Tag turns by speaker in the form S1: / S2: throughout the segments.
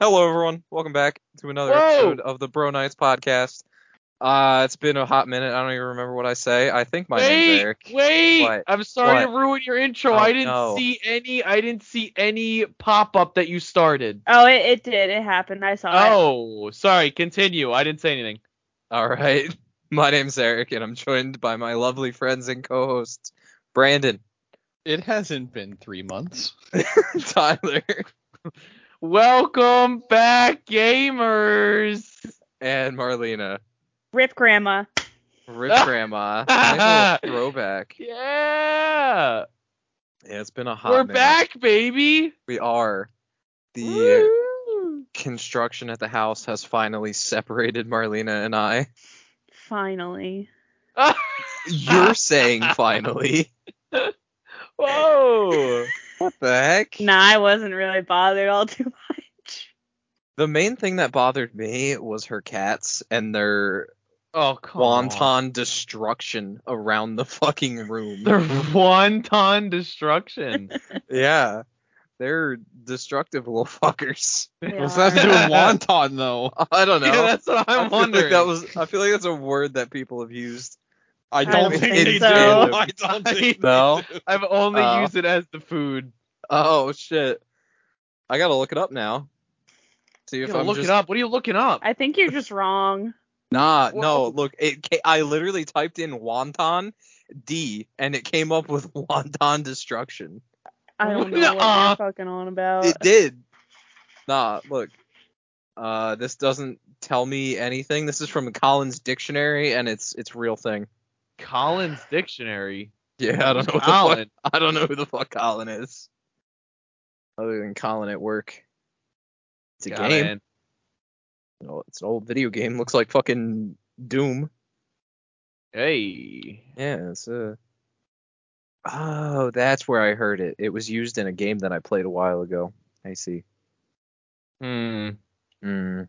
S1: Hello, everyone. Welcome back to another
S2: Whoa.
S1: episode of the Bro Knights podcast. Uh, it's been a hot minute. I don't even remember what I say. I think my name's
S2: wait,
S1: Eric.
S2: wait!
S1: What?
S2: I'm sorry to ruin your intro.
S1: Oh,
S2: I didn't
S1: no.
S2: see any. I didn't see any pop up that you started.
S3: Oh, it, it did. It happened. I saw it.
S2: Oh, sorry. Continue. I didn't say anything.
S1: All right. My name's Eric, and I'm joined by my lovely friends and co-hosts, Brandon,
S4: It hasn't been three months.
S1: Tyler,
S2: Welcome back, gamers.
S1: and Marlena.
S3: Rip Grandma.
S1: Rip Grandma. Nice little throwback.
S2: Yeah,
S1: Yeah, it's been a hot
S2: we're
S1: minute.
S2: back, baby.
S1: We are. The
S2: Woo.
S1: construction at the house has finally separated Marlena and I.
S3: Finally.
S1: You're saying finally.
S2: Whoa.
S1: What the heck?
S3: Nah, I wasn't really bothered all too much.
S1: The main thing that bothered me was her cats and their
S2: Oh, come on.
S1: wanton destruction around the fucking room.
S2: The wonton destruction.
S1: yeah. They're destructive little fuckers.
S3: They
S4: What's
S3: are.
S4: that to do with wonton though?
S1: I don't know.
S2: Yeah, that's what
S1: I
S2: I'm
S1: feel
S2: wondering.
S1: Like that was I feel like that's a word that people have used.
S4: I
S3: don't
S4: don't think
S3: think
S4: they
S3: so.
S4: do. I don't think
S1: No.
S4: they do.
S2: I've only
S1: Oh.
S2: used it as the food.
S1: Oh shit. I gotta look it up now. See
S2: You
S1: if
S2: gotta
S1: I'm
S2: look
S1: just
S2: it up. What are you looking up?
S3: I think you're just wrong.
S1: Nah, no,
S2: Whoa.
S1: look, it ca- I literally typed in wonton D and it came up with wonton destruction.
S3: I don't know what
S2: Nuh-uh.
S3: you're fucking on
S2: Uh,
S3: about.
S1: It did. Nah, look. Uh, this doesn't tell me anything. This is from Collins Dictionary, and it's it's real thing.
S2: Collins Dictionary.
S1: Yeah, I don't know. What the
S2: Colin.
S1: fuck, I don't know who the fuck Colin is. Other than Colin at work. It's a
S2: Got
S1: game.
S2: it.
S1: You know, It's an old video game. Looks like fucking Doom.
S2: Hey.
S1: Yeah, it's a. Oh, that's where I heard it. It was used in a game that I played a while ago. I see.
S2: Hmm.
S1: Mm.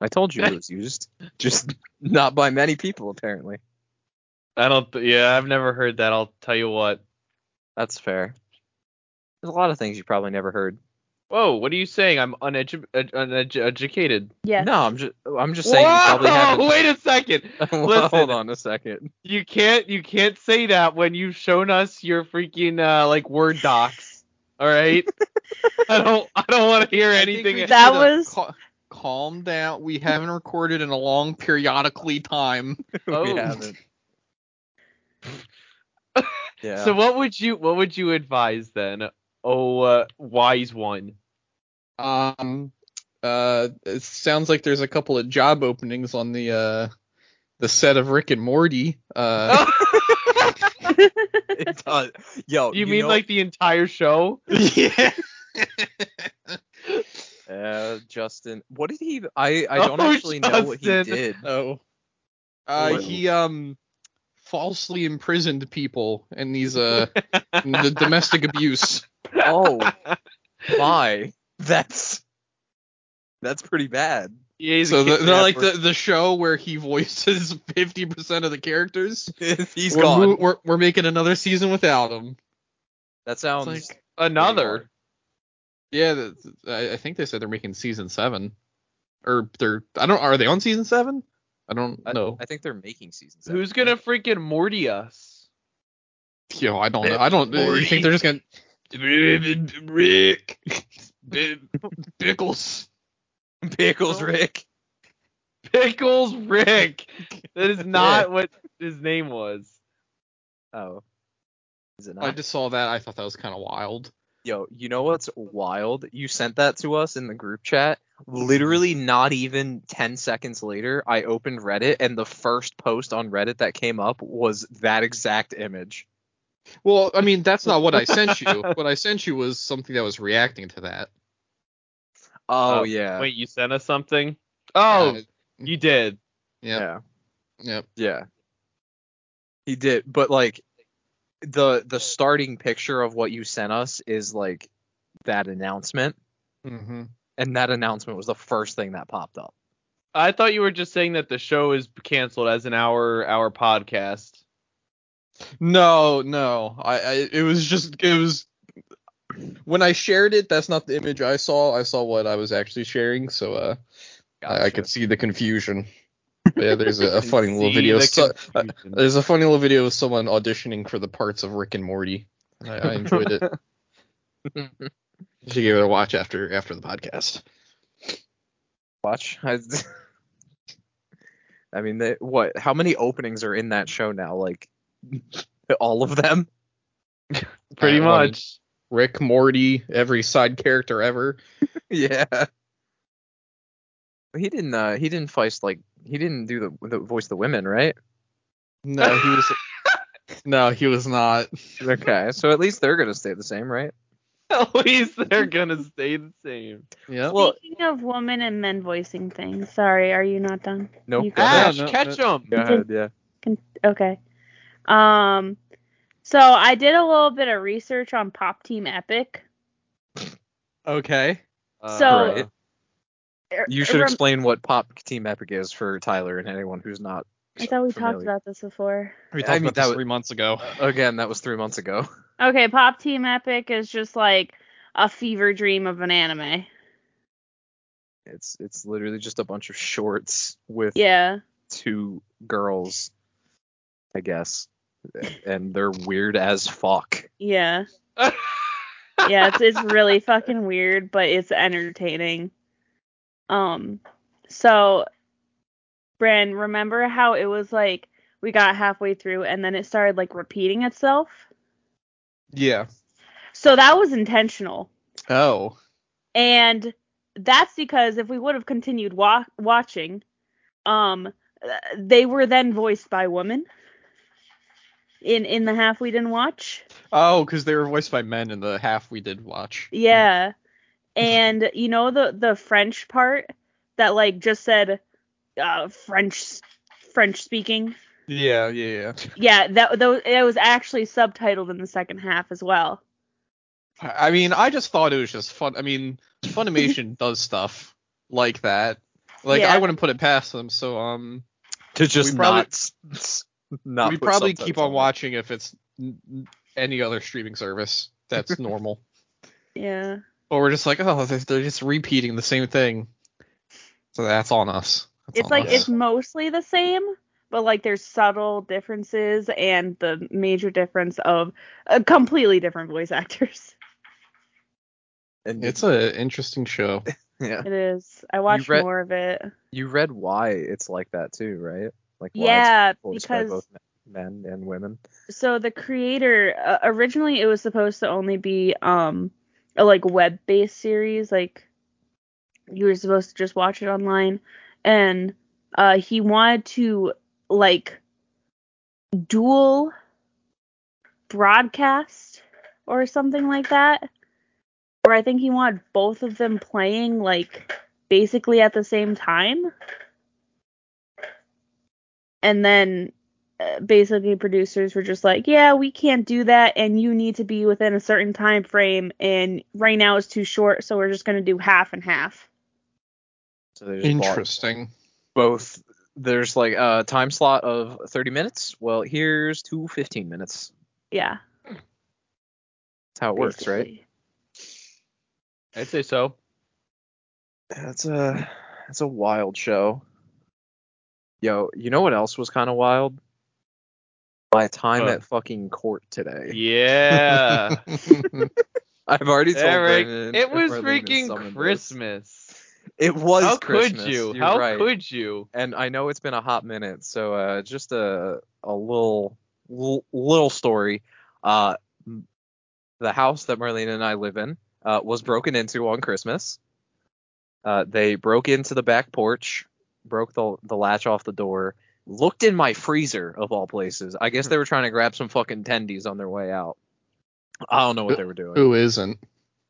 S1: I told you it was used, just not by many people apparently.
S2: I don't. Th- yeah, I've never heard that. I'll tell you what.
S1: That's fair. There's a lot of things you probably never heard.
S2: Whoa, what are you saying? I'm unedu- ed- uneducated.
S3: yes.
S1: No, I'm just I'm just saying you probably haven't.
S2: Wait a second.
S1: Well,
S2: listen.
S1: Hold on a second.
S2: You can't. You can't say that when you've shown us your freaking uh, like Word docs. All right. I don't. I don't want to hear
S4: I think we
S2: anything.
S4: just
S3: That
S4: need to
S3: was-
S4: ca- calm down. We haven't recorded in a long periodically time.
S2: Oh.
S1: We haven't. yeah.
S2: So what would you? What would you advise then? Oh, uh, wise one.
S4: Um, uh, it sounds like there's a couple of job openings on the uh the set of Rick and Morty. Uh,
S1: it does. Yo,
S2: You, mean
S1: know-
S2: like the entire show?
S4: yeah.
S1: uh, Justin? What did he? I I don't
S2: Oh,
S1: actually know what he
S2: Justin.
S1: did.
S4: Oh. Uh,
S1: What?
S4: he um falsely imprisoned people in these uh in the domestic abuse.
S1: Oh my, that's that's pretty bad.
S2: Yeah, he's a
S4: So the, they're like the,
S2: kidnapper.
S4: the show where he voices 50% of the characters.
S1: He's
S4: we're,
S1: gone.
S4: mo- we're we're making another season without him.
S1: that
S4: It's
S1: sounds.
S4: like
S2: another.
S4: yeah, the, I, I think they said they're making season 7 or they're I don't are they on season 7? I don't
S1: I,
S4: know.
S1: I think they're making seasons.
S2: Who's gonna freaking Morty us?
S4: Yo, I don't know. I don't you think they're just going to Rick Bickles. Oh.
S1: Pickles Rick?
S2: Pickles Rick. That is not what his name was.
S1: Oh, is it not?
S4: I just saw that. I thought that was kind of wild.
S1: Yo, you know what's wild? You sent that to us in the group chat. Literally, not even 10 seconds later, I opened Reddit, and the first post on Reddit that came up was that exact image.
S4: Well, I mean, that's not what I sent you. what I sent you was something that was reacting to that.
S1: Oh,
S2: Oh,
S1: yeah.
S2: Wait, you sent us something? Oh,
S4: Uh,
S2: you did.
S4: yeah,
S1: Yeah.
S4: yeah.
S1: Yeah. He did, but like the the starting picture of what you sent us is like that announcement,
S4: Mm-hmm.
S1: and that announcement was the first thing that popped up.
S2: I thought you were just saying that the show is canceled as an hour hour podcast.
S4: No, no. I, I, it was just, it was. when I shared it, that's not the image I saw. I saw what I was actually sharing, so uh, I, I could see the confusion. But yeah, there's a, a funny little video. of so- uh, there's a funny little video of someone auditioning for the parts of Rick and Morty. I, I enjoyed it. You should give it a watch after after the podcast.
S1: Watch. I, I mean, they, what? How many openings are in that show now? Like all of them?
S2: Pretty
S4: I wanted
S2: much.
S4: Rick, Morty, every side character ever.
S1: yeah. He didn't. Uh, he didn't voice like he didn't do the, the voice the women, right?
S4: No, he was. no, he was not.
S1: Okay, so at least they're gonna stay the same, right?
S2: At least they're gonna stay the same.
S4: Yeah.
S1: Well-
S3: Speaking of women and men voicing things, sorry, are you not done?
S1: Nope.
S3: You
S1: Go
S3: can-
S2: Ash,
S4: no, no.
S2: catch 'em.
S1: Go ahead. Yeah.
S3: Okay. Um, so I did a little bit of research on Pop Team Epic.
S4: okay.
S2: Uh,
S3: So-
S1: Right.
S3: Er-
S1: You should
S3: rem-
S1: explain what Pop Team Epic is for Tyler and anyone who's not.
S3: I thought we talked
S1: familiar.
S3: about this before.
S4: We
S1: I
S4: talked
S1: mean,
S4: about
S1: that
S4: this
S1: was-
S4: three months ago.
S1: Again, that was three months ago.
S3: Okay, Pop Team Epic is just like a fever dream of an anime.
S1: It's it's literally just a bunch of shorts with
S3: Yeah.
S1: two girls, I guess, and they're weird as fuck.
S3: Yeah. yeah, it's it's really fucking weird, but it's entertaining. Um, so, Bren, remember how it was like we got halfway through and then it started like repeating itself?
S4: Yeah.
S3: So that was intentional,
S4: Oh.
S3: and that's because if we would have continued wa- watching, um, uh, they were then voiced by women. In in the half we didn't watch.
S4: Oh, because they were voiced by men in the half we did watch.
S3: Yeah. And you know the the French part that like just said uh French French speaking.
S4: Yeah, yeah, yeah.
S3: Yeah, that though it was actually subtitled in the second half as well.
S4: I I mean, I just thought it was just fun. I mean, Funimation does stuff like that. Like
S3: Yeah.
S4: I wouldn't put it past them. So um,
S1: To just
S4: We probably-
S1: not s- not.
S4: we
S1: put
S4: probably
S1: subtitles
S4: keep on
S1: there.
S4: watching if it's n- n- any other streaming service that's normal.
S3: Yeah.
S4: Or we're just like, oh, they're, they're just repeating the same thing. So that's on us. That's
S3: It's
S4: on
S3: like
S4: us.
S3: it's mostly the same, but like there's subtle differences and the major difference of uh, completely different voice actors.
S1: And
S4: it's an interesting show.
S1: yeah.
S3: It is. I watched
S1: read-
S3: more of it.
S1: You read why it's like that too, right? Like why
S3: Yeah,
S1: it's voiced by
S3: because
S1: both men and women.
S3: so the creator uh, originally it was supposed to only be um a like web based series like you were supposed to just watch it online and uh he wanted to like dual broadcast or something like that or i think he wanted both of them playing like basically at the same time and then uh, basically producers were just like, yeah, we can't do that, and you need to be within a certain time frame, and right now it's too short, so we're just gonna do half and half.
S1: So they just bought
S4: Interesting.
S1: both. There's like a time slot of 30 minutes. Well, here's two 15 minutes.
S3: Yeah,
S1: That's how it works, right?
S3: basically.
S2: I'd say so.
S1: That's a that's a wild show. Yo, you know what else was kind of wild? My time
S2: What?
S1: at fucking court today.
S2: Yeah.
S1: I've already told
S2: Eric,
S1: Brandon
S2: it was
S1: before leaving to
S2: freaking
S1: summon this.
S2: Christmas.
S1: It was
S2: How
S1: Christmas.
S2: could you?
S1: You're
S2: How
S1: right.
S2: could you?
S1: and I know it's been a hot minute, so uh, just a a little l- little story. Uh, m- the house that Marlene and I live in uh, was broken into on Christmas. Uh, they broke into the back porch, broke the the latch off the door, looked in my freezer of all places. I
S4: Hmm.
S1: guess they were trying to grab some fucking tendies on their way out. I don't know what they were doing.
S4: Who isn't?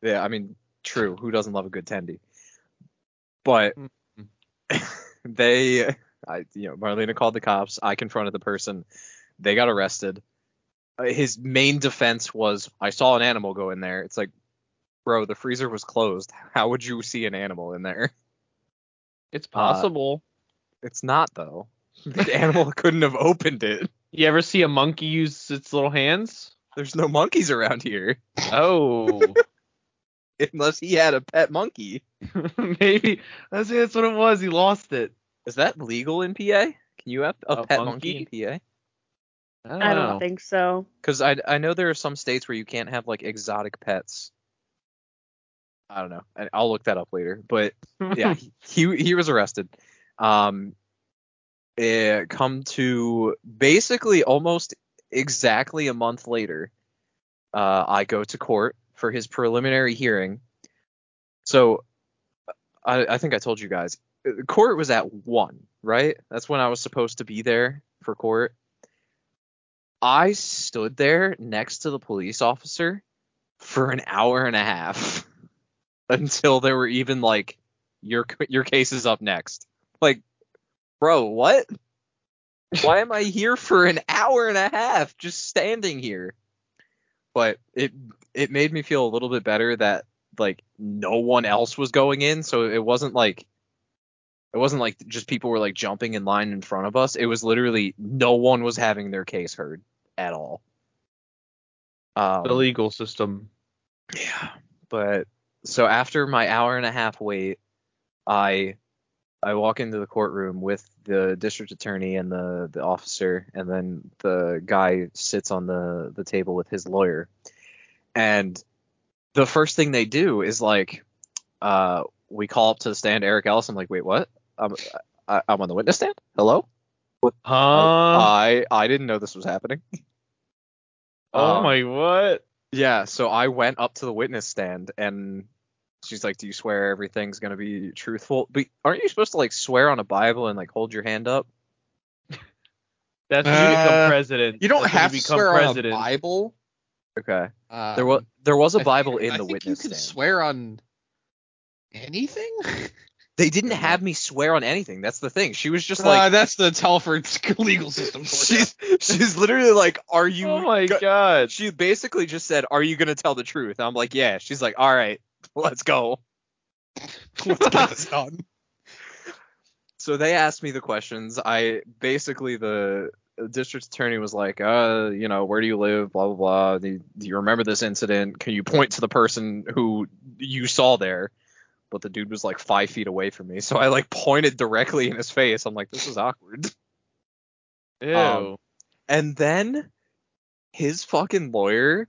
S1: Yeah, I mean, true. Who doesn't love a good tendy? But
S2: Mm-hmm.
S1: they, I, you know, Marlena called the cops. I confronted the person. They got arrested. Uh, His main defense was, "I saw an animal go in there." It's like, bro, the freezer was closed. How would you see an animal in there?
S2: It's possible.
S1: It's not though. The animal couldn't have opened it.
S2: you ever see a monkey use its little hands?
S1: There's no monkeys around here.
S2: Oh.
S1: unless he had a pet monkey.
S2: Maybe that's that's what it was. He lost it.
S1: Is that legal in PA? Can you have a,
S2: A
S1: pet
S2: monkey?
S1: monkey, in PA?
S3: I don't think so.
S1: Because I I know there are some states where you can't have like exotic pets. I don't know. I- I'll look that up later. But yeah, he he was arrested. Um, eh, come to basically almost exactly a month later, uh, I go to court for his preliminary hearing. So, I, I think I told you guys, uh, court was at one, right? That's when I was supposed to be there for court. I stood there next to the police officer for an hour and a half until there were even like your your case is up next. Like, bro, what? Why am I here for an hour and a half just standing here? But it it made me feel a little bit better that like no one else was going in, so it wasn't like it wasn't like just people were like jumping in line in front of us. It was literally no one was having their case heard at all. Um,
S2: the legal system.
S1: yeah. But so after my hour and a half wait, I I walk into the courtroom with the district attorney and the the officer, and then the guy sits on the the table with his lawyer. And the first thing they do is like, uh, we call up to the stand Eric Ellis. I'm like, wait, what? I'm I, I'm on the witness stand. Hello.
S2: Huh? Uh-huh.
S1: I I didn't know this was happening.
S2: oh
S1: um,
S2: my what?
S1: Yeah, so I went up to the witness stand and she's like, "Do you swear everything's going to be truthful?" But aren't you supposed to like swear on a Bible and like hold your hand up?
S2: That's when you become
S5: Uh,
S2: president.
S5: You don't
S2: That's when
S5: have
S2: you
S5: to
S2: become
S5: swear
S2: president.
S5: on a Bible.
S1: Okay.
S5: Uh,
S1: There was there was
S5: I
S1: a
S5: think-
S1: Bible in
S5: I
S1: the
S5: think
S1: witness
S5: You can
S1: stand.
S5: swear on anything.
S1: they didn't have me swear on anything. That's the thing. She was just
S5: Uh,
S1: like
S5: that's the Telford's legal system. for you.
S1: she's she's literally like, "Are you
S2: oh my
S1: go-"
S2: god.
S1: She basically just said, "Are you going to tell the truth?" And I'm like, "Yeah." She's like, "All right. Let's go."
S5: Let's get this done.
S1: so they asked me the questions. I basically the district attorney was like, uh, you know, where do you live? Blah blah blah. Do you, do you remember this incident? Can you point to the person who you saw there? But the dude was like five feet away from me, so I like pointed directly in his face. I'm like, this is awkward.
S2: Ew.
S1: um, And then his fucking lawyer,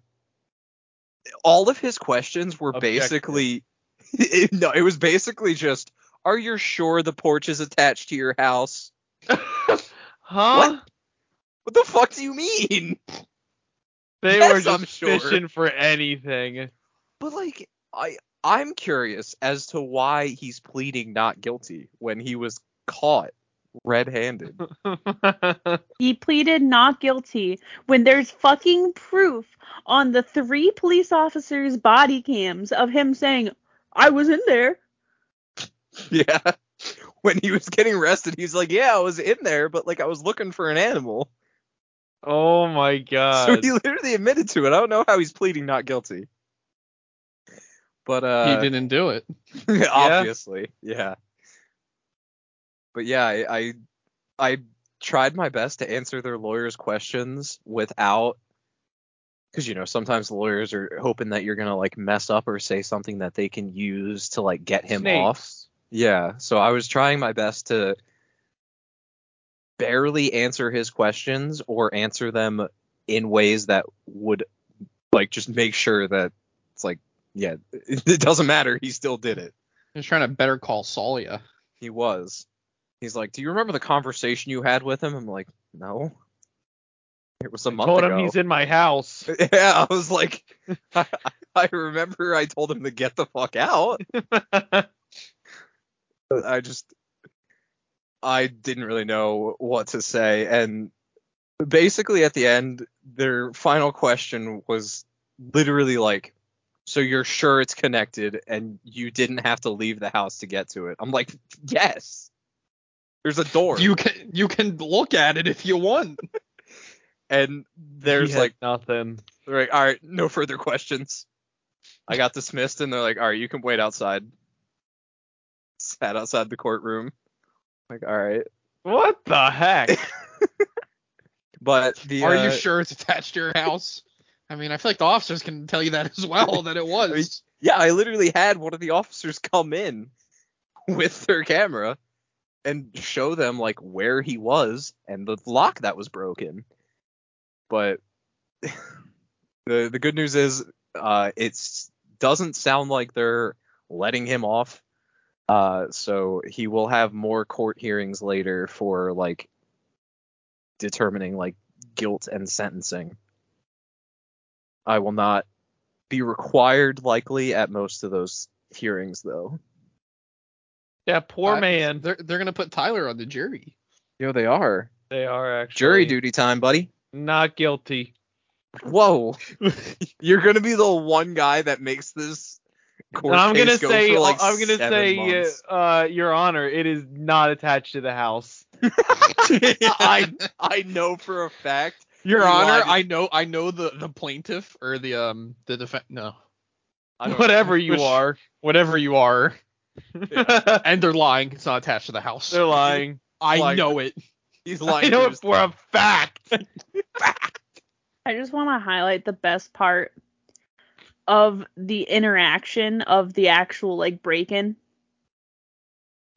S1: all of his questions were
S2: Objective.
S1: basically, it- no, it was basically just, are you sure the porch is attached to your house?
S2: huh?
S1: What the fuck do you mean?
S2: They
S1: Yes,
S2: were just
S1: I'm sure.
S2: fishing for anything.
S1: But like, I I'm curious as to why he's pleading not guilty when he was caught red-handed.
S3: He pleaded not guilty when there's fucking proof on the three police officers' body cams of him saying, I was in there.
S1: yeah. When he was getting arrested, he's like, "Yeah, I was in there, but like I was looking for an animal."
S2: oh my god.
S1: So he literally admitted to it. I don't know how he's pleading not guilty. But
S5: he
S1: uh
S5: didn't do it.
S1: obviously. Yeah. But yeah, I, I I tried my best to answer their lawyers' questions without because you know sometimes the lawyers are hoping that you're gonna like mess up or say something that they can use to like get him
S2: Snakes.
S1: off. Yeah, so I was trying my best to barely answer his questions or answer them in ways that would like just make sure that it's like yeah, it, doesn't matter, he still did it.
S5: He's trying to better call Solia.
S1: He was. He's like, "Do you remember the conversation you had with him?" I'm like, "No." It was a month
S2: Told
S1: ago.
S2: him he's in my house.
S1: yeah, I was like I, I remember I told him to get the fuck out. I just I didn't really know what to say and basically at the end their final question was literally like so you're sure it's connected and you didn't have to leave the house to get to it. I'm like, "Yes." There's a door.
S5: You can you can look at it if you want.
S1: and there's
S2: He had
S1: like
S2: nothing.
S1: they're like, "All right, no further questions." I got dismissed and they're like, "All right, you can wait outside." Sat outside the courtroom. Like, "All right."
S2: What the heck?
S1: But the
S5: Are you
S1: uh,
S5: sure it's attached to your house? I mean, I feel like the officers can tell you that as well that it was.
S1: Yeah, I literally had one of the officers come in with their camera and show them like where he was and the lock that was broken. But the the good news is uh it doesn't sound like they're letting him off. Uh so he will have more court hearings later for like determining like guilt and sentencing. I will not be required likely at most of those hearings though.
S2: That poor
S5: I-
S2: man.
S5: They're they're gonna put Tyler on the jury.
S1: Yo, they are.
S2: They are actually
S1: Jury duty time, buddy.
S2: Not guilty.
S1: Whoa. You're gonna be the one guy that makes this court
S2: I'm
S1: case
S2: gonna
S1: go
S2: say.
S1: for, like,
S2: I'm gonna
S1: seven
S2: say,
S1: months.
S2: uh, uh, Your Honor, it is not attached to the house.
S1: I I know for a fact.
S5: Your
S1: You
S5: Honor,
S1: lied.
S5: I know I know the, the plaintiff or the um the defense. No,
S1: I don't-
S2: Whatever you
S5: Which-
S2: are,
S5: whatever you are, and they're lying. It's not attached to the house.
S2: they're lying.
S5: I
S1: lying.
S5: know it.
S1: He's
S2: I
S1: lying.
S2: know
S1: to
S2: it
S1: his-
S2: for a fact.
S3: I just want to highlight the best part of the interaction of the actual like break-in.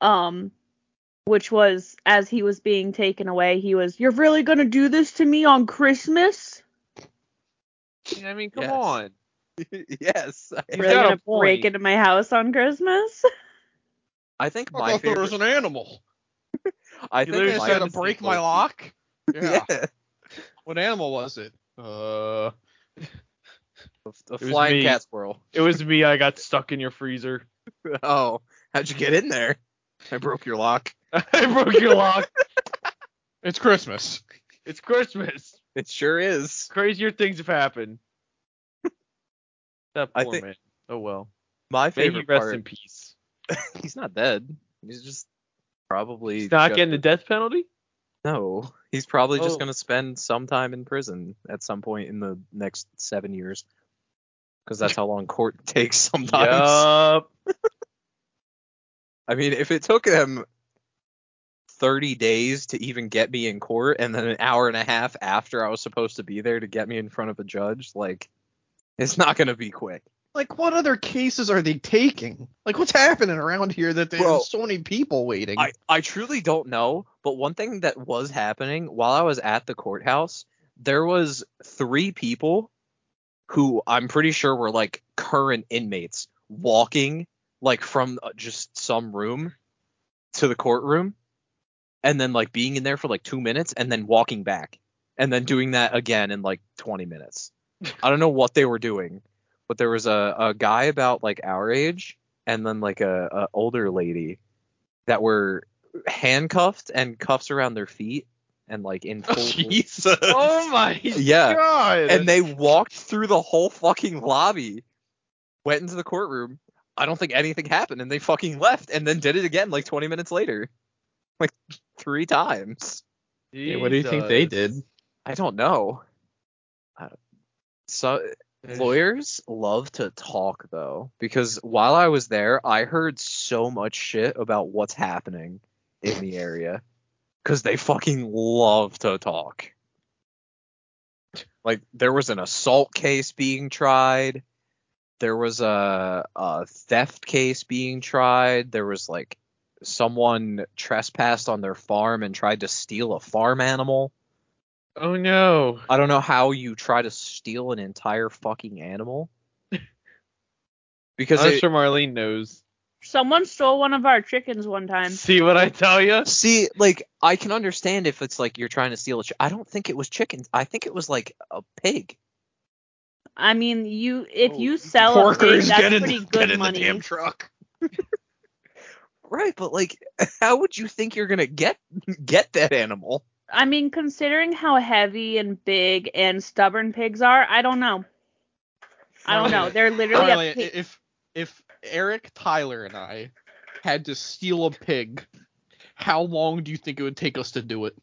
S3: Um which was as he was being taken away, he was, "You're really going to do this to me on Christmas?"
S2: I mean, come
S1: Yes.
S2: on.
S1: yes. I-
S3: really
S2: got a
S3: going to break
S2: point.
S3: into my house on Christmas?
S1: I think my favorite.
S5: an animal.
S1: I
S2: You
S1: think
S2: literally
S1: my
S2: said a
S1: favorite-
S2: break
S5: lock.
S1: Yeah.
S5: What animal was it? Uh,
S1: The
S2: was
S1: flying
S2: me.
S1: cat squirrel.
S2: It was me. I got stuck in your freezer.
S1: Oh, how'd you get in there? I broke your lock.
S2: I broke your lock.
S5: it's Christmas.
S2: It's Christmas.
S1: It sure is.
S2: Crazier things have happened. That
S1: I
S2: poor
S1: think-
S2: man. Oh well.
S1: My
S2: May he
S1: favorite
S2: rest
S1: part.
S2: in peace.
S1: He's not dead. He's just probably.
S2: He's not
S1: gonna-
S2: getting the death penalty.
S1: No, he's probably
S2: Oh.
S1: just gonna spend some time in prison at some point in the next seven years, because that's how long court takes sometimes.
S2: Yup.
S1: I mean, if it took him 30 days to even get me in court and then an hour and a half after I was supposed to be there to get me in front of a judge, like, it's not going to be quick.
S5: Like, what other cases are they taking? Like, what's happening around here that
S1: Bro.
S5: there's so many people waiting?
S1: I, I truly don't know, but one thing that was happening while I was at the courthouse, there was three people who I'm pretty sure were like current inmates walking like from uh, just some room to the courtroom and then like being in there for like 2 minutes and then walking back and then doing that again in like 20 minutes. I don't know what they were doing, but there was a, a guy about like our age and then like a, a older lady that were handcuffed and cuffs around their feet and like in
S4: Oh,
S1: full
S5: Jesus.
S2: Oh my
S1: Yeah.
S2: god.
S1: and they walked through the whole fucking lobby, went into the courtroom. I don't think anything happened, and they fucking left, and then did it again like 20 minutes later, like three times.
S5: Yeah, what do you think
S2: Jesus.
S5: they did?
S1: I don't know. I don't- So lawyers love to talk though, because while I was there, I heard so much shit about what's happening in the area, because they fucking love to talk. Like there was an assault case being tried, there was a, a theft case being tried, there was like someone trespassed on their farm and tried to steal a farm animal.
S2: Oh no.
S1: I don't know how you try to steal an entire fucking animal. Because
S2: I'm
S1: it-
S2: sure Marlene knows.
S3: Someone stole one of our chickens one time.
S2: See what I tell you?
S1: see, like I can understand if it's like you're trying to steal a. Ch- I don't think it was chickens. I think it was like a pig.
S3: I mean, you if
S1: Oh,
S3: you sell a pig, that's pretty good money.
S5: truck.
S1: Right, but like, how would you think you're gonna get get that animal?
S3: I mean, considering how heavy and big and stubborn pigs are, I don't know. I don't know. They're literally
S5: Carly,
S3: a pig.
S5: if if Eric Tyler and I had to steal a pig, how long do you think it would take us to do it?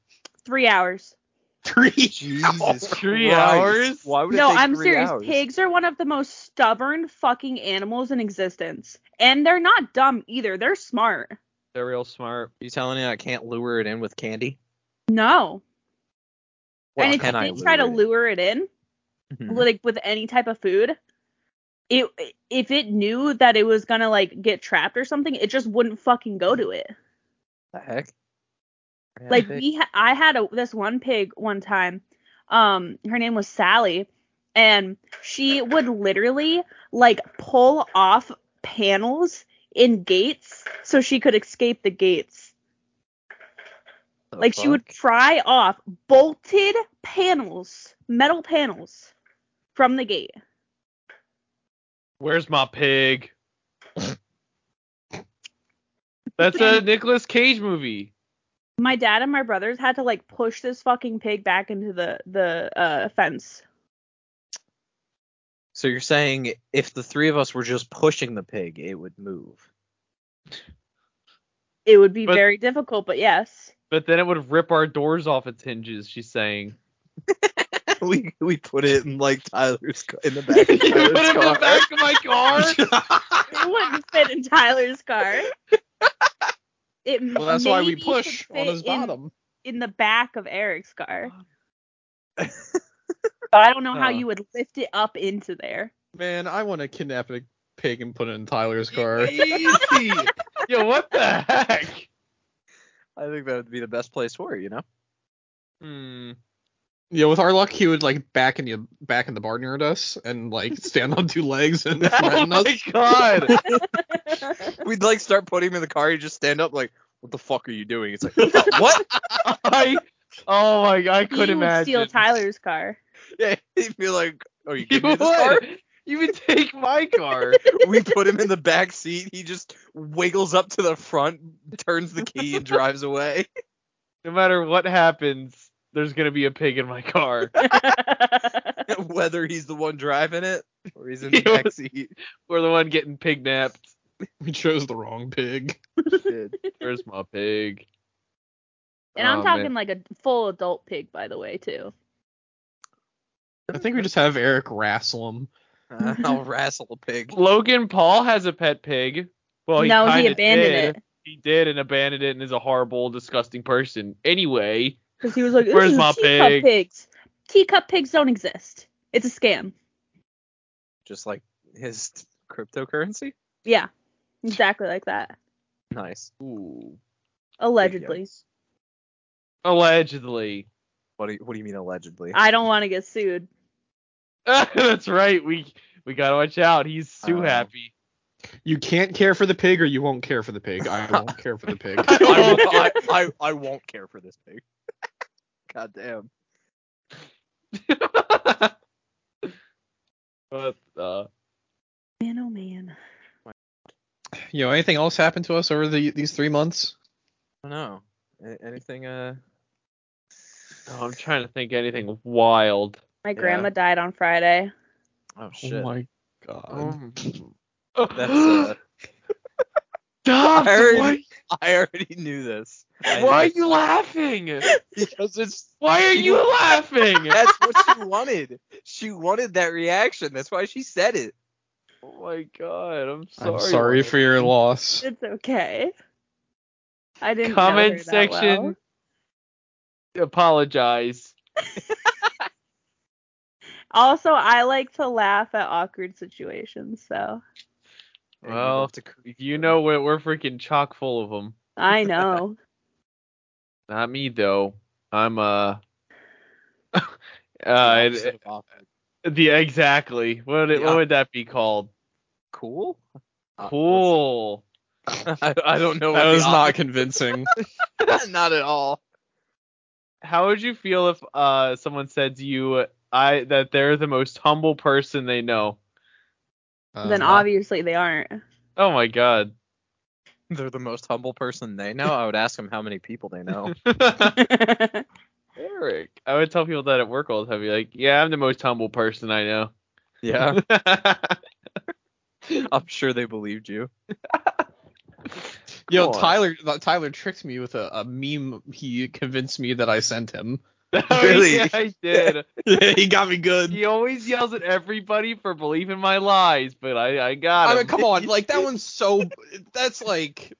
S3: three hours.
S5: Three
S1: Jesus
S2: Three
S1: Christ.
S2: hours?
S1: Why would it
S3: No,
S1: take
S3: I'm
S1: three
S3: serious.
S1: hours?
S3: Pigs are one of the most stubborn fucking animals in existence, and they're not dumb either. They're smart.
S2: They're real smart.
S1: You telling me I can't lure it in with candy?
S3: No.
S1: Well,
S3: and if
S1: can I
S3: you did try to
S1: lure
S3: lure it in,
S1: it in? Mhm.
S3: like with any type of food, it if it knew that it was gonna like get trapped or something, it just wouldn't fucking go to it.
S1: The heck? Yeah,
S3: like
S1: they-
S3: we ha- i had a, this one pig one time um her name was sally and she would literally like pull off panels in gates so she could escape the gates
S1: the
S3: like she would
S1: fuck?
S3: pry off bolted panels metal panels from the gate
S2: Where's my pig? That's a Nicolas Cage movie.
S3: my dad and my brothers had to like push this fucking pig back into the the uh fence
S1: So you're saying if the three of us were just pushing the pig, it would move.
S3: it would be
S2: But-
S3: very difficult but yes
S2: But then it would rip our doors off its hinges, she's saying.
S1: we we put it in like Tyler's ca- in the back.
S2: You
S1: Of
S2: put it in
S1: Tyler's
S2: the
S1: car.
S2: back of my car?
S3: it wouldn't fit in Tyler's car. It
S5: Well, that's why we
S3: maybe could
S5: push on
S3: fit
S5: his
S3: in-
S5: bottom.
S3: in the back of Eric's car. but I don't know how
S2: Huh.
S3: you would lift it up into there.
S5: Man, I want to kidnap a pig and put it in Tyler's car.
S2: Easy. Yo, what the heck?
S1: I think that would be the best place for it, you know.
S2: Hmm.
S5: Yeah, with our luck, he would like back in the back in the barnyard us and like stand on two legs and
S2: Oh
S5: threaten us.
S2: my god.
S1: We'd like start putting him in the car. You just stand up like, what the fuck are you doing? It's like, what?
S2: I, oh my god, I
S3: You
S2: could
S3: would
S2: imagine.
S3: steal Tyler's car.
S1: Yeah, he'd be like, oh, you
S2: You
S1: give me
S2: would.
S1: this car?
S2: You would take my car.
S1: We put him in the back seat. He just wiggles up to the front, turns the key, and drives away.
S2: no matter what happens, there's gonna be a pig in my car.
S1: Whether he's the one driving it or he's in
S2: He
S1: the back
S2: was-
S1: seat.
S2: We're the one getting pig napped.
S5: We chose the wrong pig.
S1: Shit.
S2: Where's my pig?
S3: And I'm
S2: Oh,
S3: talking
S2: man.
S3: like a full adult pig, by the way, too.
S5: I think we just have Eric wrestle him.
S1: Uh, I'll wrestle a pig.
S2: Logan Paul has a pet pig. Well, he
S3: no, he
S2: kinda
S3: abandoned
S2: did.
S3: it
S2: He did and abandoned it and is a horrible, disgusting person. Anyway,
S3: because he was like,
S2: Where's
S3: "This is
S2: my
S3: teacup
S2: pig?"
S3: pigs. Teacup pigs don't exist. It's a scam."
S1: Just like his cryptocurrency.
S3: Yeah, exactly like that.
S1: Nice.
S2: Ooh.
S3: Allegedly.
S2: allegedly.
S1: What do you, what do you mean allegedly?
S3: I don't want to get sued.
S2: That's right. We we gotta watch out. He's too
S1: Oh.
S2: happy.
S5: You can't care for the pig, or you won't care for the pig. I won't care for the pig.
S1: I, won't, I, I, I won't care for this pig. God damn.
S2: But uh,
S3: Man, oh man.
S5: You know, anything else happened to us over the these three months?
S1: I don't know. A- Anything uh
S2: oh, I'm trying to think anything wild.
S3: My grandma died on Friday.
S1: oh shit.
S5: my god.
S1: Oh,
S2: Um,
S1: That's uh,
S2: Stop!
S1: I heard-
S2: Why,
S1: I already knew this. I-
S2: why are you laughing?
S1: Because it's
S2: Why are you laughing?
S1: that's what she wanted. She wanted that reaction. That's why she said it.
S2: Oh my god, I'm sorry.
S5: I'm sorry for your loss.
S3: It's okay. I didn't know her
S2: comment
S3: that
S2: section.
S3: well.
S2: Apologize.
S3: Also, I like to laugh at awkward situations, so
S1: And you
S2: Well,
S1: left a creepy
S2: You
S1: note.
S2: know we're, we're freaking chock full of them.
S3: I know.
S2: Not me though. I'm uh. uh,
S1: Opposite
S2: it-
S1: of awkward.
S2: the exactly. What would it,
S1: Yeah.
S2: what would that be called?
S1: cool. Uh,
S2: Cool.
S1: I, I don't know.
S5: That
S1: what
S5: was
S1: the
S5: not convincing.
S1: opposite- not at all.
S2: How would you feel if uh someone said to you I that they're the most humble person they know?
S5: Uh,
S3: then obviously they aren't.
S2: Oh my god.
S1: They're the most humble person they know. I would ask them how many people they know.
S2: Eric. I would tell people that at work all the time. Be like, yeah, I'm the most humble person I know. Oh,
S1: yeah, I'm sure they believed you.
S5: Yo,
S2: Cool.
S5: Tyler Tyler tricked me with a, a meme he convinced me that I sent him.
S2: Oh,
S1: Really?
S2: yeah, I did.
S5: he got me good.
S2: He always yells at everybody for believing my lies, but I, I got
S5: I
S2: him.
S5: mean, come on, like that one's so that's like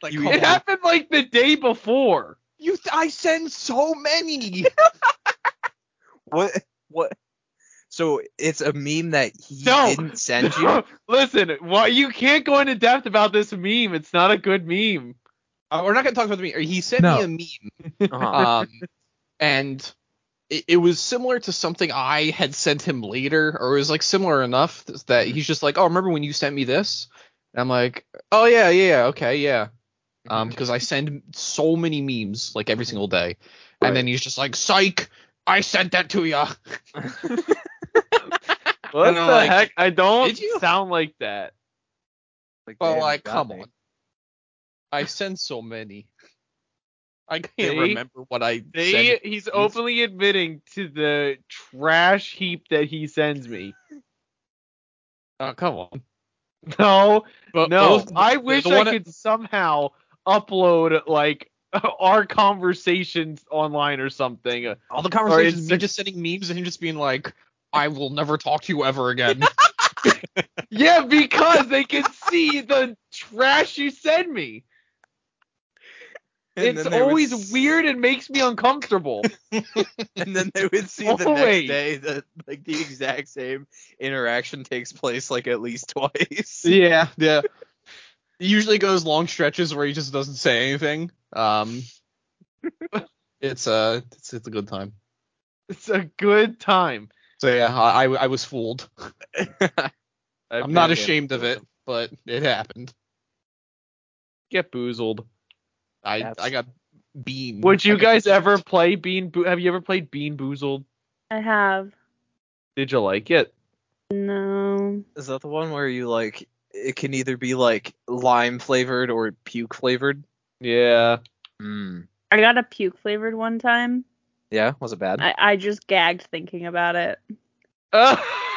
S5: like
S1: You-
S5: come
S2: it
S5: on.
S2: happened like the day before.
S5: You I send so many.
S1: What? What? So it's a meme that he
S2: No.
S1: didn't send you.
S2: Listen, why you can't go into depth about this meme. It's not a good meme.
S4: Uh, we're not gonna talk about the meme. He sent
S1: No.
S4: me a meme,
S1: Uh-huh.
S4: um, and it, it was similar to something I had sent him later, or it was like similar enough th- that
S5: Mm-hmm.
S4: he's just like, "Oh, remember when you sent me this?" And I'm like, "Oh yeah, yeah, okay, yeah,"
S5: Mm-hmm.
S4: um, because I send so many memes like every single day, and then he's just like, "Psych, I sent that to ya."
S2: What
S4: And
S2: the
S4: I'm like,
S2: heck? I don't
S4: "Did you?"
S2: sound like that.
S4: But
S1: damn,
S4: like,
S1: got
S4: come
S1: me.
S4: on, I send so many. I can't
S2: They-
S4: remember what I
S2: They,
S4: sent.
S2: he's openly admitting to the trash heap that he sends me.
S4: Oh, come on.
S2: No,
S4: But
S2: no.
S4: both-
S2: I wish
S4: the
S2: I
S4: one-
S2: could somehow upload like our conversations online or something.
S4: All the
S2: Or
S4: conversations,
S2: it's
S4: me
S2: the-
S4: just sending memes and him just being like, "I will never talk to you ever again."
S2: Yeah, because they can see the trash you send me.
S1: And
S2: it's
S1: then they would
S2: always
S1: s-
S2: weird and makes me uncomfortable.
S1: And then they would see the next
S2: Always.
S1: day that like the exact same interaction takes place like at least twice.
S4: yeah, yeah. He usually goes long stretches where he just doesn't say anything. Um, it's uh, it's, it's a good time.
S2: it's a good time.
S4: So yeah, I I, I was fooled.
S2: i
S4: I'm not ashamed of it, but it happened.
S2: Get boozled.
S4: I
S1: That's-
S4: I got beamed.
S2: Would
S4: I
S2: you
S4: got
S2: guys
S4: beamed.
S2: ever play Bean? Bo- have you ever played Bean Boozled?
S3: I have.
S2: Did you like it?
S3: No.
S1: Is that the one where you like it can either be like lime flavored or puke flavored?
S2: Yeah.
S1: Mm.
S3: I got a puke flavored one time.
S1: Yeah, was it bad?
S3: I, I just gagged thinking about it.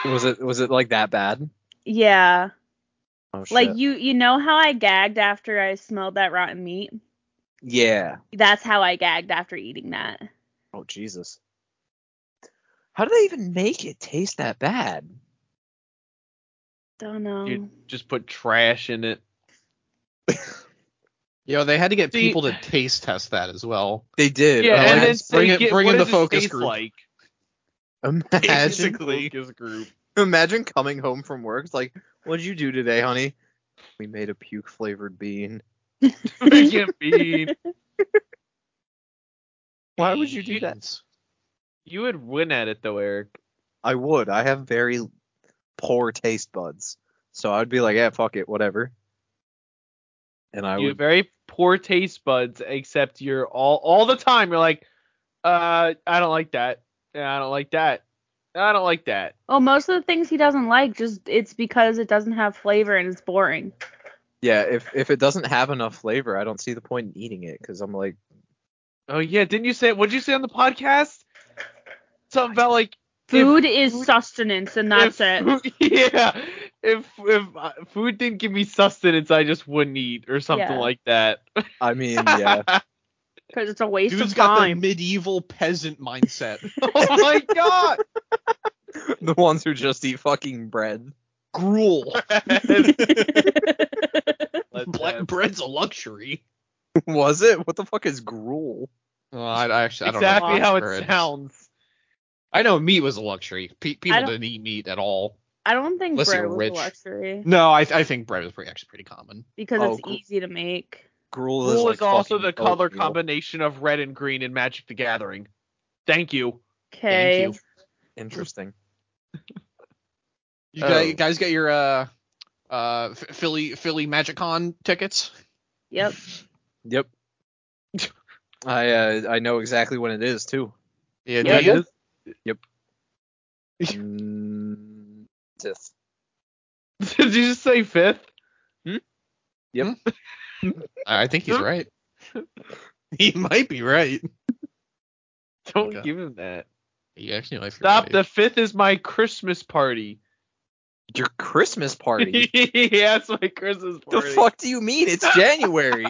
S1: was it was it like that bad?
S3: Yeah.
S1: Oh, shit.
S3: Like you you know how I gagged after I smelled that rotten meat?
S1: yeah.
S3: That's how I gagged after eating that.
S1: Oh Jesus. How do they even make it taste that bad?
S3: Don't know.
S2: you just put trash in it.
S4: You know, they had to get
S2: See-
S4: people to taste test that as well.
S1: They did.
S2: Yeah,
S1: I'm
S2: and
S1: like,
S2: then
S4: let's bring
S2: say,
S4: it-
S2: "Get-
S4: bring
S2: what
S4: in
S2: does
S4: the
S2: this
S4: focus
S2: taste
S4: group."
S2: Like
S1: imagine
S4: Basically.
S2: focus group.
S1: imagine coming home from work. It's like, what'd you do today, honey? We made a puke flavored bean.
S2: Make it bean.
S1: Why would you do that?
S4: Beans.
S2: You would win at it though, Eric.
S1: I would. I have very poor taste buds. So I'd be like, yeah, fuck it, whatever. And I
S2: you have
S1: would
S2: very poor taste buds, except you're all all the time. You're like, uh, I don't like that. Yeah, I don't like that. I don't like that.
S3: well, most of the things he doesn't like just it's because it doesn't have flavor and it's boring.
S1: Yeah, if if it doesn't have enough flavor, I don't see the point in eating it cuz I'm like,
S2: Oh yeah, didn't you say? What'd you say on the podcast? Something about like if
S3: Food is sustenance and that's
S2: if
S3: it.
S2: food- yeah, if if uh, food didn't give me sustenance, I just wouldn't eat or something
S3: Yeah.
S2: like that.
S1: I mean, yeah.
S3: Because it's a waste
S4: Dude's
S3: of
S4: got the
S3: time.
S4: medieval peasant mindset.
S2: oh my god.
S1: the ones who just eat fucking bread.
S4: Gruel.
S2: Let's
S4: Black
S2: have-
S4: bread's a luxury.
S1: Was it? What the fuck is gruel?
S4: I, I actually I don't
S2: exactly
S4: know
S2: how
S4: bread
S2: it
S4: is.
S2: sounds.
S4: I know meat was a luxury. Pe-
S3: I
S4: people
S3: don't-
S4: didn't eat meat at all.
S3: I don't think
S4: Unless
S3: bread
S4: you're
S3: was
S4: rich.
S3: a luxury
S4: No, I I think bread was pretty, actually pretty common.
S3: because
S1: Oh,
S3: it's
S1: gr-
S3: easy to make.
S1: Gruel is,
S2: Blue
S1: like
S2: is also
S1: fucking
S2: the color
S1: oatmeal.
S2: combination of red and green in Magic the Gathering. Thank you.
S3: Okay.
S4: Thank you.
S1: Interesting.
S4: You guys,
S2: Oh.
S4: you guys get your uh uh F- Philly Philly MagicCon tickets.
S3: Yep.
S1: Yep. I uh, I know exactly when it is too.
S4: Yeah,
S3: Yeah,
S4: do you?
S1: Mm, Sith.
S2: Did you just say fifth?
S4: I I think he's right. he might be right.
S2: Don't
S4: Okay.
S2: give him that.
S4: You actually might be
S2: Stop.
S4: right.
S2: The fifth is my Christmas party.
S1: Your Christmas party.
S2: yeah, it's my Christmas
S1: the
S2: party.
S1: fuck do you mean? It's January.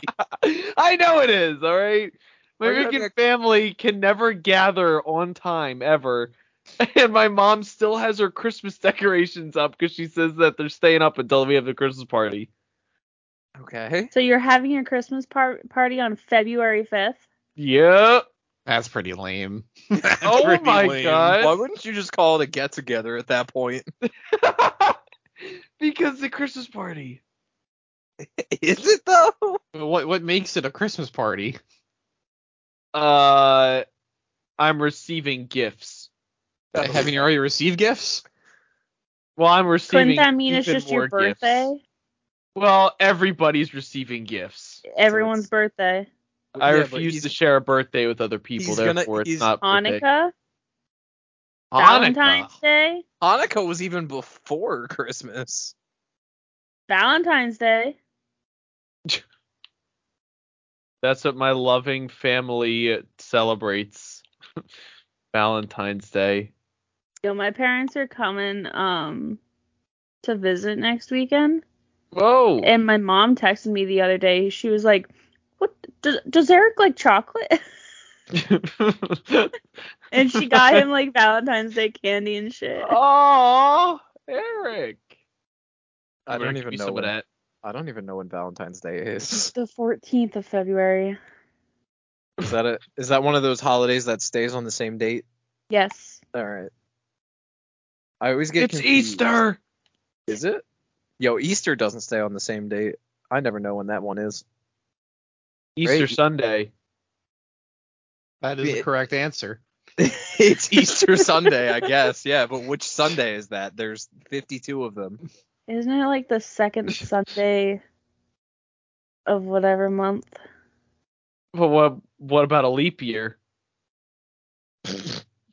S2: I know it is. All right. My
S1: Why do you have
S2: American
S1: your-
S2: family can never gather on time ever, and my mom still has her Christmas decorations up because she says that they're staying up until we have the Christmas party.
S1: okay.
S3: So you're having your Christmas par- party on February 5th?
S2: Yep.
S4: That's pretty lame.
S1: That's
S2: Oh
S1: pretty
S2: my God.
S1: Why wouldn't you just call it a get together at that point?
S2: because the Christmas party.
S1: Is it though?
S4: But what what makes it a Christmas party?
S2: Uh, I'm receiving gifts.
S4: Haven't you already received gifts?
S2: Well, I'm receiving.
S3: Couldn't that mean it's
S2: even
S3: just your
S2: more gifts.
S3: birthday?
S2: Well, everybody's receiving gifts.
S3: Everyone's birthday.
S2: I
S1: Yeah, but
S2: refuse
S1: he's-
S2: to share a birthday with other people.
S1: he's gonna-
S2: Therefore, it's
S1: he's-
S2: not birthday.
S3: Hanukkah,
S4: Hanukkah.
S3: Valentine's Day,
S1: Hanukkah was even before Christmas.
S3: Valentine's Day.
S2: That's what my loving family uh, celebrates. Valentine's Day.
S3: Yo, my parents are coming um to visit next weekend,
S2: Whoa.
S3: and my mom texted me the other day. She was like, "What does does Eric like chocolate?" Eh. and she got him like Valentine's Day candy and shit.
S1: Oh.
S2: Aw, Eric.
S1: I don't even know
S2: what
S1: when,
S2: that.
S1: I don't even know when Valentine's Day is.
S3: The 14th of February.
S1: Is that a is that one of those holidays that stays on the same date?
S3: Yes.
S1: All right. I always get
S2: It's
S1: confused.
S2: Easter.
S1: Is it? Yo, Easter doesn't stay on the same date. I never know when that one is.
S2: Easter
S1: Great.
S2: Sunday.
S4: That is the
S1: Bit.
S4: correct answer.
S1: it's Easter Sunday, I guess. Yeah, but which Sunday is that? There's 52 of them.
S3: Isn't it like the second Sunday of whatever month?
S2: But what what about a leap year?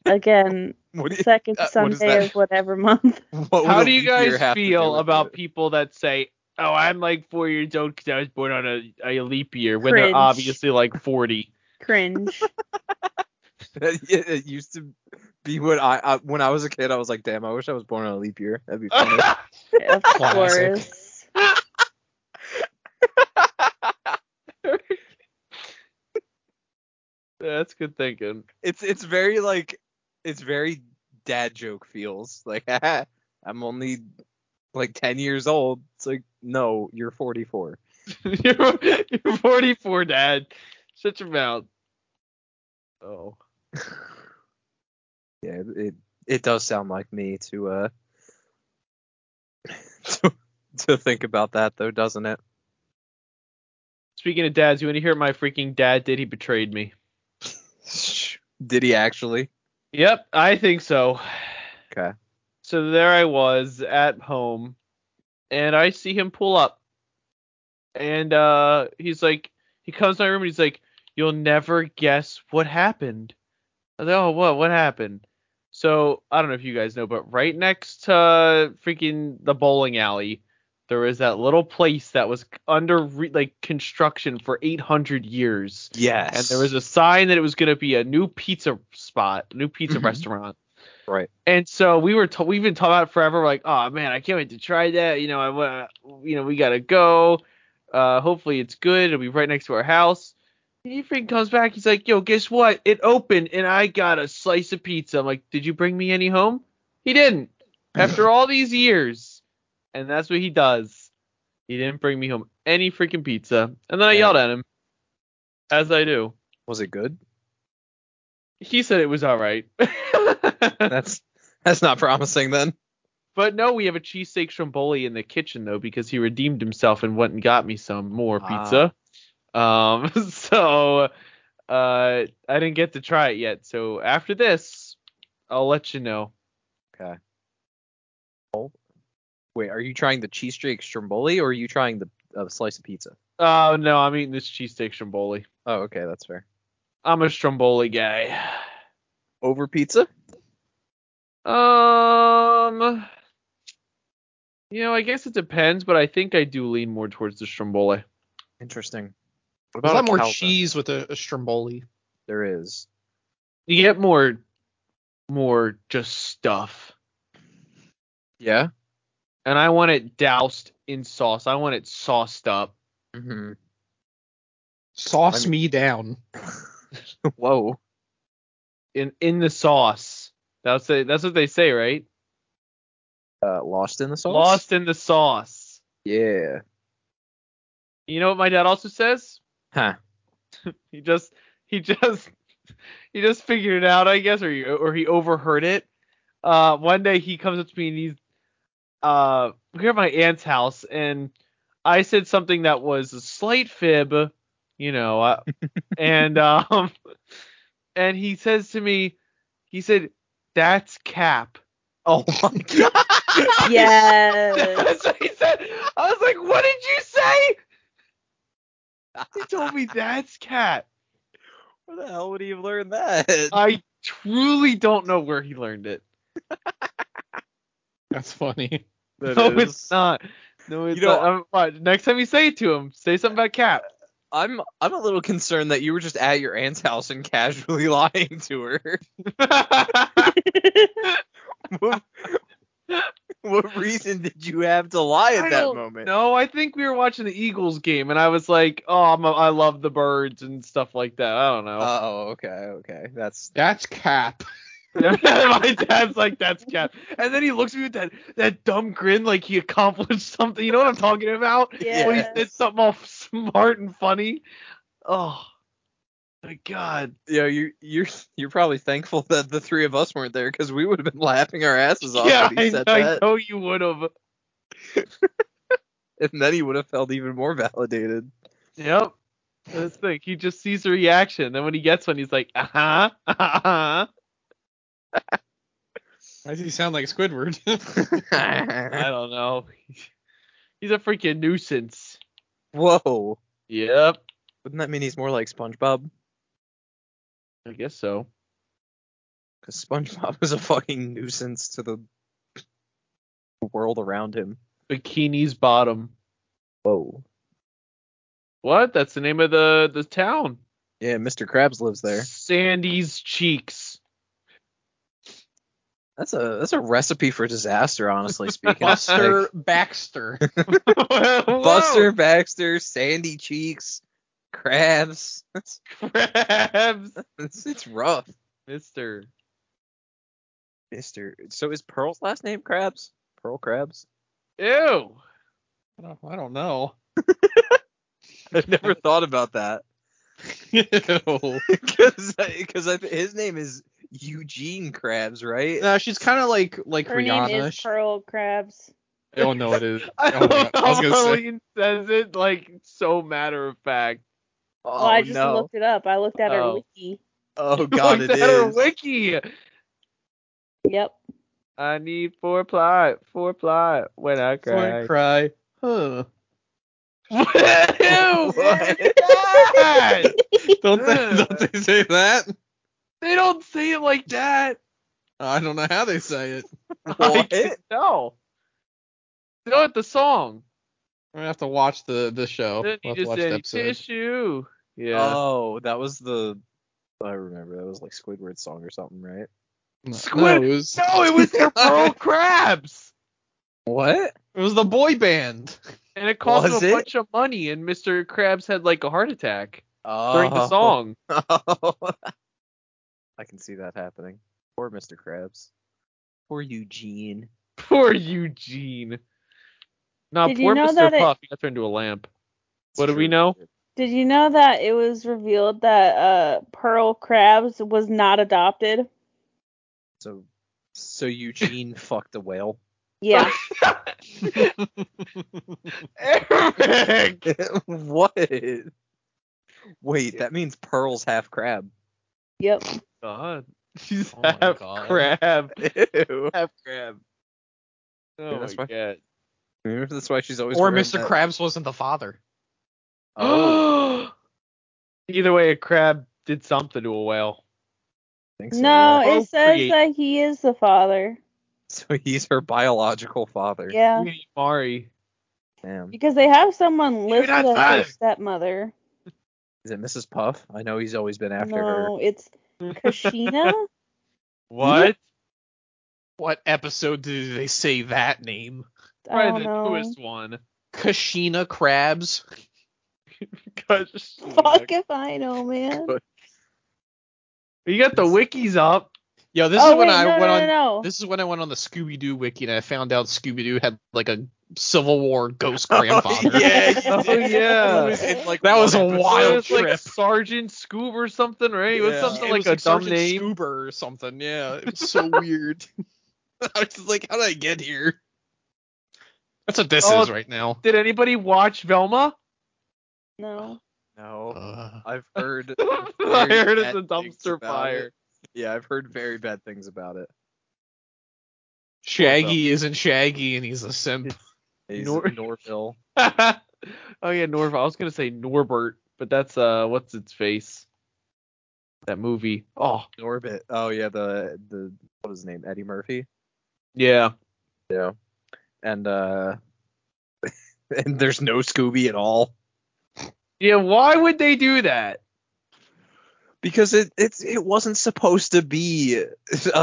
S3: Again,
S1: What do you-
S3: second
S1: uh, what is
S3: Sunday
S1: that?
S3: of whatever month.
S1: what would
S2: How
S1: a
S2: do you
S1: leap year
S2: guys
S1: have to do
S2: feel
S1: with
S2: about
S1: it?
S2: people that say, "Oh, I'm like four years old because I was born on a, a leap year," when
S3: Cringe.
S2: they're obviously like 40?
S3: Cringe.
S1: it it used to be what I, I when I was a kid. I was like, damn, I wish I was born on a leap year. That'd be funny.
S3: of
S4: Classic.
S3: course.
S2: That's good thinking.
S1: it's it's very like it's very dad joke feels like "Haha, I'm only like 10 years old. It's like no, you're 44.
S2: you're, you're 44, Dad. Shut your mouth. Oh.
S1: Yeah, it- it it does sound like me to uh to, to think about that though, doesn't it?
S2: Speaking of dads, you want to hear my freaking dad did? He betrayed me.
S1: Did he actually?
S2: Yep, I think so.
S1: Okay.
S2: So there I was at home, and I see him pull up, and uh, he's like, he comes to my room and he's like, "You'll never guess what happened." I was like, "Oh, what? What happened?" So I don't know if you guys know, but right next to freaking the bowling alley, there was that little place that was under re- like construction for 800 years
S1: Yes.
S2: and there was a sign that it was going to be a new pizza spot, new pizza
S1: Mhm.
S2: restaurant.
S1: Right.
S2: And so we were t- we've been talking about it forever. We're like, oh man, I can't wait to try that. You know, I want, you know, we gotta go. Uh, hopefully it's good. It'll be right next to our house. He freaking comes back. He's like, yo, guess what? It opened and I got a slice of pizza. I'm like, did you bring me any home? He didn't. After all these years, and that's what he does. He didn't bring me home any freaking pizza. And then I
S1: Yeah.
S2: yelled at him, as I do.
S1: Was it good?
S2: He said it was all right.
S1: That's that's not promising then.
S2: but no, we have a cheesesteak stromboli in the kitchen though because he redeemed himself and went and got me some more
S1: Ah.
S2: pizza. Um so uh I didn't get to try it yet. So after this, I'll let you know.
S1: Wait, are you trying the cheese steak stromboli or are you trying the uh, slice of pizza?
S2: Oh no, I'm eating this cheesesteak stromboli.
S1: Oh, okay, that's fair.
S2: I'm a stromboli guy.
S1: Over pizza?
S2: Um you know, I guess it depends, but I think I do lean more towards the stromboli.
S1: Interesting. What
S4: There's a lot more
S1: calzone?
S4: cheese with a, a stromboli.
S1: There is.
S2: You get more more just stuff.
S1: Yeah.
S2: and I want it doused in sauce. I want it sauced up.
S1: hmm
S4: Sauce
S1: I'm-
S4: me down.
S1: Whoa.
S2: In in the sauce. That's it. That's what they say, right?
S1: Uh, lost in the sauce.
S2: Lost in the sauce.
S1: Yeah.
S2: You know what my dad also says?
S1: Huh.
S2: He just he just he just figured it out, I guess, or he, or he overheard it. Uh, one day he comes up to me and he's uh, we're at my aunt's house, and I said something that was a slight fib, you know, uh, and um, and he says to me, he said, "That's cap."
S1: Oh my god.
S3: Yes.
S2: That's what he said. I was like, "What did you say?" He told me that's cat.
S1: Where the hell would he have learned that?
S2: I truly don't know where he learned it.
S4: That's funny.
S1: That
S2: no,
S1: is-
S2: it's not. No, it's
S1: You know-
S2: not. I'm- what, next time you say it to him, say something about cap.
S1: I'm I'm a little concerned that you were just at your aunt's house and casually lying to her.
S2: I
S1: what, what reason did you have to lie at that
S2: don't
S1: moment?
S2: know. I think we were watching the Eagles game, and I was like, "Oh, I'm a, I love the birds and stuff like that." I don't know.
S1: Oh, okay, okay. That's
S4: That's cap.
S2: my dad's like, that's cat. And then he looks at me with that, that dumb grin like he accomplished something. You know what I'm talking about? When he
S3: Yes.
S2: said something all smart and funny. Oh, my God.
S1: yeah. You you're you're probably thankful that the three of us weren't there because we would have been laughing our asses off
S2: yeah,
S1: when he
S2: I,
S1: said
S2: I
S1: that,
S2: know you would have.
S1: and then he would have felt even more validated.
S2: Yep. That's the thing. He just sees the reaction. Then when he gets one, he's like, uh huh, uh huh.
S4: Why does he sound like Squidward?
S2: I don't know. He's a freaking nuisance.
S1: Whoa!
S2: Yep.
S1: Wouldn't that mean he's more like SpongeBob?
S2: I guess so.
S1: Because SpongeBob is a fucking nuisance to the world around him.
S2: Bikini's Bottom.
S1: Whoa.
S2: What? That's the name of the, the town.
S1: Yeah, Mr. Krabs lives there.
S2: Sandy's cheeks.
S1: That's a that's a recipe for disaster, honestly speaking.
S4: Buster Baxter.
S1: Buster Baxter, Sandy Cheeks, Krabs. That's,
S2: Crabs.
S1: it's, it's rough,
S2: Mister.
S1: Mister. So is Pearl's last name Krabs? Pearl Krabs.
S2: Ew.
S4: I don't, I don't know.
S1: I've never thought about that
S4: Ew.
S1: because because his name is Eugene Krabs, right?
S4: No, she's kind of like like
S3: Her
S4: Rihanna.
S3: name is
S4: She-
S3: Pearl Krabs.
S4: oh no, it is.
S2: I
S4: Oh, my
S2: love
S4: God. I was
S2: how
S4: gonna say.
S2: Marlene says it like so matter of fact.
S1: Oh
S3: well, I just
S1: no!
S3: looked it up. I looked at her
S2: Oh.
S3: wiki.
S1: Oh god,
S2: Look
S1: it
S2: at her
S1: is.
S2: wiki.
S3: Yep.
S2: I need four ply, four ply when I cry.
S4: Don't cry. Huh.
S2: Ew.
S1: What?
S2: God.
S4: Don't they, don't they say that?
S2: they don't say it like that.
S4: I don't know how they say it.
S2: I
S1: What?
S2: can tell. No, it's the song.
S4: I'm gonna have to watch the the show.
S2: then
S4: Oh,
S2: you
S4: We'll have to
S2: just
S4: watch the
S2: said
S4: episode.
S2: tissue. Yeah.
S1: Oh, that was the. I remember that was like Squidward's song or something, right?
S4: No,
S2: Squid-
S4: it was
S2: No, it was their Pearl Crabs.
S1: What?
S4: it was the boy band.
S2: And it cost
S1: Was
S2: him a
S1: it?
S2: bunch of money, and Mr. Krabs had like a heart attack
S1: Oh.
S2: during the song.
S1: I can see that happening. Poor Mr. Krabs. Poor Eugene.
S2: Poor Eugene. Now,
S3: Did you
S2: poor
S3: know
S2: Mr.
S3: that it-
S2: Puff got turned into a lamp. What do we know?
S3: Did you know that it was revealed that uh, Pearl Krabs was not adopted?
S1: So, so Eugene fucked a whale.
S3: Yeah.
S2: Eric!
S1: what? Wait, that means Pearl's half crab.
S3: yep.
S2: God. She's
S4: Oh my
S2: half
S4: God.
S2: crab.
S1: Ew.
S2: Half crab. Oh
S1: Yeah, that's
S2: my
S1: why-
S2: god.
S1: Maybe that's why she's always.
S4: Or
S1: wearing
S4: Mr.
S1: that-
S4: Krabs wasn't the father.
S1: Oh,
S2: Either way, a crab did something to a
S1: I
S2: whale.
S1: think so,
S3: No,
S1: yeah.
S3: it says
S2: Appropriate.
S3: that he is the father.
S1: So he's her biological father.
S3: Yeah.
S2: Sweetie Mari.
S1: Damn.
S3: Because they have someone listed
S2: not
S3: as
S2: father.
S3: her stepmother.
S1: Is it Mrs. Puff? I know he's always been after her.
S3: no, it's Kashina.
S2: What?
S4: What episode did they say that name?
S3: I don't
S2: Probably the
S3: know.
S2: newest one.
S4: Kashina Krabs.
S2: Gosh,
S3: Fuck if I know, man.
S2: You got the wikis up.
S4: Yo, this
S3: oh
S4: is when
S3: wait,
S4: I
S3: no,
S4: went
S3: no,
S4: on.
S3: no, no.
S4: This is when I went on the Scooby Doo wiki and I found out Scooby Doo had like a Civil War ghost grandfather.
S1: yeah, you
S2: Oh
S1: did.
S2: yeah.
S1: It was in, like,
S4: That Oh, was a
S1: one episode.
S2: It
S4: wild
S2: was like
S4: trip.
S2: Sergeant Scoob or something, right? It was
S5: Yeah.
S2: something
S4: It
S2: like
S4: was
S2: a dumb
S4: Sergeant
S2: name.
S4: Scuba or something. Yeah, it was so weird. I was just like, how did I get here? That's what this
S2: Oh,
S4: is right now.
S2: Did anybody watch Velma?
S3: No.
S1: No,
S4: Uh,
S1: I've heard.
S2: I
S1: very
S2: heard it's
S1: bad
S2: a
S1: things
S2: dumpster
S1: about
S2: fire.
S1: it. Yeah, I've heard very bad things about it.
S4: Shaggy isn't Shaggy and he's a simp.
S1: He's
S2: Nor-
S1: Norville.
S2: oh yeah, Norv. I was gonna say Norbert, but that's uh, what's its face? That movie. Oh
S1: Norbit. Oh yeah, the the what was his name? Eddie Murphy.
S2: yeah.
S1: Yeah. And uh, and there's no Scooby at all
S2: Yeah. Why would they do that?
S1: because it it's it wasn't supposed to be a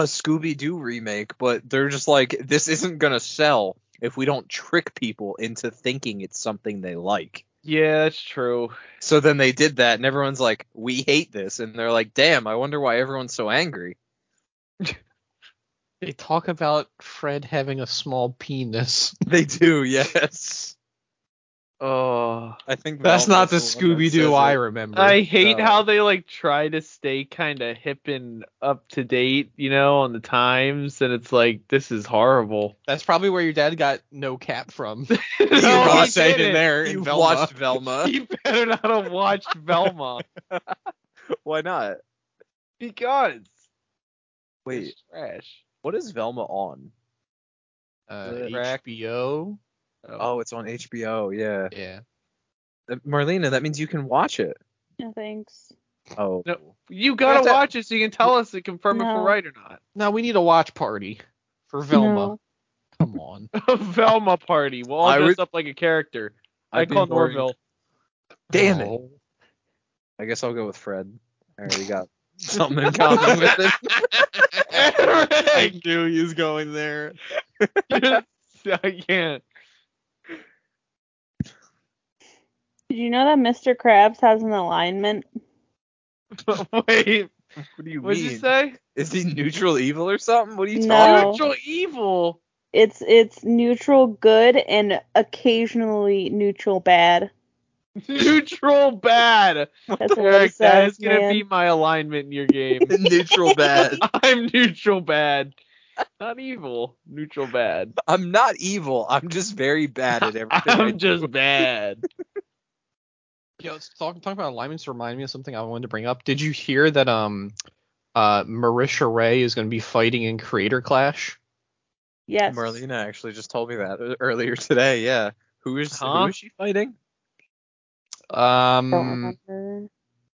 S1: Scooby Doo remake, but they're just like this isn't gonna sell if we don't trick people into thinking it's something they like.
S2: Yeah, that's true.
S1: So then they did that, and everyone's like, "We hate this," and they're like, "Damn, I wonder why everyone's so angry."
S4: They talk about Fred having a small penis.
S1: They do, yes.
S2: Oh,
S1: I think
S4: That's
S1: Val
S4: not the
S1: was one that
S4: Scooby Doo
S1: says
S4: I
S1: it.
S4: remember.
S2: I hate
S1: No.
S2: how they like try to stay kind of hip and up to date, you know, on the times, and it's like this is horrible.
S4: That's probably where your dad got no cap from.
S2: No,
S4: He
S2: he
S4: was saying
S2: didn't.
S4: in there
S1: You
S4: in Velma.
S1: watched Velma.
S2: He better not have watched Velma
S1: why not?
S2: because
S1: Wait,
S2: it's trash.
S1: what is Velma on?
S4: uh,
S1: The rack.
S4: HBO.
S1: Oh, it's on HBO. Yeah,
S4: Yeah.
S1: Uh, Marlena, that means you can watch it.
S3: No thanks.
S1: Oh,
S2: No, you gotta
S4: That's a-
S2: watch it so you can tell us and confirm if
S3: No.
S2: we're right or not.
S4: Now we need a watch party for Velma.
S3: No.
S4: Come on.
S2: Velma party. We'll all
S1: I
S2: dress
S1: would-
S2: up like a character. I
S1: I'd be
S2: call
S1: more-
S2: Norville.
S1: Damn it!
S4: No.
S1: I guess I'll go with Fred. I already got something in common with it.
S4: I knew he was going there.
S2: I can't.
S3: Did you know that Mr. Krabs has an alignment?
S2: Wait,
S1: What do you
S2: what'd
S1: mean?
S2: you say?
S1: Is he neutral evil or something? What are you
S3: No.
S1: talking?
S3: Oh.
S2: Neutral evil.
S3: It's it's neutral good and occasionally neutral bad.
S2: Neutral bad.
S3: That's what
S2: Eric,
S3: it
S2: that
S3: says,
S2: is gonna
S3: man.
S2: be my alignment in your game.
S1: neutral bad.
S2: I'm neutral bad. Not evil. Neutral bad.
S1: I'm not evil. I'm just very bad at everything. I
S2: I'm just bad.
S4: Yo, it's talk, talking about alignments reminded me of something I wanted to bring up. Did you hear that um uh Marisha Ray is going to be fighting in Creator Clash?
S3: Yes.
S1: Marlena actually just told me that e- earlier today. Yeah. Who is
S2: Huh?
S1: who is she fighting?
S3: Don't
S4: Um
S3: remember.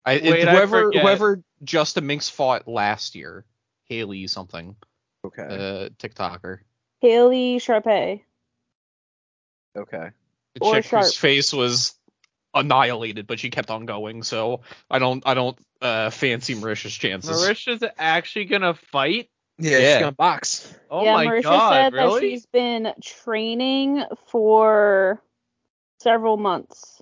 S4: I, it-
S2: Wait, I
S4: whoever
S2: forget.
S4: whoever Just a Minx fought last year, Haley something,
S1: Okay.
S4: uh TikToker.
S3: Haley Sharpay.
S1: okay.
S4: The
S3: Or
S4: chick
S3: Sharp.
S4: whose face was annihilated, but she kept on going. So I don't I don't uh fancy Marisha's chances.
S2: Marisha's actually gonna fight.
S1: Yeah,
S4: Yeah.
S1: she's gonna box.
S2: Oh
S3: yeah,
S2: my
S3: Marisha
S2: god,
S3: said that
S2: really?
S3: she's been training for several months.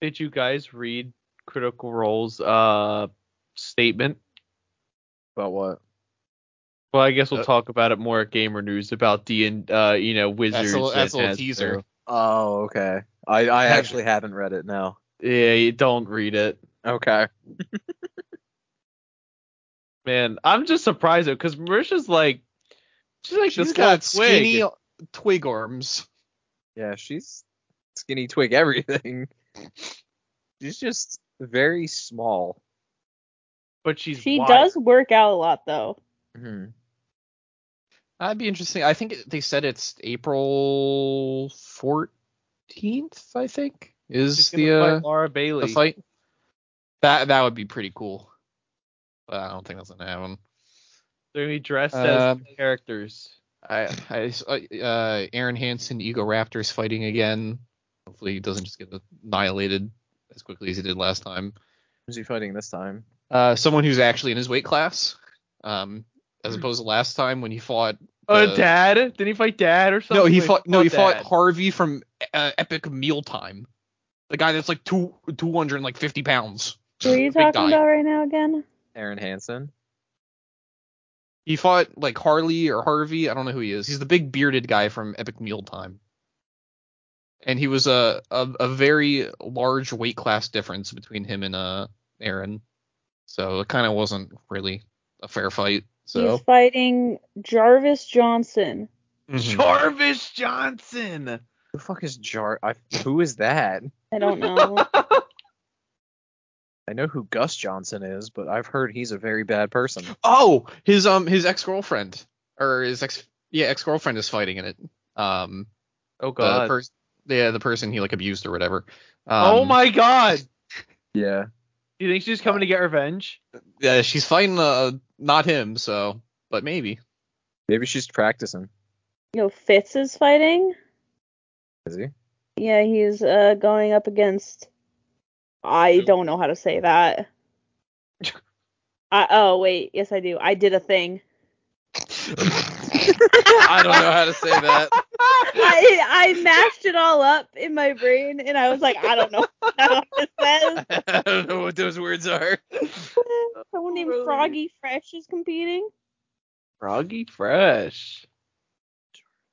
S2: Did you guys read Critical Role's uh statement?
S1: About what?
S2: Well, I guess we'll
S4: Uh,
S2: talk about it more at Gamer News about the and uh you know wizards.
S4: That's a little, that's a
S2: and-
S4: little
S2: and-
S4: teaser.
S1: Oh, okay. I, I
S4: Have-
S1: actually haven't read it now.
S2: Yeah, you don't read it,
S1: Okay.
S2: man. I'm just surprised though, because Marisha's like, she's like
S4: She's
S2: this
S4: got
S2: little twig.
S4: skinny twig arms.
S1: Yeah, she's skinny twig everything. She's just very small.
S2: but she's
S3: she
S2: wild.
S3: does work out a lot though.
S1: Mhm.
S4: That'd be interesting. I think it- they said it's April 14th. I think
S2: She's
S4: is
S2: gonna
S4: the uh,
S2: fight Laura Bailey.
S4: the fight. That that would be pretty cool. But I don't think that's gonna happen.
S2: They're gonna be dressed
S4: Um,
S2: as characters.
S4: I, I s- uh, Aaron Hansen, Ego Raptors fighting again. Hopefully, he doesn't just get annihilated as quickly as he did last time.
S1: Who's he fighting this time?
S4: Uh, someone who's actually in his weight class, um, as
S2: Hmm.
S4: opposed to last time when he fought.
S2: Uh,
S4: the-
S2: dad? Didn't he fight dad or something?
S4: No, he
S2: Wait,
S4: fought. No, he fought
S2: Dad.
S4: Harvey from uh, Epic Mealtime, the guy that's like two two hundred and like fifty pounds.
S3: Who are you
S4: Big
S3: talking
S4: guy.
S3: about right now again?
S1: Aaron Hansen.
S4: He fought like Harley or Harvey. I don't know who he is. He's the big bearded guy from Epic Meal Time. And he was a, a a very large weight class difference between him and uh Aaron. So it kind of wasn't really a fair fight. So
S3: He's fighting Jarvis Johnson.
S2: Mm-hmm.
S4: Mhm.
S2: Jarvis Johnson.
S1: Who the fuck is Jar? I, who is that?
S3: I don't know.
S1: I know who Gus Johnson is, but I've heard he's a very bad person.
S4: Oh, his um his ex girlfriend or his ex yeah ex girlfriend is fighting in it. Um,
S1: Oh
S4: the person yeah the person he like abused or whatever. Um,
S2: oh my god.
S1: yeah.
S2: Do you think she's coming to get revenge?
S4: Yeah, she's fighting uh not him so but maybe.
S1: Maybe she's practicing.
S3: you know, Fitz is fighting.
S1: Is he?
S3: Yeah, he's uh, going up against. I
S4: Who?
S3: don't know how to say that. I, oh wait, yes I do. I did a thing.
S4: I don't know how to say that.
S3: I I mashed it all up in my brain, and I was like, I don't know how it says.
S4: I don't know what those words are.
S3: Someone named
S2: Really?
S3: Froggy Fresh is competing.
S2: Froggy Fresh.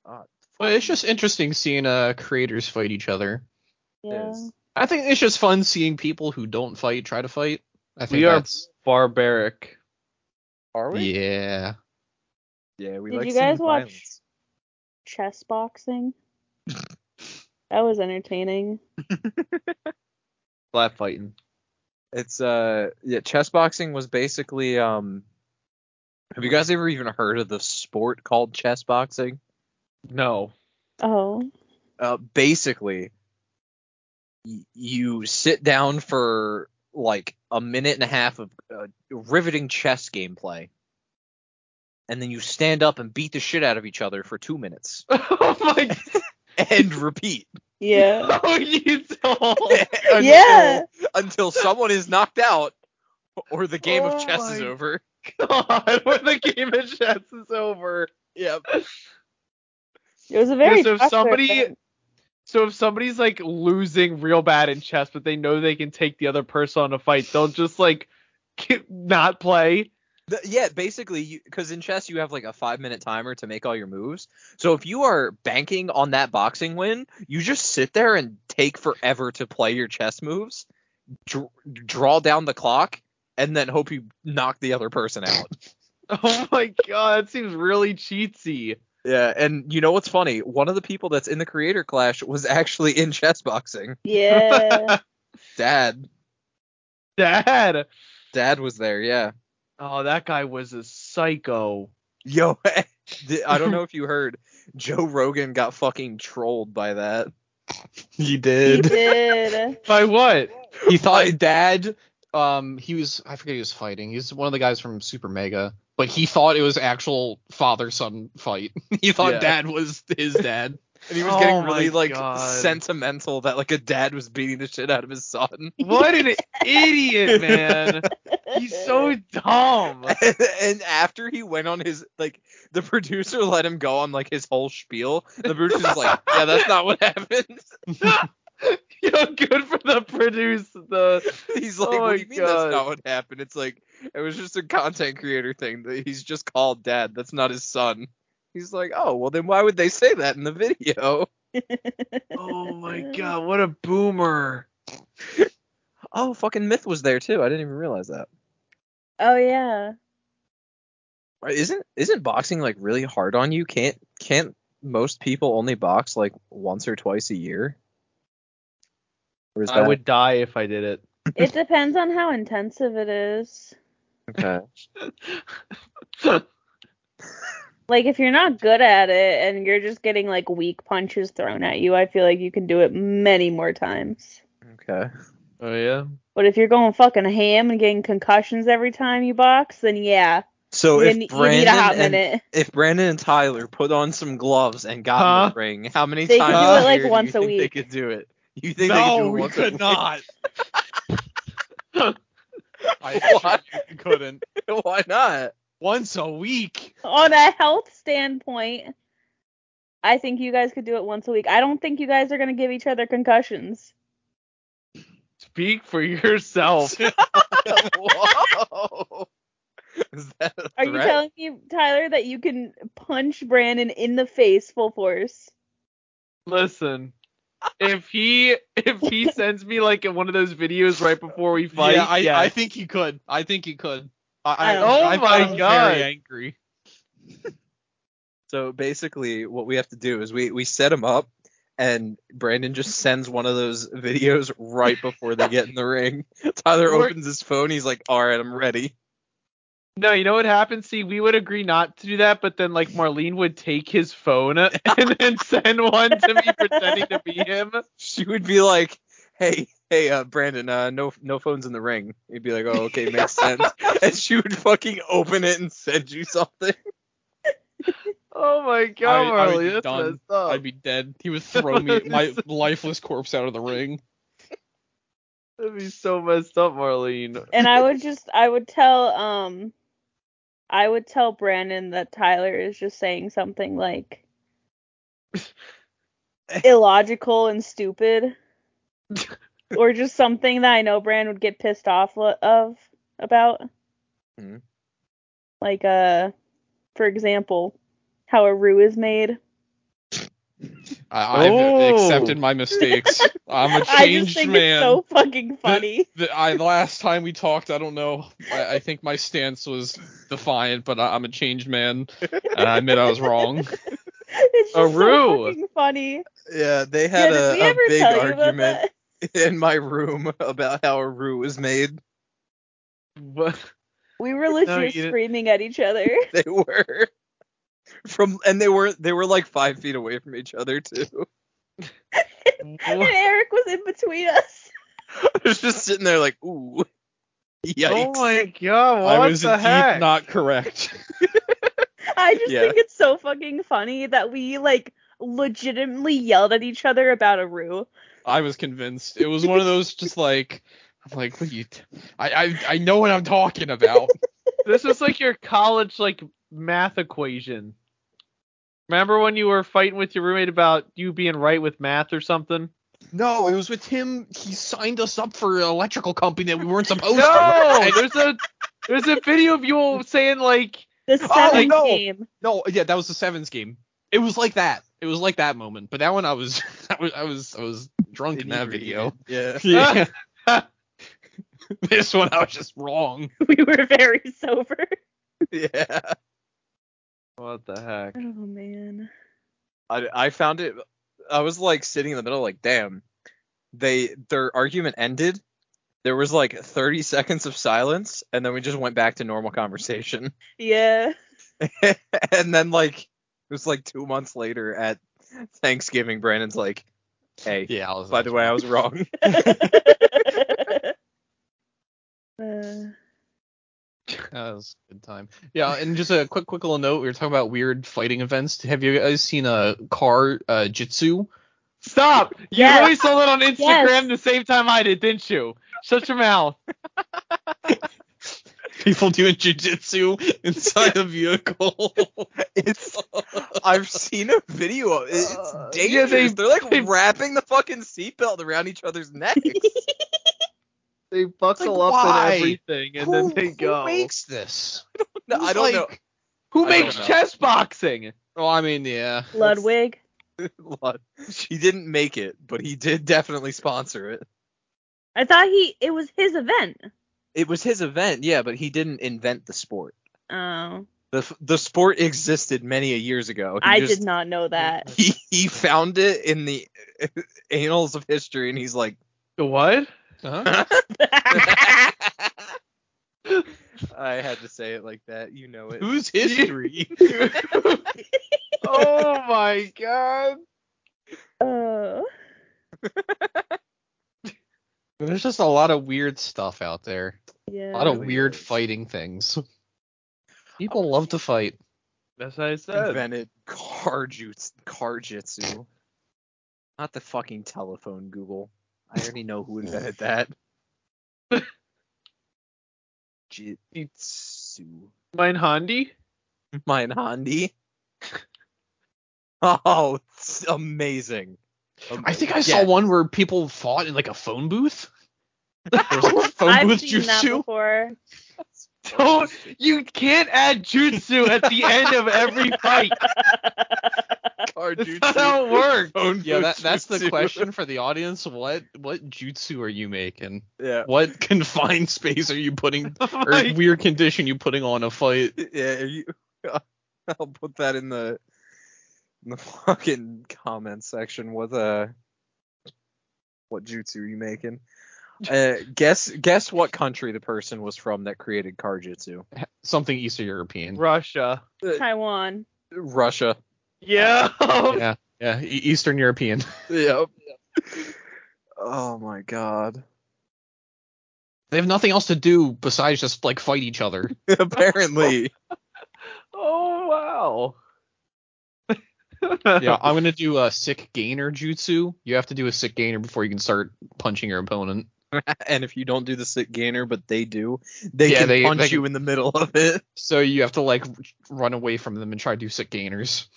S1: Ah,
S4: Well, it's just interesting seeing uh creators fight each other.
S3: Yeah.
S1: Yes.
S4: I think it's just fun seeing people who don't fight try to fight. I think
S2: We are
S4: that's
S2: barbaric.
S1: Are we?
S4: yeah.
S1: Yeah, we
S3: Did
S1: like
S3: you guys
S1: seeing
S3: watch-
S1: violence.
S3: Chess boxing. that was entertaining.
S2: Slap fighting.
S1: It's uh yeah, chess boxing was basically um have you guys ever even heard of the sport called chess boxing?
S2: No.
S3: Oh.
S1: Uh basically y- you sit down for like a minute and a half of uh, riveting chess gameplay. And then you stand up and beat the shit out of each other for 2 minutes
S2: oh my
S1: and repeat
S3: Yeah.
S2: Oh, you told.
S1: until,
S3: Yeah.
S1: until someone is knocked out or the game
S2: Oh
S1: of chess is
S2: my
S1: over.
S2: Oh God, when the game of chess is over.
S1: Yep.
S3: It was a very.
S2: so if
S3: popular
S2: somebody-
S3: event.
S2: So if somebody's like losing real bad in chess, but they know they can take the other person on a fight, they'll just like ki- not play.
S1: The, yeah, basically, because in chess you have like a five minute timer to make all your moves. So if you are banking on that boxing win, you just sit there and take forever to play your chess moves, dr- draw down the clock, and then hope you knock the other person out.
S2: Oh my god, that seems really cheatsy.
S1: yeah, and you know what's funny? One of the people that's in the creator clash was actually in chess boxing.
S3: Yeah.
S1: Dad,
S2: Dad.
S1: dad was there. Yeah.
S2: Oh, that guy was a psycho.
S1: Yo, di- I don't know if you heard, Joe Rogan got fucking trolled by that.
S4: He
S3: he
S4: did.
S3: did.
S2: By what?
S4: he thought his dad um he was I forget who he was fighting. He's one of the guys from Super Mega, but he thought it was actual father son fight. he thought
S1: Yeah.
S4: dad was his dad.
S1: And he was
S2: Oh
S1: getting
S2: my
S1: really like
S2: God.
S1: sentimental that like a dad was beating the shit out of his son.
S2: What an idiot, man. He's so dumb.
S1: And, and after he went on his like the producer let him go on like his whole spiel. The producer's like, Yeah, that's not what happened.
S2: Yo, good for the produce the
S1: He's like,
S2: Oh my
S1: What do you mean
S2: God.
S1: that's not what happened? It's like it was just a content creator thing that he's just called dad. That's not his son. He's like, Oh, well then why would they say that in the video?
S2: Oh my god, what a boomer.
S1: Oh, fucking Myth was there too. I didn't even realize that.
S3: Oh yeah.
S1: isn't isn't boxing like really hard on you can't can't most people only box like once or twice a year or is
S2: I would die if I did it.
S3: It depends on how intensive it is.
S1: okay.
S3: Like if you're not good at it and you're just getting like weak punches thrown at you, I feel like you can do it many more times.
S1: okay
S2: Oh yeah.
S3: But if you're going fucking ham and getting concussions every time you box, then yeah,
S1: so
S3: you,
S1: if
S3: ne- you
S1: brandon
S3: need a hot
S1: and,
S3: minute.
S1: if brandon and tyler put on some gloves and got in
S2: Huh?
S1: the ring how many
S3: They could
S1: times
S3: do
S1: a
S3: it, like,
S1: year do
S3: once a
S1: you think
S3: week.
S1: they could do it you think they could do
S4: no,
S1: it
S4: we
S1: once a
S4: could
S1: week?
S4: not. I
S1: Why?
S4: assure you couldn't.
S1: why not
S4: Once a week.
S3: On a health standpoint, I think you guys could do it once a week. I don't think you guys are gonna give each other concussions.
S2: Speak for yourself.
S1: Whoa. Is that-
S3: Are Are you telling me, Tyler, that you can punch Brandon in the face full force?
S2: Listen, if he if he sends me like one of those videos right before we fight,
S4: yeah, I,
S2: yes.
S4: I think he could. I think he could. I, I,
S3: Oh
S4: I
S2: my
S4: found him
S2: God.
S4: Very angry.
S1: So basically, what we have to do is we we set him up, and Brandon just sends one of those videos right before they get in the ring. Tyler
S2: Or-
S1: opens his phone. He's like, "All right, I'm ready."
S2: No, you know what happens? See, we would agree not to do that, but then like Marlene would take his phone and then send one to me pretending to be him.
S1: She would be like, "Hey, hey, uh, Brandon, uh, no no phones in the ring." He'd be like, "Oh, okay, makes sense." And she would fucking open it and send you something.
S2: Oh my god,
S4: I- I would
S2: Marlene,
S4: be
S2: that's
S4: done.
S2: messed up.
S4: I'd be dead. He would throw me my lifeless corpse out of the ring.
S2: That'd be so messed up, Marlene.
S3: And I would just, I would tell, um, I would tell Brandon that Tyler is just saying something like illogical and stupid, or just something that I know Brandon would get pissed off lo- of about.
S1: Mhm.
S3: Like, uh, for example, how a roux is made.
S4: I, I've
S2: Oh.
S4: accepted my mistakes. I'm a
S3: I just
S4: changed
S3: think
S4: man.
S3: it's so fucking funny.
S4: The, I last time we talked, I don't know. I, I think my stance was defiant, but I, I'm a changed man, and I admit I was wrong.
S3: it's just
S2: A roux.
S3: so fucking funny.
S1: Yeah, they
S3: Yeah,
S1: had
S3: did we
S1: a, a
S3: ever
S1: big
S3: tell you about
S1: argument
S3: that?
S1: in my room about how a roux was made.
S2: What?
S3: We were legit
S2: you didn't.
S3: screaming at each other.
S1: They were from, and they were they were like five feet away from each other too.
S3: and Eric was in between us.
S1: They're just sitting there like, ooh, yikes.
S2: Oh my god, what
S4: I was
S2: the
S4: indeed
S2: heck?
S4: not correct.
S3: I just
S1: Yeah.
S3: think it's so fucking funny that we like legitimately yelled at each other about a roux.
S4: I was convinced. It was one of those just like, I'm like, what are you? T- I, I I know what I'm talking about.
S2: this is like your college like math equation. Remember when you were fighting with your roommate about you being right with math or something?
S4: No, it was with him. He signed us up for an electrical company that we weren't
S2: Oh,
S4: supposed
S2: No,
S4: to.
S2: there's a there's a video of you saying like
S3: The
S4: Oh,
S3: seven
S4: no.
S3: game.
S4: No, yeah, that was the sevens game. It was like that. It was like that moment. But that one, I was, I was, I was, I was drunk in that video.
S1: Yeah.
S4: Yeah. this one, I was just wrong.
S3: We were very sober.
S1: Yeah.
S2: "Ah, what the heck?
S3: Oh man.
S1: I, I found it I was like sitting in the middle like, damn. They their argument ended. There was like 30 seconds of silence and then we just went back to normal conversation.
S3: Yeah.
S1: and then like it was like 2 months later at Thanksgiving Brandon's like, "Hey,
S4: Yeah, I was.
S1: by the way, I was wrong."
S3: Uh,
S4: That was a good time. Yeah, and just a quick, quick little note. We were talking about weird fighting events. Have you guys seen a car uh, jitsu?
S2: Stop! You
S3: Yes.
S2: really saw that on Instagram
S3: Yes.
S2: the same time I did, didn't you? Shut your mouth.
S4: People doing jujitsu inside a vehicle.
S1: it's I've seen a video of it. It's
S2: Uh,
S1: dangerous.
S2: yeah, they-
S1: They're like
S2: they-
S1: wrapping the fucking seatbelt around each other's necks.
S2: They buckle
S4: Like,
S2: up
S4: why?
S2: and everything, and
S4: Who-
S2: then they go.
S4: Who makes this?
S1: No, I
S4: Who's
S1: don't know.
S4: like-
S2: Who
S1: I don't
S2: makes
S1: know.
S2: chess boxing?
S4: Well, I mean, yeah.
S3: Ludwig.
S1: Lud- He didn't make it, but he did definitely sponsor it.
S3: I thought he it was his event.
S1: It was his event, yeah, but he didn't invent the sport.
S3: Oh.
S1: The f- the sport existed many a years ago. He
S3: I
S1: just-
S3: did not know that.
S1: He he found it in the annals of history, and he's like,
S2: The what?
S4: Uh-huh.
S1: I had to say it like that, you know it.
S4: Who's history?
S2: oh my god.
S3: Oh.
S4: There's just a lot of weird stuff out there.
S3: Yeah.
S4: A lot of
S1: really
S4: weird
S1: is.
S4: fighting things. People love to fight.
S2: That's what I said.
S1: invented car jutsu, car jitsu. Not the fucking telephone, Google. I already know who invented that. Jitsu.
S2: Mine Hondi?
S1: Mine Hondi. Oh, it's amazing.
S4: I think I
S1: Yeah.
S4: saw one where people fought in like a phone booth. There was like phone
S3: I've
S4: booth
S3: seen that
S4: jutsu.
S3: before.
S4: Oh,
S2: Don't you can't add jutsu at the end of every fight. That's not how it works.
S4: Yeah, that, that's the
S5: jutsu.
S4: question for the audience. What what jutsu are you making?
S1: Yeah.
S4: What confined space are you putting or
S2: Like,
S4: weird condition you putting on a fight?
S1: Yeah, are you, I'll put that in the in the fucking comment section. What uh, what jutsu are you making? Uh, guess guess what country the person was from that created karjutsu?
S4: Something Eastern European.
S2: Russia.
S3: Taiwan.
S1: Russia.
S2: Yeah.
S4: Yeah. Yeah, E- Eastern European.
S1: Yep. oh my god.
S4: They have nothing else to do besides just like fight each other.
S1: Apparently.
S2: Oh wow.
S4: yeah, I'm gonna do a sick gainer jutsu. You have to do a sick gainer before you can start punching your opponent.
S1: and if you don't do the sick gainer, but they do, they
S4: Yeah,
S1: can
S4: they-
S1: punch
S4: they can-
S1: you in the middle of it.
S4: So you have to like r- run away from them and try to do sick gainers.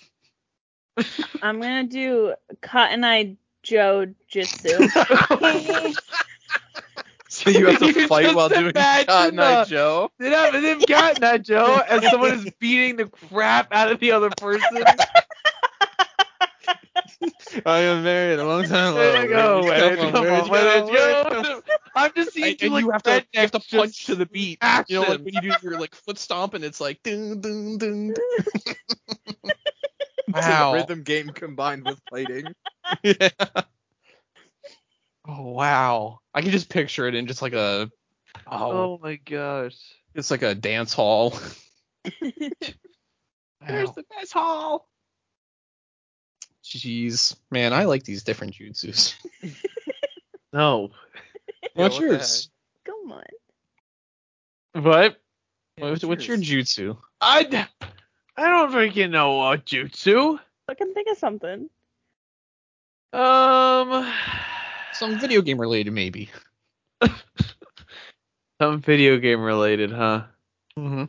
S3: I'm gonna do Cotton Eye Joe Jitsu.
S1: So you have to
S2: You
S1: fight
S2: just
S1: while doing
S2: imagine
S1: Cotton Eye
S2: the-
S1: Joe.
S2: They haven't they've gotten that Joe and someone is beating the crap out of the other person.
S4: I am married a long time
S2: There you go, Wayne. Come on, Wayne. Joe. I'm just
S4: And,
S2: seeing
S4: and
S2: like
S4: you have to, you have to
S2: rednecks
S4: punch
S2: just
S4: to the beat. You know, like when you do your like foot stomp and it's like ding ding ding.
S1: Wow.
S4: Wow.
S1: rhythm game combined with fighting.
S4: Yeah. Oh wow! I can just picture it in just like a oh,
S2: Oh my gosh.
S4: it's like a dance hall.
S2: There's
S4: Wow.
S2: the best hall.
S4: Jeez, man, I like these different jutsus.
S2: No.
S4: What's
S1: what the
S4: yours?
S3: Come on.
S2: What?
S1: Yeah,
S4: What- what's your jutsu?
S2: I, d- I don't freaking know uh, jutsu.
S3: I can think of something.
S2: Um,
S4: Some video game related, maybe.
S2: some video game related, huh?
S4: Mm-hmm.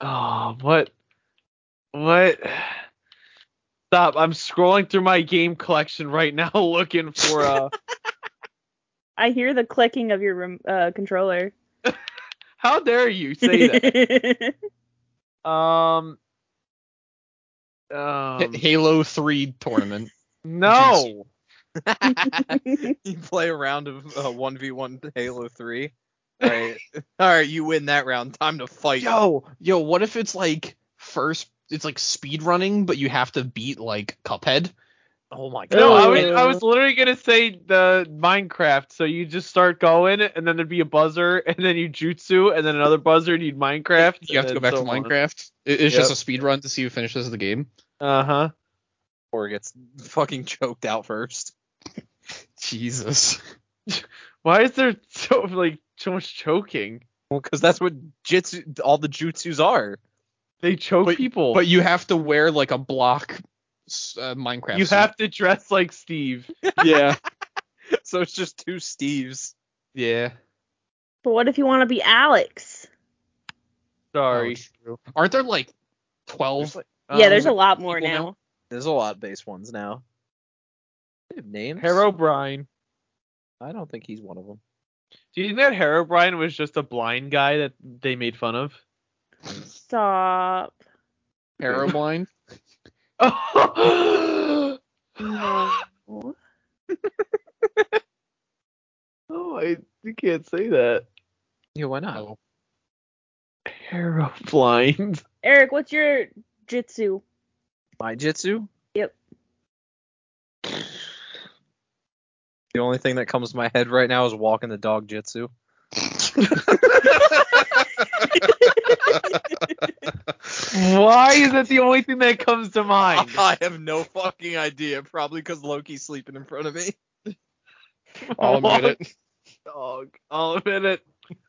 S2: Oh, what? What? Stop! I'm scrolling through my game collection right now, looking for uh.
S3: I hear the clicking of your rem- uh, controller.
S2: how dare you say that? Um. Um.
S4: Halo Three tournament.
S2: no.
S1: you play a round of uh, 1v1 Halo 3. All right. All right, you win that round. Time to fight.
S4: yo, yo, what if it's like first? It's like speed running, but you have to beat like Cuphead.
S1: Oh my god.
S2: No, I was, I was literally gonna say the Minecraft. So you just start going, and then there'd be a buzzer, and then you jutsu, and then another buzzer, and you'd Minecraft.
S4: You have to go back to Minecraft. It- It's just a speed run to see who finishes the game.
S2: Uh huh.
S1: Or gets fucking choked out first.
S4: Jesus.
S2: Why is there so like so much choking?
S1: Well, because that's what jitsu, all the jutsus are.
S2: They choke
S4: But-
S2: people.
S4: But you have to wear like a block s- uh, Minecraft.
S2: you
S4: suit.
S2: have to dress like Steve.
S4: yeah.
S1: So it's just two Steves.
S4: Yeah.
S3: but what if you want to be Alex?
S2: Sorry.
S4: Oh, Aren't there like 12?
S1: There's, like,
S3: yeah,
S2: Um,
S3: there's a lot more
S4: people
S3: now.
S4: know?
S1: there's a lot of base ones now. They have names?
S2: Harry O'Brien.
S1: I don't think he's one of them.
S2: Do you think that Harry O'Brien was just a blind guy that they made fun of?
S3: Stop.
S4: Parablind?
S2: oh
S3: No.
S2: I you can't say that.
S1: Yeah, why not?
S4: oh.
S2: Harry O'Brien.
S3: Eric, what's your jitsu?
S1: My jitsu?
S3: Yep.
S1: The only thing that comes to my head right now is walking the dog jitsu.
S2: Why is that the only thing that comes to mind?
S1: I have no fucking idea. Probably because Loki's sleeping in front of me.
S4: I'll admit it.
S2: Dog. I'll admit it.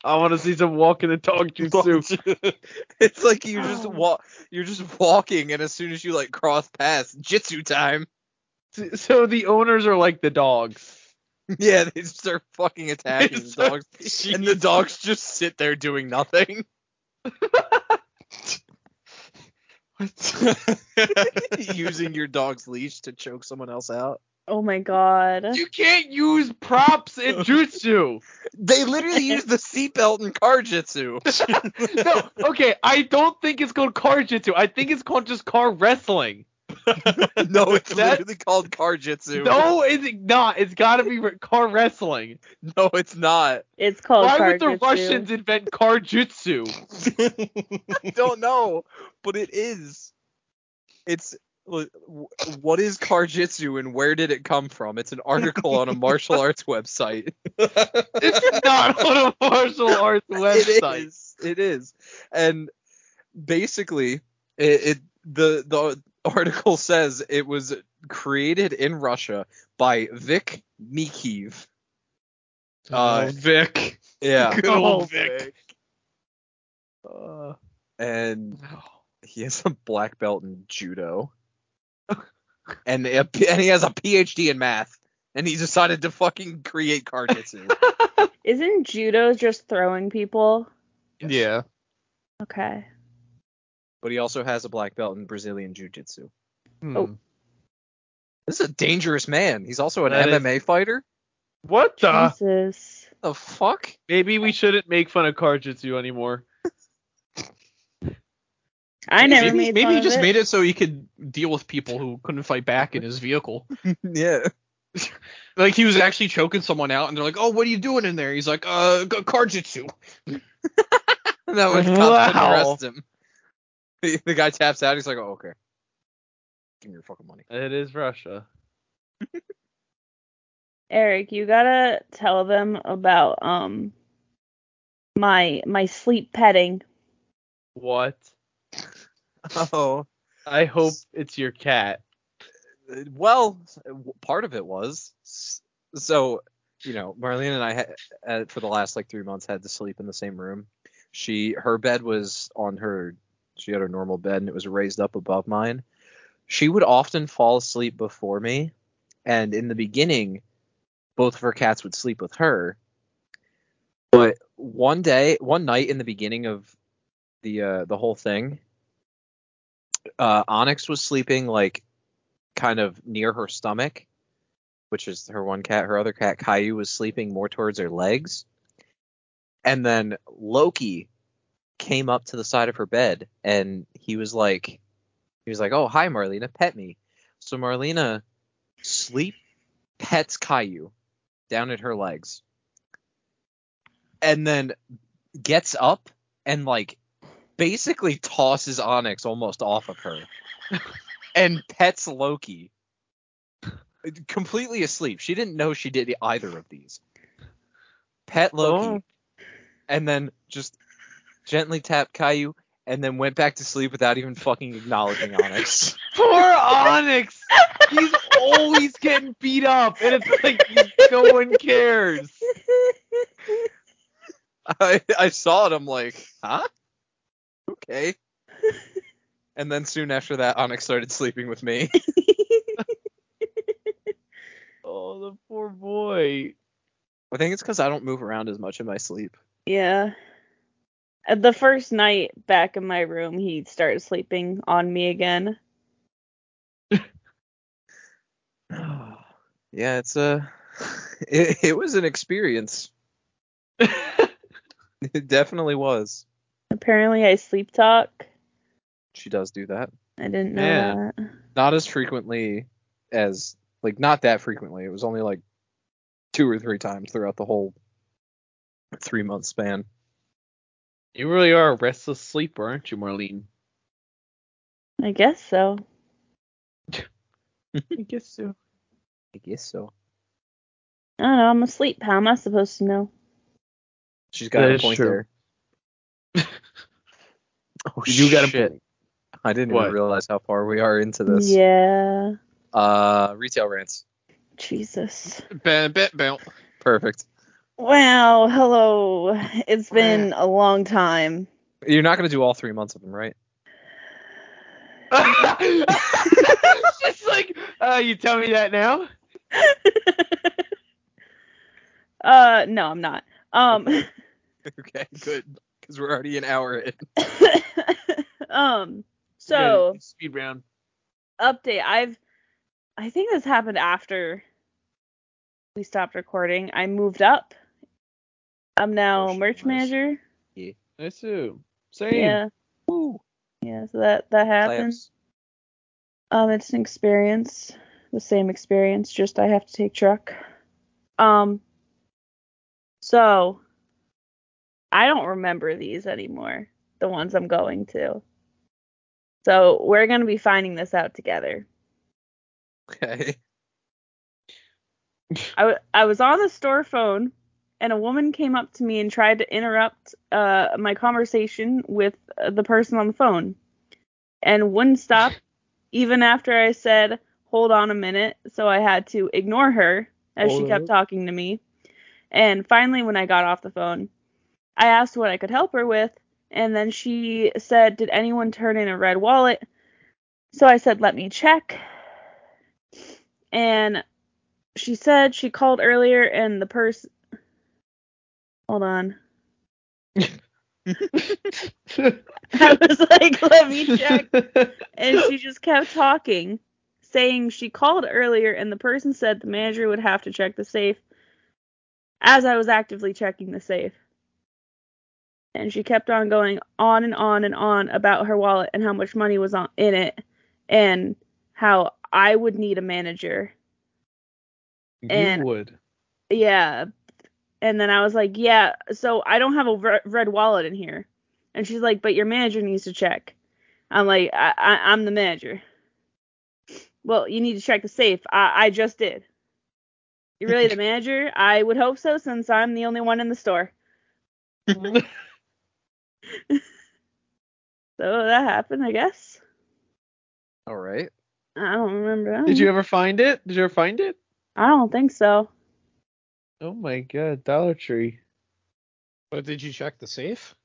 S2: I want to see some walk in the dog jutsu.
S1: it's like you just walk. You're just walking, and as soon as you like cross paths, jitsu time.
S2: So the owners are like the dogs.
S1: Yeah, they just start fucking attacking
S2: It's
S1: the dogs, and the dogs just sit there doing nothing. Using your dog's leash to choke someone else out.
S3: Oh my god.
S2: You can't use props in jutsu.
S1: They literally used the seatbelt in Karjitsu.
S2: No, okay, I don't think it's called car jutsu. I think it's called just car wrestling.
S1: no, it's
S2: That-
S1: literally called Karjitsu.
S2: No, it's not. It's got to be re- car wrestling.
S1: no, it's not.
S3: It's called
S2: Why would the
S3: Karjitsu.
S2: Russians invent car jutsu?
S1: I don't know, but it is. It's w- what is Karjitsu and where did it come from? It's an article on a martial arts website.
S2: It's not on a martial arts website.
S1: It is. It is. And basically, it, it the the article says it was created in Russia by Vic Mikiv. Uh,
S4: Oh, Vic.
S1: Yeah,
S4: Good old Vic.
S2: Oh, Uh,
S1: and he has a black belt in judo, and a, and he has a PhD in math, and he decided to fucking create Karjitsu.
S3: Isn't judo just throwing people?
S1: Yes.
S4: Yeah.
S3: Okay.
S1: but he also has a black belt in Brazilian Jiu-Jitsu.
S4: Hmm.
S3: Oh.
S1: This is a dangerous man. He's also an
S2: That is-
S1: MMA fighter.
S2: what the?
S3: Jesus.
S1: The fuck?
S2: Maybe we shouldn't make fun of car jutsu anymore.
S3: I never
S4: maybe
S3: made
S4: maybe
S3: fun
S4: he
S3: of
S4: just
S3: it.
S4: made it so he could deal with people who couldn't fight back in his vehicle.
S1: Yeah.
S4: Like he was actually choking someone out, and they're like, "Oh, what are you doing in there?" He's like, "Uh, g- karjitsu."
S1: That would
S2: Wow.
S1: wow. arrest him. The, the guy taps out. He's like, oh, okay. Give me your fucking money.
S2: It is Russia.
S3: Eric, you gotta tell them about um my my sleep petting.
S2: What?
S1: Oh.
S2: I hope it's your cat.
S1: Well, part of it was. So, you know, Marlene and I, had, uh, for the last like three months, had to sleep in the same room. She, her bed was on her, she had her normal bed and it was raised up above mine. She would often fall asleep before me. And in the beginning, both of her cats would sleep with her. But one day, one night in the beginning of the uh, the whole thing, uh, Onyx was sleeping like kind of near her stomach, which is her one cat. Her other cat, Caillou, was sleeping more towards her legs. And then Loki came up to the side of her bed and he was like, he was like, oh, hi, Marlena, pet me. So Marlena sleep pets Caillou down at her legs and then gets up and like basically tosses Onyx almost off of her and pets Loki completely asleep. She didn't know she did either of these. Pet Loki and then just gently tapped Caillou and then went back to sleep without even fucking acknowledging Onyx.
S2: Poor Onyx. He's always getting beat up, and it's like no one cares.
S1: I, I saw it. I'm like, huh? Okay. And then soon after that, Onyx started sleeping with me.
S2: Oh, the poor boy.
S1: I think it's because I don't move around as much in my sleep.
S3: Yeah. Uh, The first night back in my room, he started sleeping on me again.
S1: yeah, it's a. It, it was an experience. It definitely was.
S3: Apparently, I sleep talk.
S1: She does do that.
S3: I didn't know
S2: Man.
S3: that.
S1: Not as frequently as. Like, not that frequently. It was only like two or three times throughout the whole three month span.
S2: you really are a restless sleeper, aren't you, Marlene?
S3: I guess so.
S2: I guess so.
S1: I guess so.
S3: I don't know. I'm asleep. How am I supposed to know?
S1: She's got
S2: That
S1: a
S2: is
S1: point
S2: true.
S1: there. oh,
S2: You got a
S1: shit. I didn't
S2: What?
S1: even realize how far we are into this.
S3: Yeah.
S1: Uh, retail rants.
S3: Jesus.
S4: Bam, bam, bam.
S1: Perfect.
S3: Wow. Hello. It's been a long time.
S1: You're not gonna do all three months of them, right?
S2: She's like, uh, you tell me that now?
S3: Uh, no, I'm not. Um,
S1: okay, good. Because we're already an hour in.
S3: um. So Um,
S2: Good. speed round.
S3: update. I've I think this happened after we stopped recording. I moved up. I'm now
S1: Social
S3: merch
S1: nice.
S3: manager.
S2: I see. Same.
S3: Yeah.
S1: Woo.
S3: Yeah, so that that happened.
S1: Claps.
S3: Um, it's an experience, the same experience, just I have to take truck. Um, so I don't remember these anymore, the ones I'm going to. So we're gonna be finding this out together.
S1: Okay.
S3: I, w- I was on the store phone, and a woman came up to me and tried to interrupt uh, my conversation with uh, the person on the phone, and wouldn't stop even after I said, "Hold on a minute." So I had to ignore her as she
S2: Hold
S3: kept
S2: up.
S3: talking to me. And finally, when I got off the phone, I asked what I could help her with, and then she said, "Did anyone turn in a red wallet?" So I said, "Let me check." And she said she called earlier and the person hold on i was like let me check and she just kept talking saying she called earlier and the person said the manager would have to check the safe as i was actively checking the safe and she kept on going on and on and on about her wallet and how much money was on in it and how i would need a manager
S2: You
S3: and-
S2: would.
S3: yeah and then i was like yeah so i don't have a re- red wallet in here and she's like but your manager needs to check i'm like i, I i'm the manager well you need to check the safe i i just did you're really the manager i would hope so since i'm the only one in the store so that happened i guess
S1: All right.
S3: i don't remember that
S2: Did
S3: one.
S2: you ever find it? Did you ever find it?
S3: i don't think so
S2: Oh my god, Dollar Tree.
S4: But did you check the safe?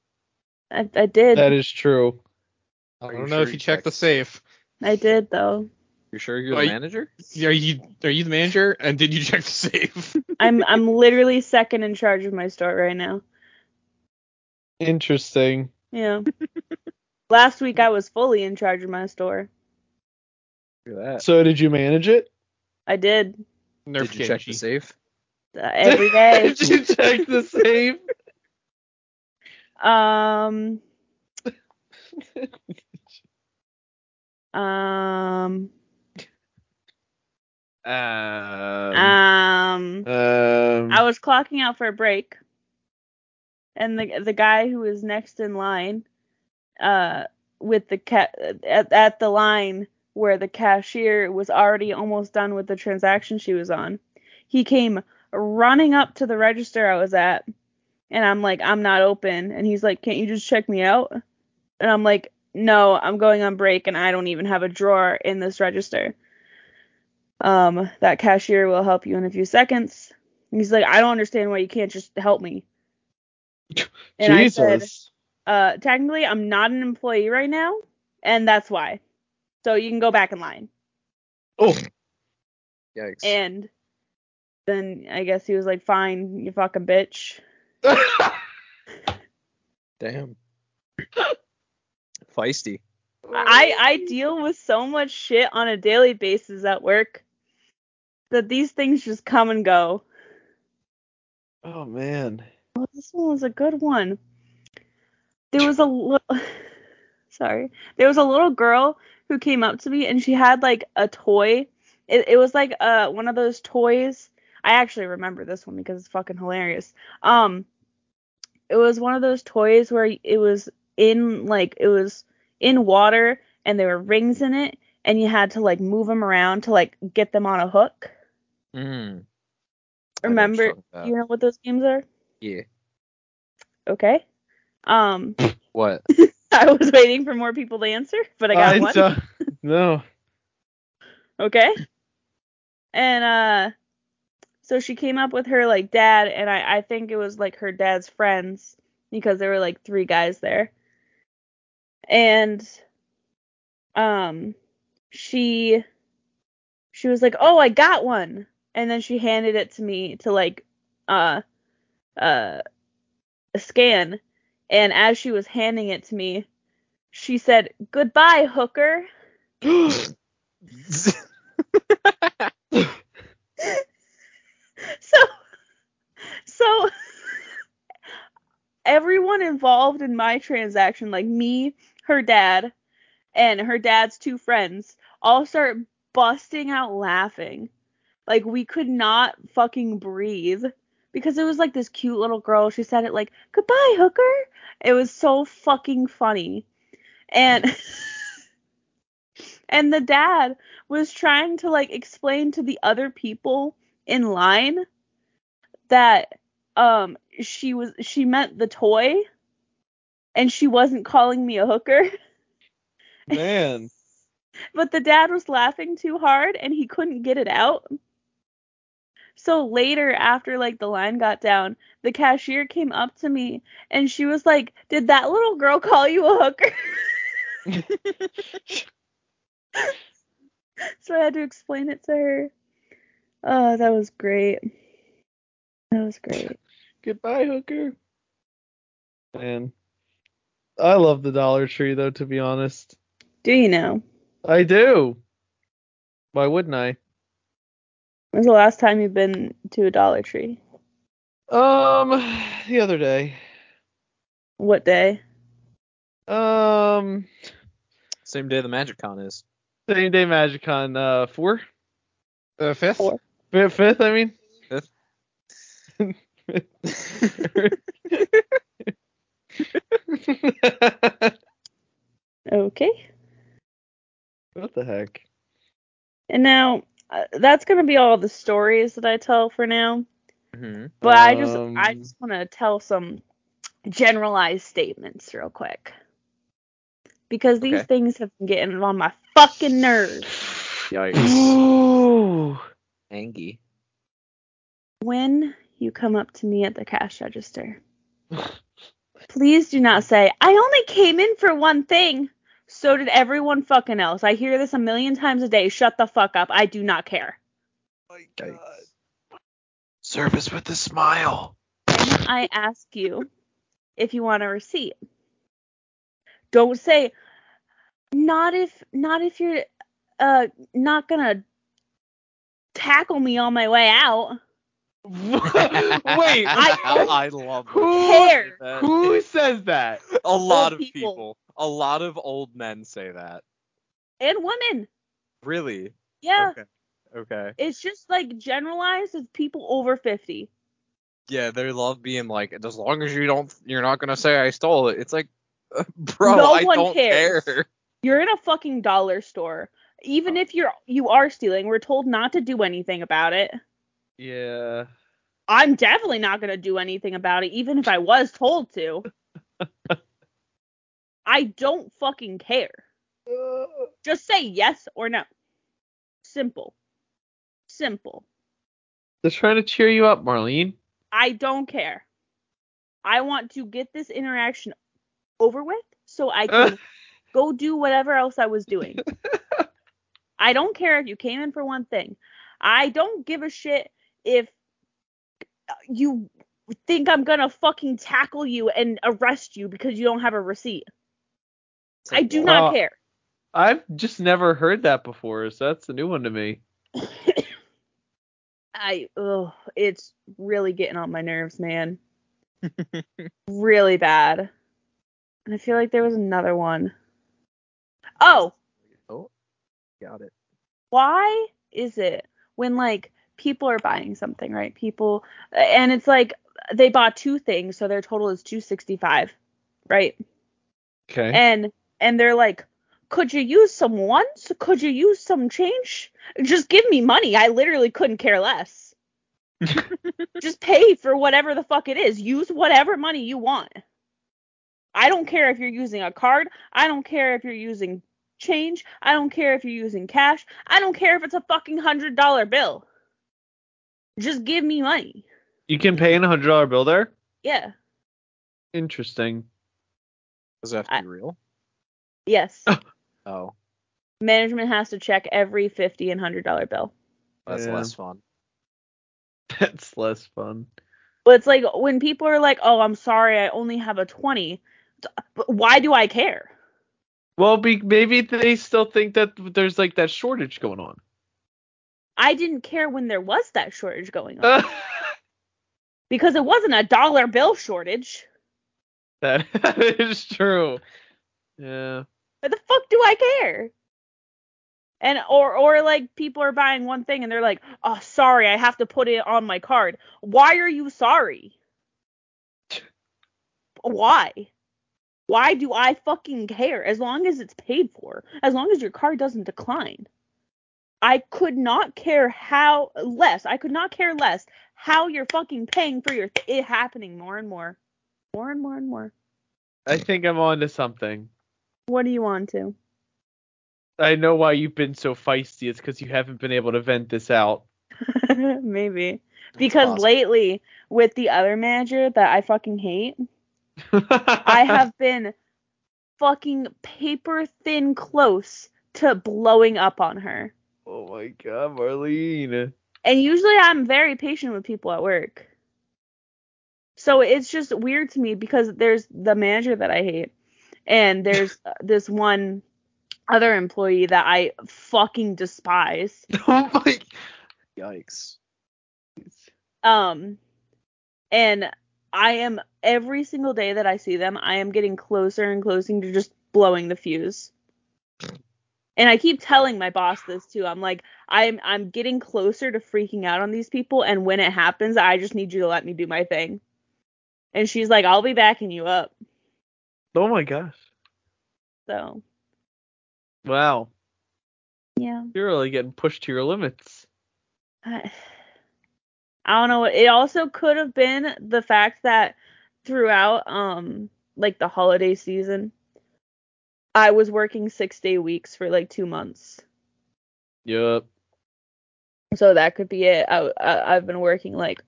S3: i, I did
S2: That is true.
S4: I
S1: Are
S4: don't
S1: you
S4: know
S1: sure
S4: if
S1: you
S4: you checked
S1: checked
S4: the safe.
S3: i did though
S1: You sure you're
S4: Wait.
S1: the manager?
S4: Are you are you the manager? And did you check the safe?
S3: i'm i'm literally second in charge of my store right now
S2: Interesting.
S3: Yeah. Last week I was fully in charge of my store.
S1: Look at that.
S2: So did you manage it?
S3: I did
S4: Nerf
S1: Did you check the
S4: KG.
S1: safe?
S3: uh, every day.
S2: did you check the safe?
S3: um. Um.
S2: Um,
S3: Um.
S2: um,
S3: I was clocking out for a break, and the the guy who was next in line, uh, with the ca- at at the line where the cashier was already almost done with the transaction she was on, he came running up to the register I was at, and I'm like, I'm not open, and he's like, Can't you just check me out? And I'm like, No, I'm going on break, and I don't even have a drawer in this register. Um, that cashier will help you in a few seconds. And he's like, I don't understand why you can't just help me. And I said,
S2: Jesus.
S3: uh, technically, I'm not an employee right now, and that's why. So you can go back in line.
S1: Yikes.
S3: And then I guess he was like, fine, you fucking bitch.
S1: Damn. Feisty.
S3: I, I deal with so much shit on a daily basis at work that these things just come and go.
S2: oh man.
S3: Well, this one was a good one. There was a little, sorry, there was a little girl who came up to me and she had like a toy. It, it was like uh one of those toys. I actually remember this one because it's fucking hilarious. Um, it was one of those toys where it was in like it was in water and there were rings in it and you had to like move them around to like get them on a hook.
S1: Mm. I know what you're
S3: Remember,
S1: talking about.
S3: you know what those games are?
S1: Yeah.
S3: Okay. Um.
S1: What?
S3: I was waiting for more people to answer, but I got one.
S2: don't- no.
S3: Okay. And uh so she came up with her like dad and I, I think it was like her dad's friends because there were like three guys there. And um she she was like, "Oh, I got one." And then she handed it to me to like uh uh scan. And as she was handing it to me, she said, "Goodbye, hooker." So everyone involved in my transaction, like me, her dad, and her dad's two friends, all start busting out laughing. Like we could not fucking breathe because it was like this cute little girl. She said it like, "Goodbye, hooker." It was so fucking funny. And and the dad was trying to like explain to the other people in line that um she was she meant the toy and she wasn't calling me a hooker.
S2: Man.
S3: but the dad was laughing too hard and he couldn't get it out. So later, after like the line got down, the cashier came up to me and she was like, "Did that little girl call you a hooker?" so I had to explain it to her. Oh, that was great. That was great.
S2: Goodbye, hooker. Man, I love the Dollar Tree though. To be honest,
S3: Do you know?
S2: I do. Why wouldn't I?
S3: When's the last time you've been to a Dollar Tree?
S2: Um, the other day.
S3: What day?
S2: Um,
S1: Same day the Magic Con is.
S2: same day MagicCon uh four,
S4: Uh, fifth.
S3: Four.
S2: Fi- fifth I mean.
S1: Fifth.
S3: Okay.
S2: what the heck?
S3: And now uh, that's gonna be all the stories that I tell for now.
S1: Mm-hmm.
S3: But I just I
S2: Um,
S3: just want to tell some generalized statements real quick. Because these
S1: Okay.
S3: things have been getting on my fucking nerves.
S2: Ooh.
S1: Angie.
S3: When you come up to me at the cash register, please do not say, I only came in for one thing. So did everyone fucking else. I hear this a million times a day. Shut the fuck up. I do not care.
S1: Service with a smile.
S3: When I ask you if you want a receipt. Don't say not if not if you're uh not gonna tackle me on my way out.
S2: Uh, Wait,
S3: I don't
S1: I love
S2: who,
S3: care.
S1: that.
S2: who says that?
S1: A lot
S3: Old
S1: of
S3: people.
S1: people, a lot of old men say that.
S3: And women.
S1: Really?
S3: Yeah.
S1: Okay. Okay.
S3: It's just like generalized as people over fifty.
S1: Yeah, they love being like, as long as you don't, you're not gonna say I stole it. It's like, uh, bro,
S3: No
S1: I
S3: one
S1: don't
S3: cares.
S1: care.
S3: You're in a fucking dollar store. Even if you're you are stealing, we're told not to do anything about it.
S2: Yeah.
S3: I'm definitely not going to do anything about it, even if I was told to. I don't fucking care. Just say yes or no. Simple. Simple.
S2: They're trying to cheer you up, Marlene.
S3: I don't care. I want to get this interaction over with so I can go do whatever else I was doing. I don't care if you came in for one thing. I don't give a shit if you think I'm going to fucking tackle you and arrest you because you don't have a receipt.
S1: It's
S3: I
S1: like,
S3: do
S1: what?
S3: not
S2: Well-
S3: care.
S2: I've just never heard that before, so that's a new one to me.
S3: I oh, it's really getting on my nerves, man. really bad. And I feel like there was another one. Oh,
S1: Oh, got it.
S3: why is it when like people are buying something, right? People and it's like they bought two things, so their total is 265, right?
S2: Okay.
S3: And and they're like, "Could you use some ones? Could you use some change? Just give me money. I literally couldn't care less." Just pay for whatever the fuck it is. Use whatever money you want. I don't care if you're using a card. I don't care if you're using change. I don't care if you're using cash. I don't care if it's a fucking $100 bill. Just give me money.
S2: You can pay in a hundred dollar bill there.
S3: Yeah.
S2: Interesting.
S1: Does that have to be real?
S3: Yes.
S1: Oh,
S3: Management has to check every 50 and $100 bill.
S1: that's
S2: Yeah.
S1: less fun.
S2: That's less fun.
S3: But it's like when people are like, "Oh, I'm sorry, I only have a 20." But why do I care?
S2: Well, be, maybe they still think that there's like that shortage going on.
S3: I didn't care when there was that shortage going on. because it wasn't a dollar bill shortage.
S2: That is true. Yeah.
S3: Why the fuck do I care? And or or like people are buying one thing and they're like, "Oh, sorry, I have to put it on my card." Why are you sorry? Why? Why do I fucking care? As long as it's paid for, as long as your card doesn't decline. I could not care how less. I could not care less how you're fucking paying for your th- it happening more and more, more and more and more.
S2: I think I'm on to something.
S3: What do you want to?
S2: I know why you've been so feisty. It's because you haven't been able to vent this out.
S3: Maybe because
S1: awesome.
S3: lately with the other manager that I fucking hate, I have been fucking paper thin close to blowing up on her.
S2: Oh my god, Marlene.
S3: And usually I'm very patient with people at work. So it's just weird to me because there's the manager that I hate and there's uh, this one other employee that I fucking despise.
S4: oh my.
S1: Yikes.
S3: Um and I am every single day that I see them, I am getting closer and closer to just blowing the fuse. And I keep telling my boss this too. I'm like, I'm I'm getting closer to freaking out on these people, and when it happens, I just need you to let me do my thing. And she's like, I'll be backing you up.
S2: Oh my gosh.
S3: So
S2: Wow.
S3: yeah,
S2: You're really getting pushed to your limits.
S3: I, I don't know. It also could have been the fact that throughout um like the holiday season, I was working six day weeks for like two months.
S2: Yep.
S3: so that could be it I, I i've been working like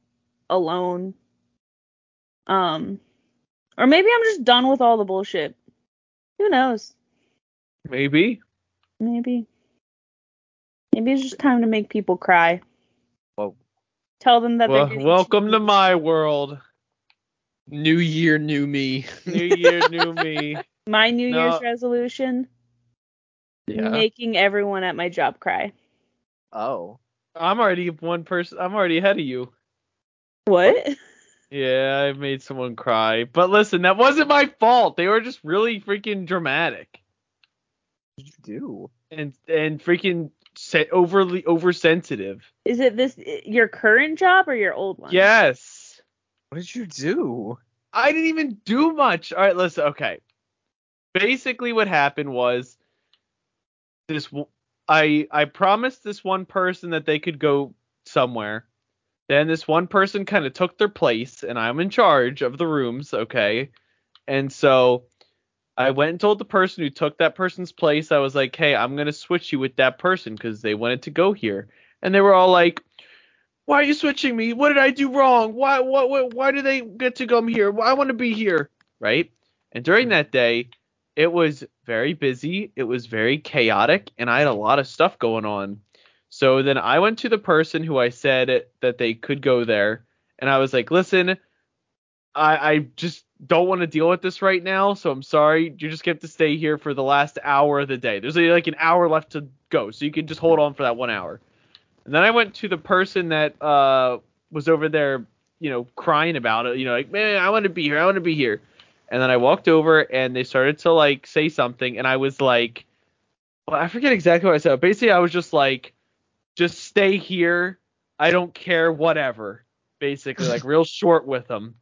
S3: alone um or maybe i'm just done with all the bullshit who knows
S2: Maybe.
S3: maybe maybe it's just time to make people cry
S1: Whoa.
S3: tell them that
S2: Well,
S3: they're
S2: welcome to my world.
S4: New year, new me.
S2: New year, new me.
S3: my new
S2: No.
S3: year's resolution making everyone at my job cry
S1: Oh.
S2: I'm already one person. I'm already ahead of you.
S3: what
S2: Yeah, I made someone cry. But listen, that wasn't my fault. They were just really freaking dramatic
S1: What did you do?
S2: and and freaking set overly oversensitive.
S3: is it this your current job or your old one
S2: Yes.
S1: What did you do?
S2: I didn't even do much. All right, listen. Okay. Basically, what happened was this. w- I I promised this one person that they could go somewhere. Then this one person kind of took their place, and I'm in charge of the rooms. Okay. And so I went and told the person who took that person's place. I was like, "Hey, I'm gonna switch you with that person because they wanted to go here." And they were all like, why are you switching me? What did I do wrong? Why what, what why do they get to come here? Why I want to be here, right? And during that day, it was very busy, it was very chaotic, and I had a lot of stuff going on. So then I went to the person who I said that they could go there, and I was like, "Listen, I I just don't want to deal with this right now, so I'm sorry. You just get to stay here for the last hour of the day. There's like an hour left to go, so you can just hold on for that one hour." And then I went to the person that uh, was over there, you know, crying about it, you know, like, man, I want to be here, I want to be here. And then I walked over and they started to like say something, and I was like, well, I forget exactly what I said. but Basically, I was just like, just stay here, I don't care, whatever. Basically, like real short with them.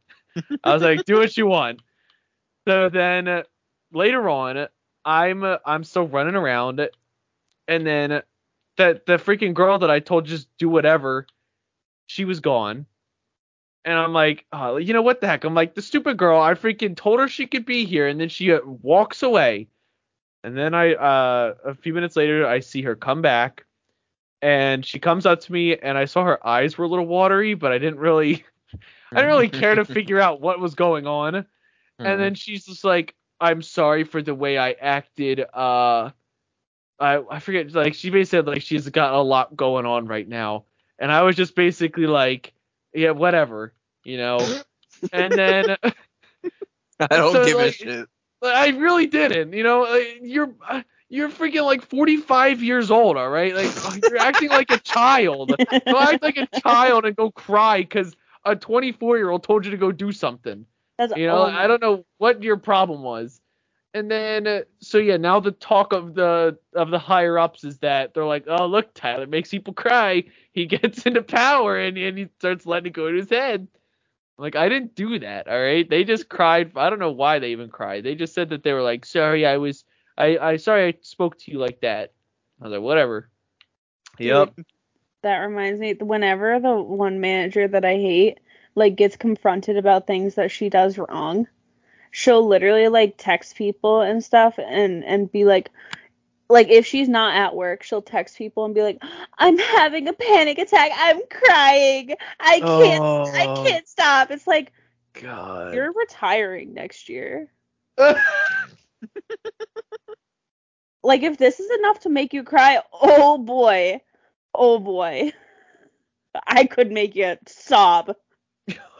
S2: I was like, do what you want. So then uh, later on, I'm uh, I'm still running around, and then that the freaking girl that I told just do whatever, she was gone. And I'm like, oh, you know what the heck? I'm like, the stupid girl. I freaking told her she could be here, and then she uh, walks away. And then I, uh, a few minutes later, I see her come back, and she comes up to me, and I saw her eyes were a little watery, but I didn't really, I didn't really care to figure out what was going on and then she's just like i'm sorry for the way i acted uh i i forget like she basically said like she's got a lot going on right now and i was just basically like yeah whatever you know and then
S1: I don't
S2: So,
S1: give a
S2: like-
S1: shit.
S2: i really didn't you know like, you're you're freaking like 45 years old oh, all right like you're acting like a child go act like a child and go cry because a 24 year old told you to go do something.
S3: That's
S2: You know,
S3: all
S2: I don't know what your problem was. And then, uh, so yeah, now the talk of the of the higher ups is that they're like, oh look, Tyler makes people cry. He gets into power and and he starts letting it go to his head. Like I didn't do that, all right? They just cried. I don't know why they even cried. They just said that they were like, sorry, I was, I, I sorry, I spoke to you like that. I was like, whatever. Yep.
S3: That reminds me, whenever the one manager that I hate like gets confronted about things that she does wrong, she'll literally like text people and stuff and and be like like if she's not at work, she'll text people and be like, "I'm having a panic attack. I'm crying. I can't I can't stop." It's like
S2: God.
S3: you're retiring next year.
S2: Oh
S3: Like if this is enough to make you cry, oh boy. Oh boy. I could make you sob.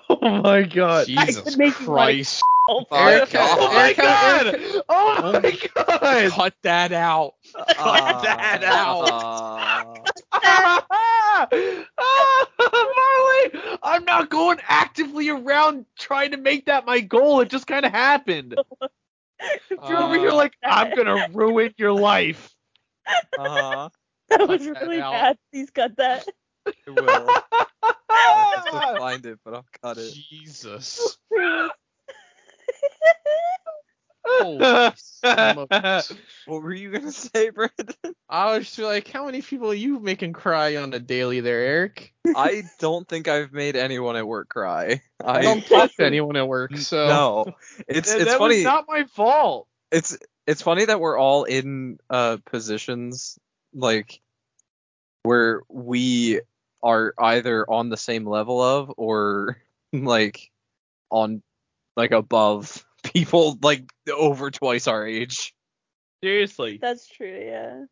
S2: oh my God.
S4: Jesus
S3: could make you, like,
S4: Christ.
S3: Oh,
S5: Eric,
S4: my God.
S2: Oh my
S5: Eric, Eric,
S2: God. Oh my God.
S4: Cut that out.
S2: Cut that
S4: out.
S2: Ah, Marley, I'm not going actively around trying to make that my goal. It just kind of happened. You're over here like I'm gonna ruin your life.
S1: Uh-huh.
S3: that was
S4: cut Oh, that
S3: really
S4: out.
S3: bad. Please cut that.
S1: It will. I'll
S4: Oh!
S1: have to find it, but I'll cut it.
S4: Jesus. Holy
S2: I
S4: smokes.
S1: What were you gonna say, Brandon?
S4: I was just like, how many people are you making cry on a daily there, Eric?
S1: I don't think I've made anyone at work cry. I,
S4: I don't touch anyone at work, so
S1: No, it's
S2: that,
S1: it's
S2: that
S1: funny.
S2: was not my fault.
S1: it's it's funny that we're all in uh positions like where we are either on the same level of or like on like above people like over twice our age.
S2: Seriously.
S3: That's true, yeah.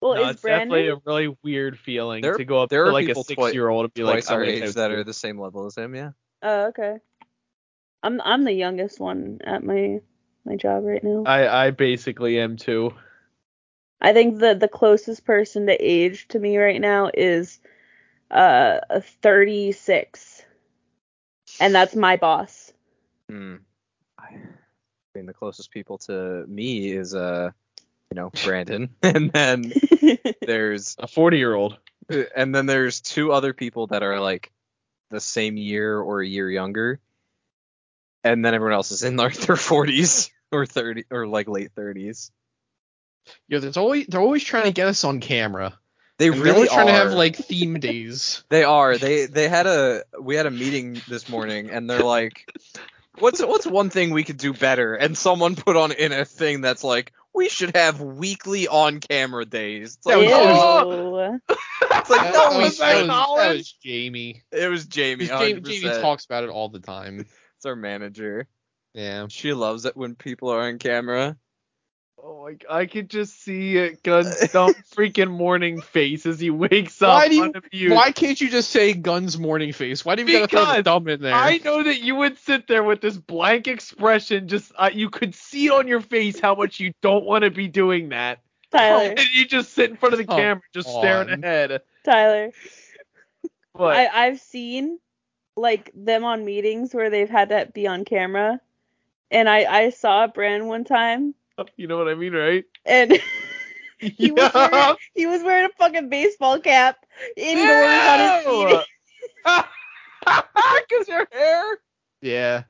S3: Well,
S2: No,
S3: is
S2: it's definitely
S3: Brandon
S2: a really weird feeling
S1: There-
S2: to go up
S1: there
S2: to
S1: are
S2: like a
S1: people twi-
S2: six year old and be like,
S1: twice
S2: "I
S1: our
S2: wish I
S1: age
S2: was
S1: that
S2: you."
S1: are the same level as him, yeah.
S3: Oh, okay. I'm I'm the youngest one at my my job right now.
S2: I I basically am too.
S3: I think the the closest person to age to me right now is uh a 36. And that's my boss.
S1: Hmm. I I mean the closest people to me is uh you know, Brandon. and then there's
S2: A forty year old.
S1: Uh, and then there's two other people that are like the same year or a year younger and then everyone else is in like their 40s or 30 or like late 30s
S4: yo, there's always they're always trying to get us on camera.
S1: they
S4: And they're
S1: really
S4: always trying
S1: are
S4: to have like theme days.
S1: they are they they had a we had a meeting this morning and they're like what's what's one thing we could do better and someone put on in a thing that's like we should have weekly on camera days it's like,
S4: Yeah,
S1: no,
S4: was-
S3: Ew.
S1: it's like,
S4: That-
S1: no,
S4: that
S1: we
S4: was- that was-
S1: shouldn't.
S4: that
S2: Colin?
S4: was Jamie.
S1: it was jamie,
S4: Because Jamie,
S1: 100%.
S4: Jamie talks about it all the time.
S1: it's our manager
S4: Yeah.
S1: She loves it when people are on camera.
S2: Oh my! g- I could just see it, Gun's dumb freaking morning face as he wakes up.
S4: Why do you-
S2: unabused.
S4: Why can't you just say Guns Morning Face? Why do you gotta throw the
S2: Because
S4: dumb in there?
S2: I know that you would sit there with this blank expression. Just uh, you could see on your face how much you don't want to be doing that,
S3: Tyler,
S4: Oh,
S2: and you just sit in front of the
S4: Come
S2: camera, just staring
S4: on.
S2: ahead.
S3: Tyler.
S2: But
S3: I, I've seen like them on meetings where they've had that be on camera, and I I saw Bran one time,
S2: Oh, you know what I mean, right?
S3: and he was
S2: Yeah.
S3: wearing, he was wearing a fucking baseball cap indoors on his meeting.
S2: Because your hair.
S4: Yeah.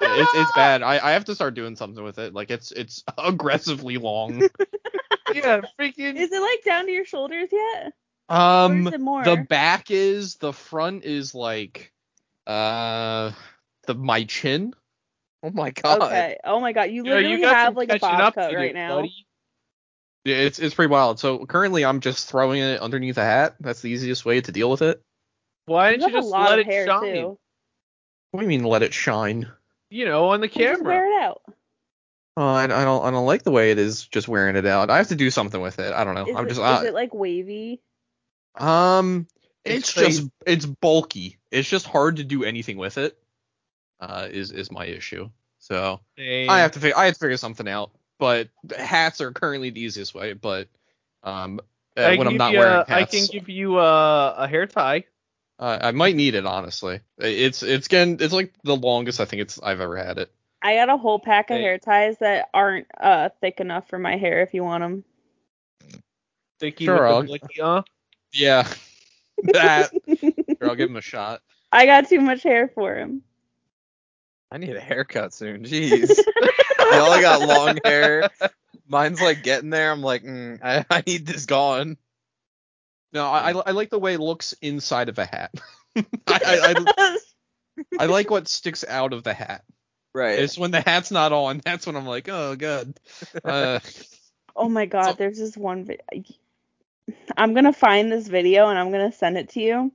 S4: it's, it's bad. I, I have to start doing something with it. Like it's it's aggressively long.
S2: Yeah, freaking.
S3: Is it like down to your shoulders yet? Or
S4: Um
S3: is it more?
S4: the back is the front is like uh the my chin.
S1: Oh my
S4: uh,
S1: god.
S3: okay. Oh my god, you
S2: you know,
S3: literally
S2: you got
S3: have
S2: some
S3: like a
S2: catching
S3: bob
S2: up
S3: cut
S2: to
S3: right
S2: do,
S3: now.
S2: buddy.
S4: Yeah, It's it's pretty wild. So currently I'm just throwing it underneath a hat. That's the easiest way to deal with it.
S2: Why
S3: You
S2: didn't
S3: have
S2: you
S3: a
S2: just
S3: lot
S2: let it
S3: of hair
S2: shine?
S3: too.
S4: What do you mean let it shine?
S2: You know, on the
S3: You Just
S2: camera.
S3: wear it out.
S4: Oh, I, I don't I don't like the way it is just wearing it out. I have to do something with it. I don't know.
S3: Is,
S4: I'm
S3: it,
S4: just
S3: is it like wavy?
S4: uh, um
S2: It's
S4: it's, just it's bulky. It's just hard to do anything with it. Uh is is my issue. So I have to figure I have to figure something out. But hats are currently the easiest way. But um, uh,
S2: I can
S4: when I'm
S2: give
S4: not
S2: you
S4: wearing
S2: a-
S4: hats,
S2: I can give you a, a uh, hair tie.
S5: Uh, I might need it honestly. It's it's getting it's like the longest I think it's I've ever had it.
S3: I got a whole pack of
S2: Hey.
S3: hair ties that aren't uh thick enough for my hair if you want them.
S2: Sticky
S5: Sure, I'll-
S2: with the blicky, uh.
S5: Yeah. that. Or I'll give him a shot.
S3: I got too much hair for him.
S1: I need a haircut soon. Jeez. Y'all got long hair. Mine's like getting there. I'm like, mm, I, I need this gone.
S5: No, I, I I like the way it looks inside of a hat. I, I, I I like what sticks out of the hat.
S1: Right.
S5: It's when the hat's not on. That's when I'm like, oh god. Uh,
S3: oh my god,
S5: So-
S3: there's this one. Vi- I'm gonna find this video and I'm gonna send it to you.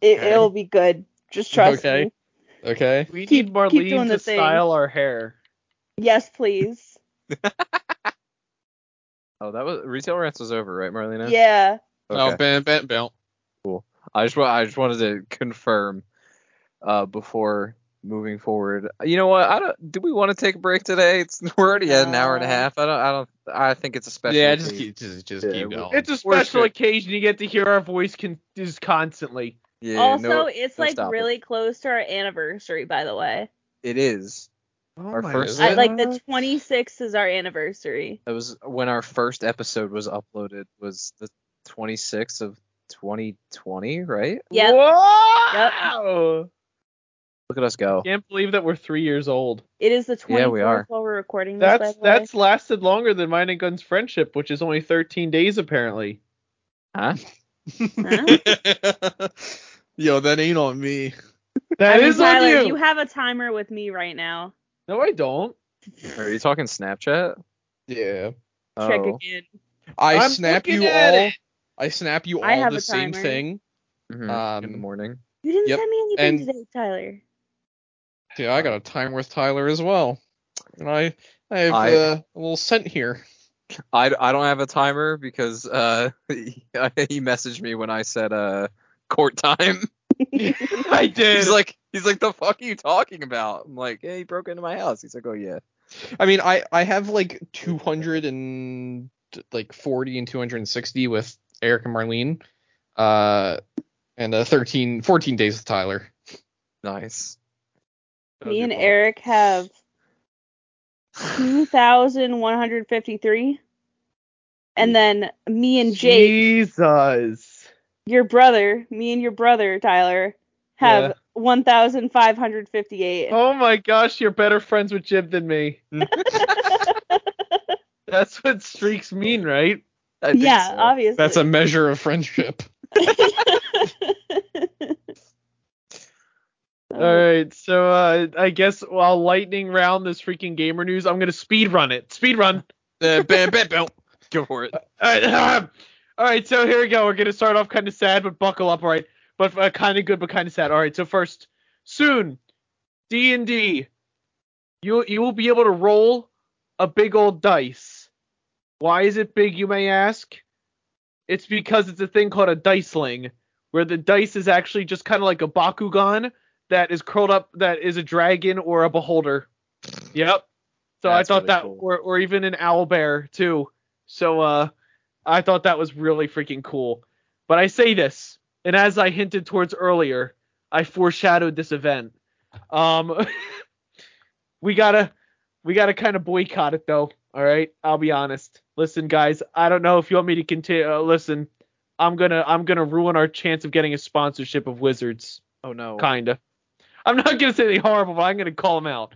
S3: It,
S5: Okay.
S3: It'll be good. Just trust
S5: Okay.
S3: me.
S5: okay.
S2: We
S3: Keep-
S2: need
S3: keep
S2: Marlene
S3: doing
S2: to
S3: the thing.
S2: style our hair.
S3: Yes, please.
S1: oh, that was retail rants was over, right, Marlena?
S3: Yeah.
S5: Oh,
S1: Okay.
S5: bam, bam, bam.
S1: Um, I just wa- I just wanted to confirm uh, before moving forward. You know what? I don't. Do we want to take a break today? It's we're already at an hour and a
S3: No.
S1: half. I don't. I don't. I think it's a special.
S5: Uh. Yeah, just
S1: occasion.
S5: keep just, just
S1: Yeah,
S5: keep
S1: we-
S5: going.
S2: It's a
S1: We're
S2: special
S1: good.
S2: occasion. You get to hear our voice con- is constantly.
S1: Yeah,
S3: also,
S1: no,
S3: it's
S1: no
S3: like
S1: stopping.
S3: really close to our anniversary, by the way.
S1: it is.
S5: Oh
S1: Our my first- Is
S3: I,
S1: it?
S3: like the 26th is our anniversary.
S1: That was when our first episode was uploaded. Was the 26th of 2020, right?
S3: Yep.
S2: Wow!
S1: Look at us go.
S2: Can't believe that we're three years old.
S3: It is the 24th
S1: Yeah, we are.
S3: while we're recording this. by
S2: That's
S3: the way.
S2: that's lasted longer than mine and Gun's friendship, which is only 13 days apparently.
S1: Huh?
S3: Huh?
S5: Yo, that ain't on me.
S2: That
S3: I mean,
S2: is on
S3: Tyler,
S2: you.
S3: you have a timer with me right now.
S2: No, I don't.
S1: Are you talking Snapchat?
S5: Yeah.
S3: Check
S1: Oh.
S3: again.
S5: I
S2: I'm
S5: snap
S2: looking
S5: you
S2: at
S5: all.
S2: it.
S5: I snap you all
S3: I have
S5: the
S3: a
S5: same
S3: timer.
S5: thing.
S1: Mhm, in the
S5: Um,
S1: morning.
S3: You didn't
S5: Yep,
S3: send me anything
S5: and-
S3: today, Tyler.
S5: Dude, I got a time with Tyler as well. And I I have
S1: I-
S5: uh, a little scent here.
S1: I, I don't have a timer because uh he, he messaged me when I said uh court time.
S2: I did.
S1: He's like he's like the fuck are you talking about? I'm like, yeah, he broke into my house. He's like, oh yeah.
S5: I mean, I I have like 200 and like 40 and 260 with Eric and Marlene. Uh and uh, 13 14 days with Tyler.
S1: Nice.
S3: me and Eric have 2,153. And then me and Jake,
S2: Jesus.
S3: your brother, me and your brother, Tyler, have
S2: Yeah.
S3: 1,558.
S2: Oh my gosh, you're better friends with Jib than me. That's what streaks mean, right?
S1: I think
S3: yeah, uh,
S1: so.
S3: obviously.
S5: That's a measure of friendship.
S3: So,
S2: All right, so uh, I guess while lightning round this freaking gamer news, I'm gonna speed run it. Speed run.
S5: Uh, bam, bam, bam.
S1: Go for it.
S2: All right, all right, so here we go. We're gonna start off kind of sad, but buckle up. All right, but uh, kind of good, but kind of sad. All right, so first, soon, D and D, you you will be able to roll a big old dice. Why is it big, you may ask? It's because it's a thing called a diceling, where the dice is actually just kind of like a bakugan that is curled up, that is a dragon or a beholder. Yep. So
S1: That's
S2: I thought
S1: really
S2: that,
S1: cool.
S2: or or even an owl bear too. So uh, I thought that was really freaking cool. But I say this, and as I hinted towards earlier, I foreshadowed this event. Um, we gotta we gotta kind of boycott it though. All right, I'll be honest. Listen, guys, I don't know if you want me to continue. Uh, listen, I'm gonna I'm gonna ruin our chance of getting a sponsorship of Wizards.
S1: Oh no.
S2: Kinda. I'm not gonna say anything horrible, but I'm gonna call him out.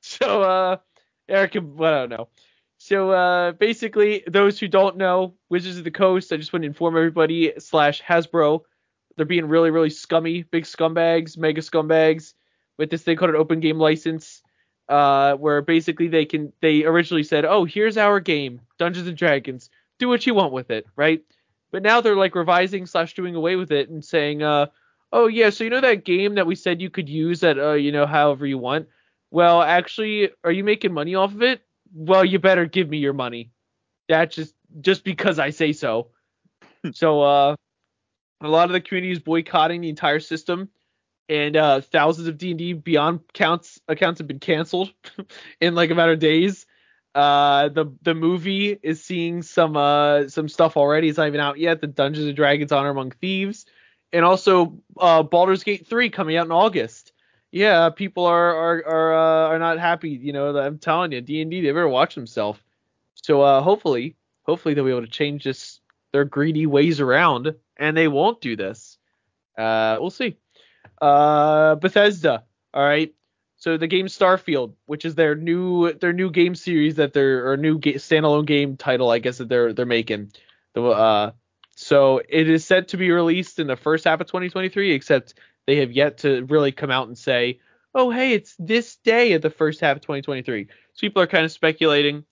S2: so uh Eric and well, I don't know. So uh basically those who don't know, Wizards of the Coast, I just want to inform everybody slash Hasbro, they're being really, really scummy, big scumbags, mega scumbags, with this thing called an open game license. Uh, where basically they can they originally said, Oh, here's our game, Dungeons and Dragons. Do what you want with it, right? But now they're like revising slash doing away with it and saying, uh, oh yeah so you know that game that we said you could use at uh, you know however you want well actually are you making money off of it well you better give me your money that's just just because i say so so uh a lot of the community is boycotting the entire system and uh thousands of d&d beyond counts accounts have been canceled in like a matter of days Uh, the the movie is seeing some uh some stuff already. It's not even out yet. The Dungeons and Dragons Honor Among Thieves, and also uh Baldur's Gate 3 coming out in August. Yeah, people are are are uh, are not happy. You know, I'm telling you, D and D they better watch themselves. So uh, hopefully, hopefully they'll be able to change this their greedy ways around, and they won't do this. Uh, we'll see. Uh, Bethesda. All right. So the game Starfield, which is their new their new game series that they're or new ga- standalone game title, I guess that they're they're making. The uh, so it is set to be released in the first half of 2023, except they have yet to really come out and say, oh hey, it's this day of the first half of 2023. So people are kind of speculating,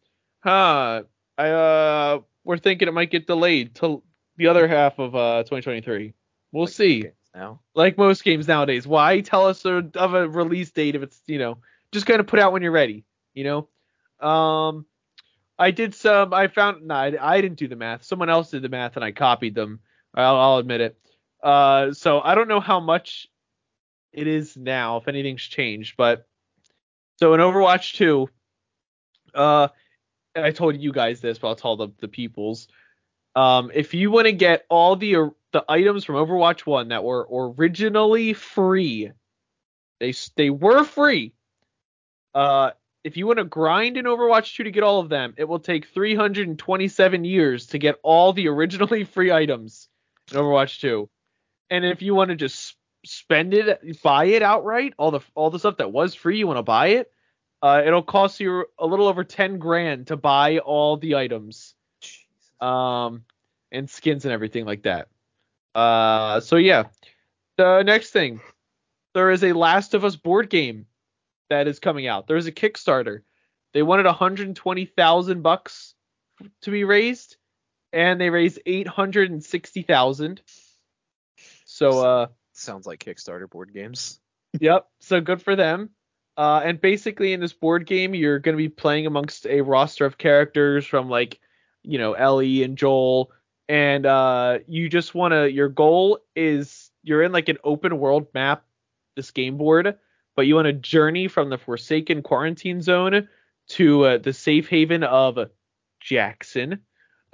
S2: huh? I uh, we're thinking it might get delayed till the other half of uh 2023. We'll
S1: Like,
S2: see
S1: okay, Now.
S2: like most games nowadays. Why tell us a, of a release date if it's you know just kind of put out when you're ready, you know? Um, I did some. I found no, I, I didn't do the math. Someone else did the math and I copied them. I'll, I'll admit it. Uh, so I don't know how much it is now if anything's changed, but so in Overwatch 2, uh, I told you guys this, but I'll tell the the peoples. Um, if you want to get all the the items from Overwatch 1 that were originally free, they s- they were free. Uh, if you want to grind in Overwatch 2 to get all of them, it will take 327 years to get all the originally free items in Overwatch 2. And if you want to just s- spend it, buy it outright, all the all the stuff that was free, you want to buy it, uh, it'll cost you a little over 10 grand to buy all the items um, and skins and everything like that. Uh, so yeah, the next thing, there is a Last of Us board game that is coming out. There is a Kickstarter. They wanted 120,000 bucks to be raised, and they raised 860,000. So uh,
S1: Sounds like Kickstarter board games.
S2: yep. So good for them. Uh, and basically, in this board game, you're going to be playing amongst a roster of characters from like, you know, Ellie and Joel, and uh, you just want to. Your goal is you're in like an open world map, this game board, but you want to journey from the Forsaken quarantine zone to uh, the safe haven of Jackson.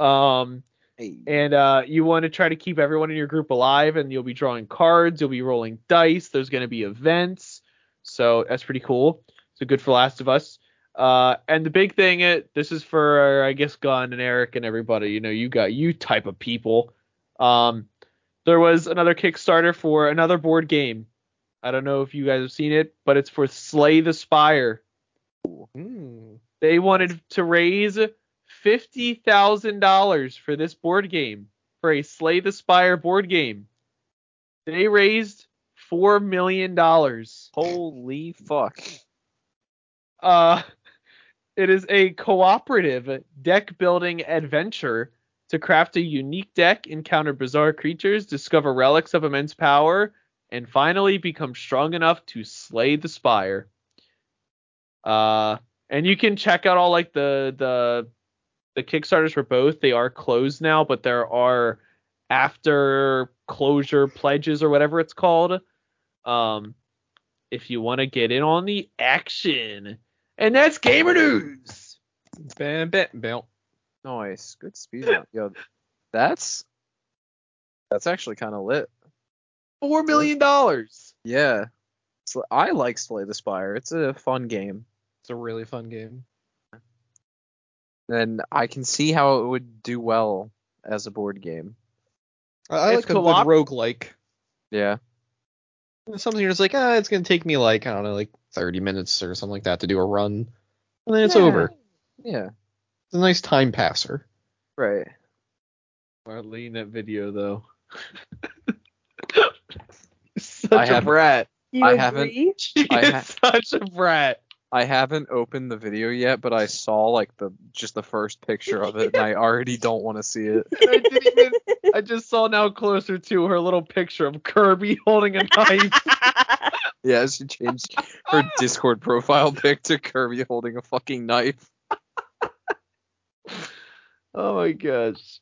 S2: Um,
S1: Hey.
S2: and uh, you want to try to keep everyone in your group alive and you'll be drawing cards you'll be rolling dice there's going to be events so that's pretty cool so good for last of us uh, and the big thing uh, this is for i guess gunn and eric and everybody you know you got you type of people um, there was another kickstarter for another board game i don't know if you guys have seen it but it's for slay the spire
S5: Hmm.
S2: they wanted to raise fifty thousand dollars for this board game, for a Slay the Spire board game. They raised four million dollars.
S1: Holy fuck.
S2: Uh, it is a cooperative deck building adventure to craft a unique deck, encounter bizarre creatures, discover relics of immense power, and finally become strong enough to slay the spire. Uh, and you can check out all like the the the Kickstarters for both. They are closed now, but there are after closure pledges or whatever it's called. Um, if you want to get in on the action. And that's gamer news.
S4: Bam, bam, bam.
S1: Nice. Good speed up. Yo, that's that's actually kind of lit.
S2: Four million dollars.
S1: Yeah. Sl- I like Slay the Spire. It's a fun game.
S4: It's a really fun game.
S1: And I can see how it would do well as a board game.
S4: I, I
S2: It's
S4: like a good
S2: co-op.
S4: roguelike.
S1: Yeah.
S4: Something you're just like, ah, it's gonna take me like I don't know, like 30 minutes or something like that to do a run, and then it's
S1: Yeah.
S4: over.
S1: Yeah.
S4: It's a nice time passer.
S1: Right.
S2: Marlene, that video though. such
S1: I
S2: a
S1: haven't-
S2: brat.
S3: Do you
S1: I
S3: agree?
S1: haven't-
S2: She
S1: I
S2: is
S1: ha-
S2: such a brat.
S1: I haven't opened the video yet, but I saw like the just the first picture of it, and I already don't want to see it.
S2: I didn't even. I just saw now closer to her little picture of Kirby holding a knife.
S1: Yeah, she changed her Discord profile pic to Kirby holding a fucking knife.
S2: oh my gosh.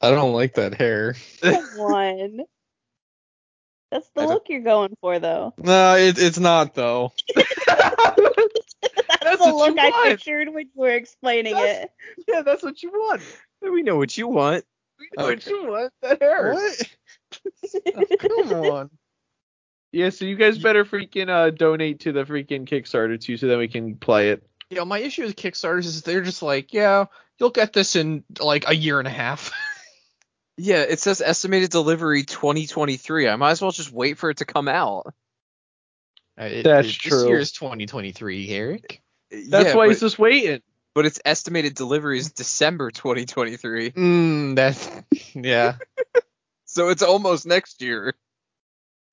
S4: I don't like that hair.
S3: Come on. That's the
S4: I don't-
S3: look you're going for, though.
S4: No, it, it's not though.
S2: That's,
S3: the look I
S2: want.
S3: pictured when you were explaining
S2: That's-
S3: it.
S2: Yeah, that's what you want.
S1: We know what you want.
S2: We know what
S5: Okay.
S2: you want. That hair.
S5: What?
S2: Come on. Yeah, so you guys better freaking uh, donate to the freaking Kickstarter too, so that we can play it.
S4: You know, my issue with Kickstarters is they're just like, yeah, you'll get this in like a year and a half.
S1: Yeah, it says estimated delivery 2023. I might as well just wait for it to come out.
S4: Uh, it-
S2: That's
S4: this
S2: true.
S4: year is 2023, Eric.
S2: That's
S1: yeah,
S2: why
S1: but,
S2: he's just waiting.
S1: but its estimated delivery is December 2023,
S4: Mm, that's yeah,
S1: so it's almost next year.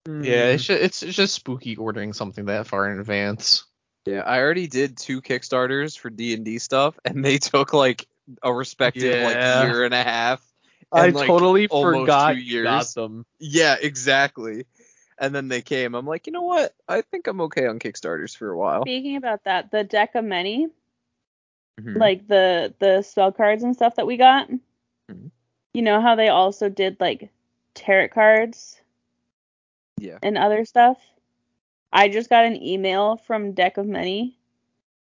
S4: yeah.
S2: Mm.
S4: It's just, it's it's just spooky ordering something that far in advance.
S1: Yeah, I already did two Kickstarters for D and D stuff, and they took like a respective
S2: Yeah.
S1: like year and a half.
S2: I
S1: and, like,
S2: totally
S1: almost
S2: forgot
S1: two
S2: you got
S1: years.
S2: them.
S1: Yeah, exactly. And then they came. I'm like, you know what? I think I'm okay on Kickstarters for a while.
S3: Speaking about that, the deck of many,
S1: Mhm.
S3: like the the spell cards and stuff that we got.
S1: Mhm.
S3: You know how they also did like tarot cards
S1: yeah.
S3: and other stuff. I just got an email from Deck of Many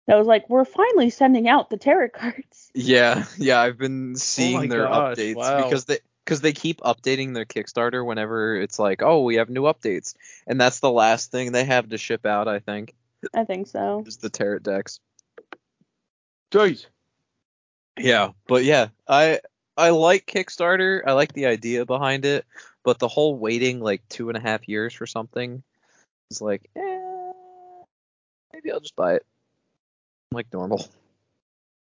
S3: that was like, "We're finally sending out the tarot cards."
S1: Yeah, yeah, I've been
S2: my
S1: seeing their
S2: gosh,
S1: updates
S2: wow.
S1: because they because they keep updating their Kickstarter whenever it's like, oh, we have new updates, and that's the last thing they have to ship out. I think
S3: I think so.
S1: is the tarot decks.
S2: Jeez.
S1: Yeah, but yeah, I I like Kickstarter. I like the idea behind it, but the whole waiting like two and a half years for something is like, eh, maybe I'll just buy it like normal.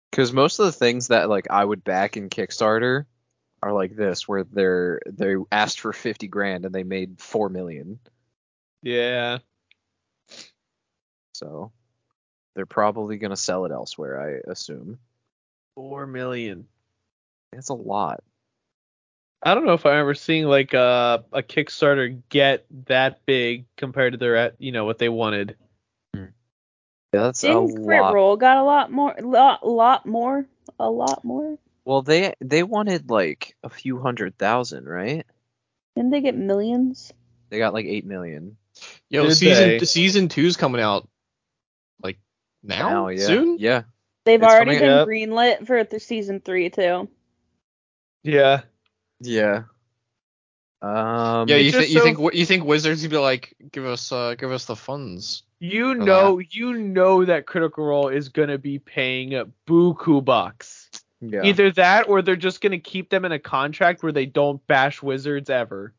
S1: Because most of the things that like I would back in Kickstarter are like this, where they're they asked for fifty grand and they made four million,
S2: Yeah.
S1: so they're probably gonna sell it elsewhere. I assume
S2: Four million.
S1: that's a lot.
S2: I don't know if I remember seeing like uh, a Kickstarter get that big compared to their uh, you know what they wanted.
S1: Yeah, that's a
S3: Didn't Crit
S1: lot.
S3: Roll got a lot more, lot, lot more, a lot more?
S1: Well, they they wanted like a few hundred thousand, right?
S3: Didn't they get millions?
S1: They got like eight million.
S4: Yo,
S2: Did
S4: season
S2: they?
S4: season two's coming out like now,
S1: Now, yeah,
S4: soon.
S1: yeah.
S3: They've
S1: It's
S3: already
S1: coming
S3: been
S2: up.
S3: greenlit for the season three too.
S2: Yeah.
S1: Yeah. Um,
S4: yeah,
S2: it's
S4: you, th-
S2: just
S4: you
S2: so-
S4: think you think Wizards would be like, give us uh, give us the funds?
S2: You
S4: that.
S2: know, you know that Critical Role is gonna be paying buku bucks.
S1: yeah.
S2: Either that, or they're just gonna keep them in a contract where they don't bash wizards ever.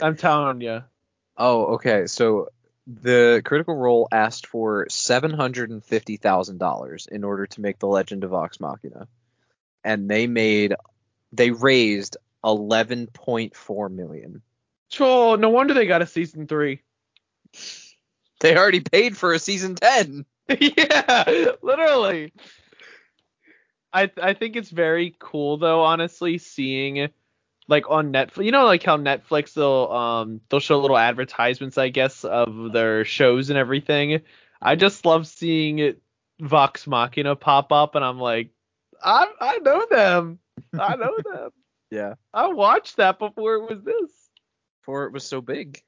S2: I'm telling you.
S1: oh, okay. So the Critical Role asked for seven hundred and fifty thousand dollars in order to make the Legend of Vox Machina, and they made they raised eleven point four million.
S2: Oh, no wonder they got a season three.
S1: They already paid for a season ten.
S2: yeah, literally. I th- I think it's very cool though, honestly, seeing like on Netflix. You know, like how Netflix they'll um they'll show little advertisements, I guess, of their shows and everything. I just love seeing it, Vox Machina pop up, and I'm like, I I know them, I know them.
S1: Yeah.
S2: I watched that before it was this.
S1: Before it was so big.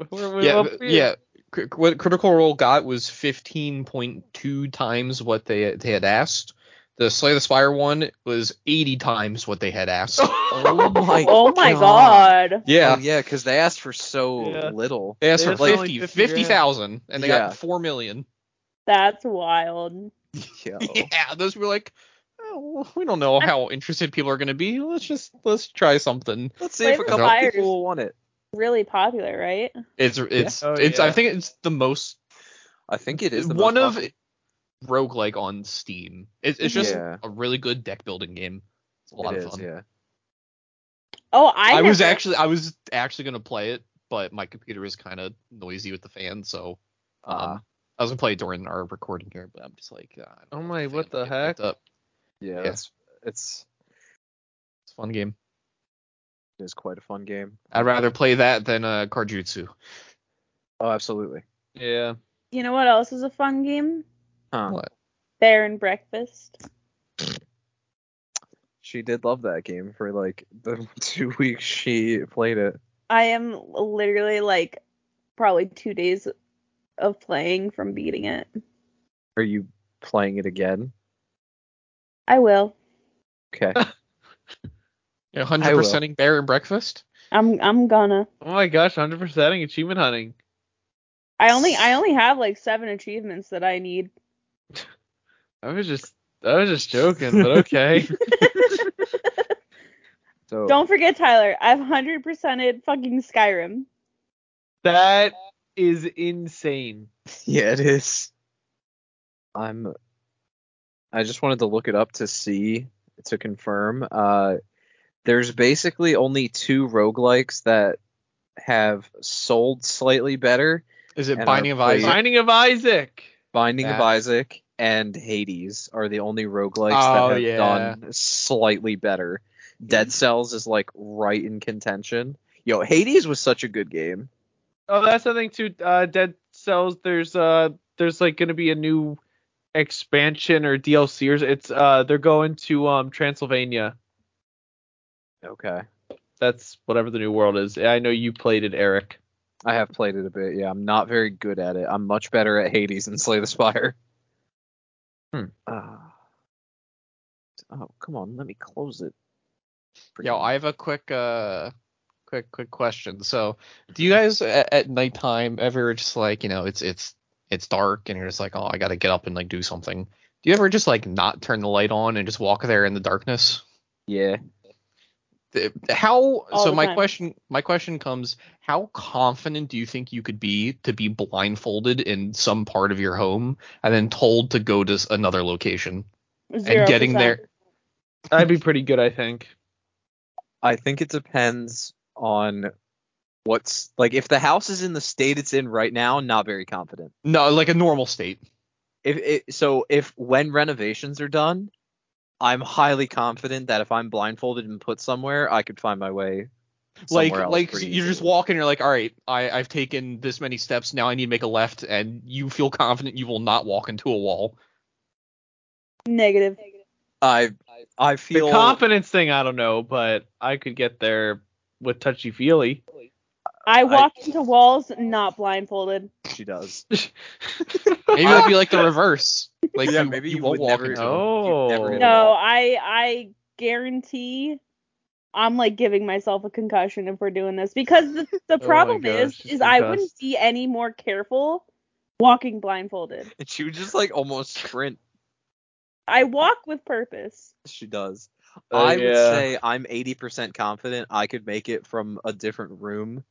S2: Before it was
S4: Yeah,
S1: uh,
S2: up
S4: but-
S2: here.
S4: yeah. Cri- What Critical Role got was 15.2 times what they they had asked. The Slay the Spire one was 80 times what they had asked.
S1: Oh my.
S3: Oh my
S1: Yeah,
S3: god.
S4: yeah,
S1: Oh, yeah, because they asked for so
S2: Yeah.
S1: little.
S4: they asked
S2: They
S4: for
S2: just got like
S4: 50
S2: 50 grand.
S4: 50,000 and they
S1: Yeah.
S4: got 4 million.
S3: That's wild.
S1: Yo.
S4: Yeah, those were like oh, we don't know how interested people are going to be. Let's just let's try something.
S1: Let's see if a
S3: Flavor
S1: couple
S3: Flyers.
S1: people will want it.
S3: Really popular, right?
S4: It's it's
S2: Oh,
S4: it's I
S2: yeah.
S4: think it's the most
S1: I think it is the
S4: one
S1: most
S4: of roguelike on Steam. It's it's just
S1: Yeah.
S4: a really good deck building game. It's a
S1: popular.
S4: lot
S1: It
S4: of
S1: is,
S4: fun.
S1: Yeah.
S3: Oh, I,
S4: I, was
S3: never-
S4: actually I was actually gonna play it, but my computer was kind of noisy with the fan, so um,
S1: Ah,
S4: I was gonna play it during our recording here, but I'm just like, uh, I don't
S2: Oh
S4: want
S2: my,
S4: the fan
S2: what
S4: to
S2: the
S4: get picked
S2: heck?
S4: Up.
S1: yeah. It's it's
S4: It's a fun game.
S1: it is quite a fun game.
S4: I'd rather play that than uh, Karjutsu.
S1: Oh, absolutely.
S2: Yeah.
S3: You know what else is a fun game?
S1: Huh.
S4: What?
S3: Bear and Breakfast.
S1: She did love that game for like the two weeks she played it.
S3: I am literally like probably two days of playing from beating it.
S1: Are you playing it again?
S3: I will.
S1: Okay.
S4: You're 100%ing Bear and Breakfast?
S3: I'm I'm gonna.
S2: Oh my gosh, 100%ing achievement hunting.
S3: I only I only have like seven achievements that I need.
S2: I was just I was just joking, but okay.
S1: So
S3: Don't forget, Tyler. I've hundred percented fucking Skyrim.
S2: that is insane.
S1: yeah, it is. I'm. I just wanted to look it up to see to confirm. Uh, there's basically only two roguelikes that have sold slightly better:
S4: Is it
S1: And
S4: Binding
S1: our
S4: of Isaac?
S2: Finding of Isaac.
S1: Binding of
S4: That-
S1: Isaac and Hades are the only roguelikes
S4: Oh,
S1: that have
S4: yeah.
S1: done slightly better. Dead Cells is like right in contention. Yo, Hades was such a good game.
S2: Oh, that's the thing too. Uh, Dead Cells. There's uh, there's like gonna be a new expansion or DLC or it's uh, they're going to um Transylvania.
S1: Okay.
S2: That's whatever the new world is. I know you played it, Eric.
S1: I have played it a bit. Yeah, I'm not very good at it. I'm much better at Hades and Slay the Spire.
S2: Hmm.
S1: Uh, oh, come on, let me close it.
S4: Yo, I have a quick, uh, quick, quick question. So, do
S3: Mm-hmm.
S4: you guys at, at nighttime ever just like, you know, it's it's it's dark and you're just like, oh, I gotta get up and like do something. Do you ever just like not turn the light on and just walk there in the darkness?
S1: Yeah.
S4: Th- How?
S3: All
S4: so
S3: the
S4: my
S3: time.
S4: question, my question comes: How confident do you think you could be to be blindfolded in some part of your home and then told to go to s- another location?
S3: Zero
S4: getting
S3: percent.
S2: That'd be pretty good, I think.
S1: I think it depends on what's like if the house is in the state it's in right now, not very confident.
S4: No, like a normal state.
S1: If it, so if when renovations are done, I'm highly confident that if I'm blindfolded and put somewhere, I could find my way.
S4: like
S1: somewhere else
S4: like
S1: pretty
S4: you're just
S1: easily.
S4: walking you're like all right I, i've taken this many steps now i need to make a left and you feel confident you will not walk into a wall
S3: Negative.
S1: I I
S2: The
S1: feel
S2: confidence thing, I don't know, but I could get there with touchy feely.
S3: I walk into walls not blindfolded.
S1: she does.
S4: maybe it would be like the reverse like
S1: Yeah,
S4: you,
S1: maybe
S4: you,
S1: you
S4: won't
S1: would
S4: walk
S1: never
S4: into
S1: know.
S4: it.
S2: Oh.
S1: never
S3: No,
S1: Yeah.
S3: I I guarantee I'm like giving myself a concussion if we're doing this because the, the problem is
S2: gosh, she's
S3: is I wouldn't
S2: concussed.
S3: be any more careful walking blindfolded.
S1: And she would just like almost sprint.
S3: I walk with purpose.
S1: She does.
S2: Oh,
S1: I would
S2: yeah.
S1: say I'm 80% confident I could make it from a different room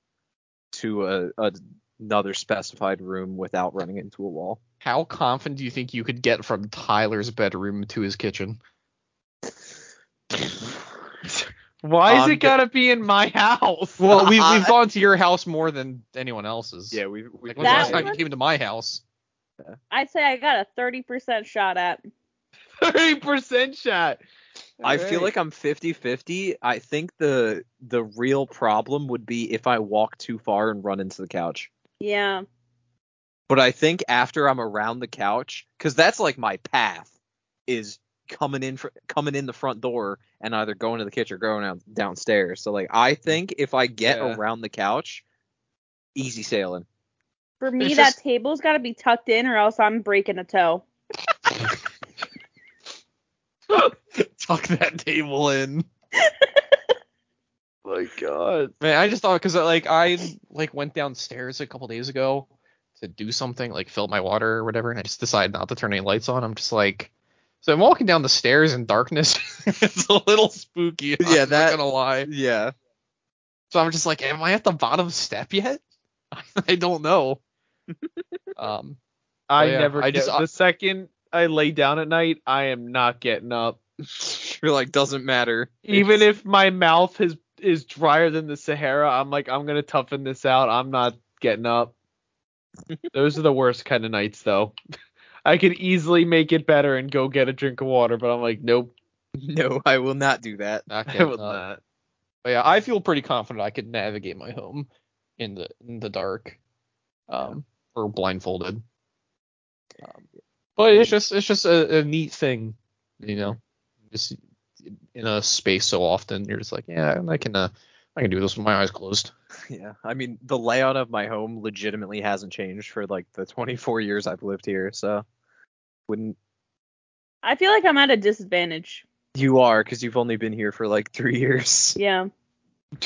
S1: to a, a- another specified room without running into a wall.
S4: how confident do you think you could get from tyler's bedroom to his kitchen
S2: Why is
S1: Um,
S2: it gotta be in my house?
S4: well we,
S1: I-
S4: we've gone to your house more than anyone else's
S1: Yeah, we we
S4: like when's the last
S3: That
S4: time you
S3: was-
S4: came to my house
S3: I'd say I got a thirty percent shot at.
S2: Thirty percent shot.
S1: I feel
S2: Alright.
S1: like I'm 50-50. I think the the real problem would be if I walk too far and run into the couch.
S3: Yeah.
S1: But I think after I'm around the couch, because that's like my path is coming in fr- coming in the front door and either going to the kitchen or going down, downstairs. So like I think if I get
S2: Yeah.
S1: around the couch, easy sailing.
S3: For me,
S4: There's
S3: that
S4: just-
S3: table's got to be tucked in, or else I'm breaking a toe.
S4: tuck that table in
S2: my god.
S4: Man, I just thought because like I like went downstairs a couple days ago to do something, like fill my water or whatever, and I just decided not to turn any lights on. I'm just like, so I'm walking down the stairs in darkness. it's a little spooky. I'm
S1: Yeah, that-
S4: not gonna lie.
S1: Yeah.
S4: So I'm just like, am I at the bottom step yet? I don't know. um,
S2: I
S4: Oh, yeah.
S2: never
S4: I
S2: get
S4: just-
S2: the second I lay down at night, I am not getting up.
S1: You're like doesn't matter.
S2: Even if my mouth is is drier than the Sahara, I'm like, I'm gonna toughen this out. I'm not getting up. Those are the worst kind of nights though. I could easily make it better and go get a drink of water, but I'm like, nope,
S1: No, I will not do that.
S4: not
S2: I will
S4: getting up.
S2: not.
S4: But yeah, I feel pretty confident I could navigate my home in the in the dark, um, or blindfolded. Um, but it's just it's just a, a neat thing, you know, just in a space so often you're just like, yeah, I can uh, I can do this with my eyes closed.
S1: Yeah. I mean, the layout of my home legitimately hasn't changed for like the 24 years I've lived here, so wouldn't
S3: I feel like I'm at a disadvantage.
S1: you are because you've only been here for like three years.
S3: Yeah.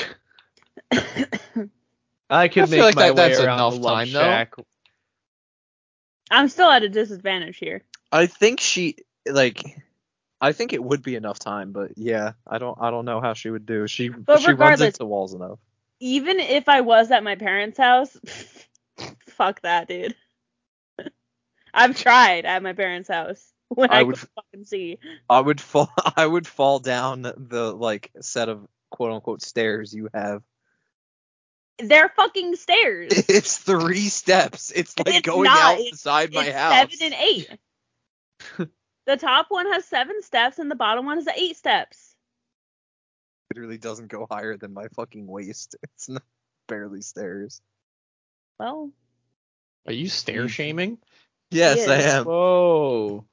S2: I could
S4: I feel
S2: make
S4: like
S2: my
S4: that-
S2: way
S4: that's
S2: around
S4: enough
S2: the love
S4: time, though.
S2: shack.
S3: I'm still at a disadvantage here.
S1: I think she like I think it would be enough time, but yeah, I don't I don't know how she would do. She
S3: But
S1: she runs
S3: regardless-
S1: into walls enough.
S3: Even if I was at my parents' house, fuck that, dude. I've tried at my parents' house when
S1: I
S3: I,
S1: would-
S3: could fucking see.
S1: I would fall I would fall down the like set of quote unquote stairs you have.
S3: They're fucking stairs.
S1: It's three steps. It's like
S3: It's
S1: going
S3: not.
S1: outside beside my
S3: it's
S1: house.
S3: seven and eight. the top one has seven steps and the bottom one has eight steps.
S1: literally doesn't go higher than my fucking waist. It's not, barely stairs.
S3: Well,
S4: Are you stair shaming?
S1: Yes, I
S3: is.
S1: am.
S2: Whoa.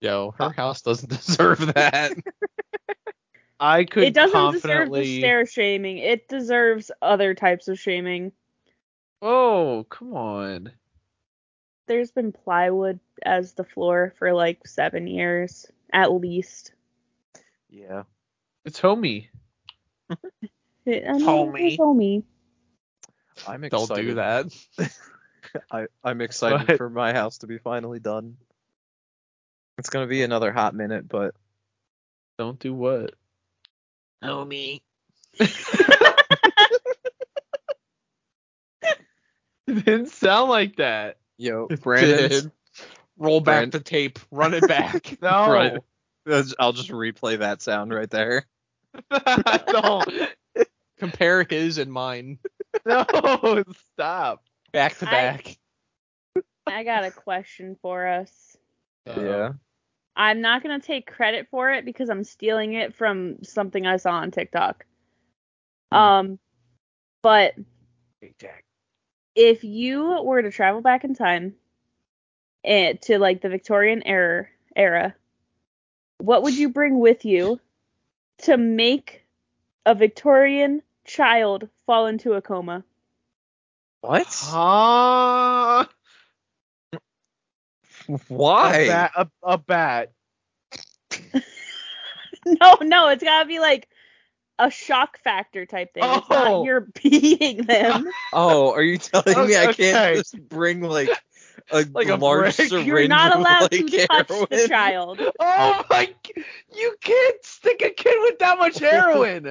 S4: Yo, her house doesn't deserve that.
S2: I could
S3: it doesn't
S2: confidently.
S3: deserve the stair shaming. It deserves other types of shaming.
S2: Oh, come on.
S3: There's been plywood as the floor for like seven years at least.
S1: Yeah.
S2: It's homie.
S3: It, I mean,
S2: Homie.
S3: it's Homie.
S1: I'm
S4: Don't
S1: excited.
S4: do that.
S1: I, I'm excited
S2: But-
S1: for my house to be finally done. It's gonna be another hot minute, but
S2: Don't do what?
S4: Homie.
S2: It didn't sound like that.
S1: yo,
S4: Brandon.
S1: Brandon,
S4: Roll back
S1: Brand-
S4: the tape. Run it back.
S2: No.
S1: Right. I'll just replay that sound right there.
S2: no.
S4: Compare his and mine
S2: No. Stop.
S4: back to
S3: I-
S4: back.
S3: I got a question for us. Uh,
S1: yeah.
S3: I'm not gonna take credit for it because I'm stealing it from something I saw on TikTok. Um, but if you were to travel back in time eh, to like the Victorian era, era, what would you bring with you to make a Victorian child fall into a coma?
S1: What?
S2: Huh? A
S1: Why?
S2: bat. A, a bat.
S3: No, no, it's gotta be like a shock factor type thing. It's
S2: Oh.
S3: not you're beating them.
S1: Oh, are you telling me I
S2: Okay.
S1: can't just bring like a
S2: Like a
S1: large
S2: brick. You're
S1: syringe
S3: You're not
S1: of,
S3: allowed
S1: like,
S3: to touch the
S1: heroin?
S3: child.
S2: Oh my! g- You can't stick a kid with that much heroin.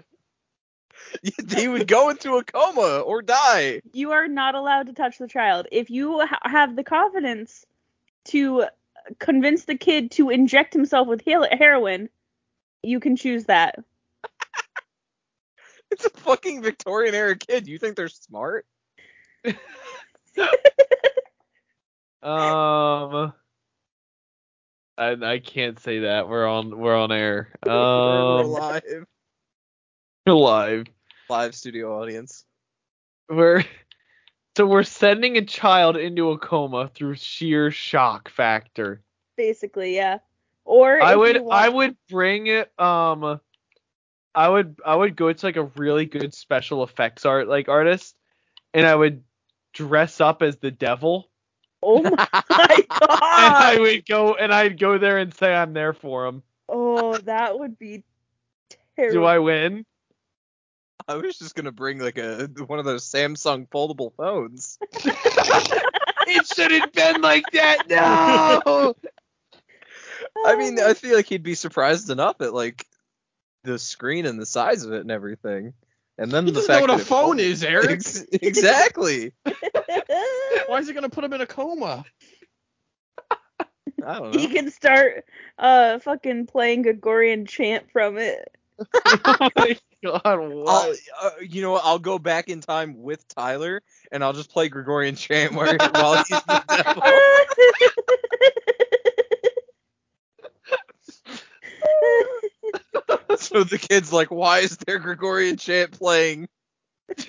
S1: he would go into a coma or die.
S3: You are not allowed to touch the child. If you ha- have the confidence to convince the kid to inject himself with hel- heroin, you can choose that.
S1: It's a fucking Victorian era kid. You think they're smart?
S2: Um, I I can't say that. We're on we're on air.
S1: We're
S2: Um,
S1: live,
S2: we're live.
S1: live studio audience.
S2: We're so we're sending a child into a coma through sheer shock factor.
S3: Basically, yeah. Or
S2: I
S3: if
S2: would
S3: you want-
S2: I would bring it. Um, I would I would go to like a really good special effects art like artist, and I would dress up as the devil.
S3: Oh my
S2: and I
S3: god.
S2: would go and I'd go there and say I'm there for him.
S3: Oh, that would be
S2: Do
S3: terrible.
S2: I win?
S1: I was just gonna bring like a one of those Samsung foldable phones.
S2: It shouldn't been like that. No.
S1: I mean, I feel like he'd be surprised enough at like the screen and the size of it and everything, and then
S4: He
S1: the
S4: doesn't know
S1: fact
S4: what a
S1: that it
S4: phone
S1: folds.
S4: is, Eric.
S1: Ex- exactly.
S4: Why is it gonna put him in a coma?
S1: I don't
S3: he
S1: know.
S3: can start uh fucking playing Gregorian chant from it.
S2: oh my god.
S1: I'll,
S2: What?
S1: uh, you know what? I'll go back in time with Tyler, and I'll just play Gregorian chant while while he's the devil. So the kid's like, why is there Gregorian chant playing?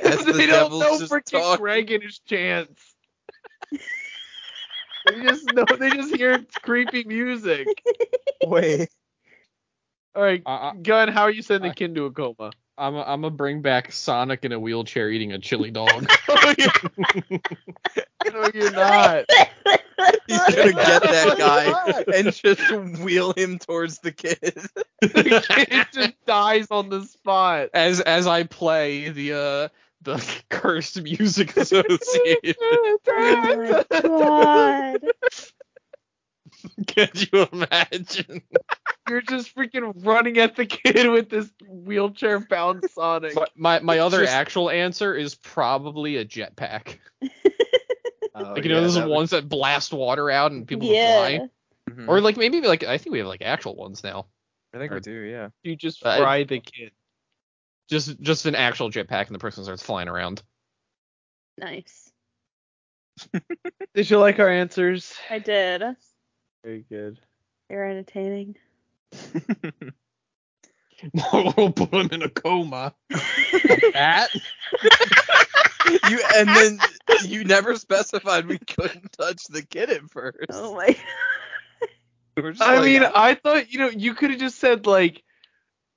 S1: As the
S2: they don't
S1: devil's
S2: know
S1: just
S2: freaking
S1: talking.
S2: Greg and his chance. they just know. They just hear creepy music.
S1: Wait.
S2: All right,
S4: I,
S2: Gun. How are you sending Kin to a coma?
S4: I'm i I'm gonna bring back Sonic in a wheelchair eating a chili dog.
S2: No, you're not.
S1: He's gonna get that guy and just wheel him towards the kid.
S2: it just dies on the spot.
S4: as as I play the uh the cursed music associated.
S3: Oh my god.
S4: Could you imagine?
S2: You're just freaking running at the kid with this wheelchair bound Sonic.
S4: My my, my other
S2: Just-
S4: actual answer is probably a jetpack. Like you know
S1: this
S4: those
S1: is
S4: ones Oh, that blast water out and people
S3: yeah.
S4: fly. Or like maybe like I think we have like actual ones now.
S1: Mm-hmm. I think we do, yeah.
S2: You just
S4: I-
S2: fry the kid.
S4: Just just an actual jetpack and the person starts flying around.
S3: Nice.
S2: Did you like our answers?
S3: I did.
S2: Very good.
S3: You're entertaining.
S4: we'll put him in a coma. That
S1: You and then you never specified we couldn't touch the kid at first.
S3: Oh my.
S1: We're just like,
S2: I
S4: uh,
S1: uh,
S2: mean, I thought you know you could have just said like,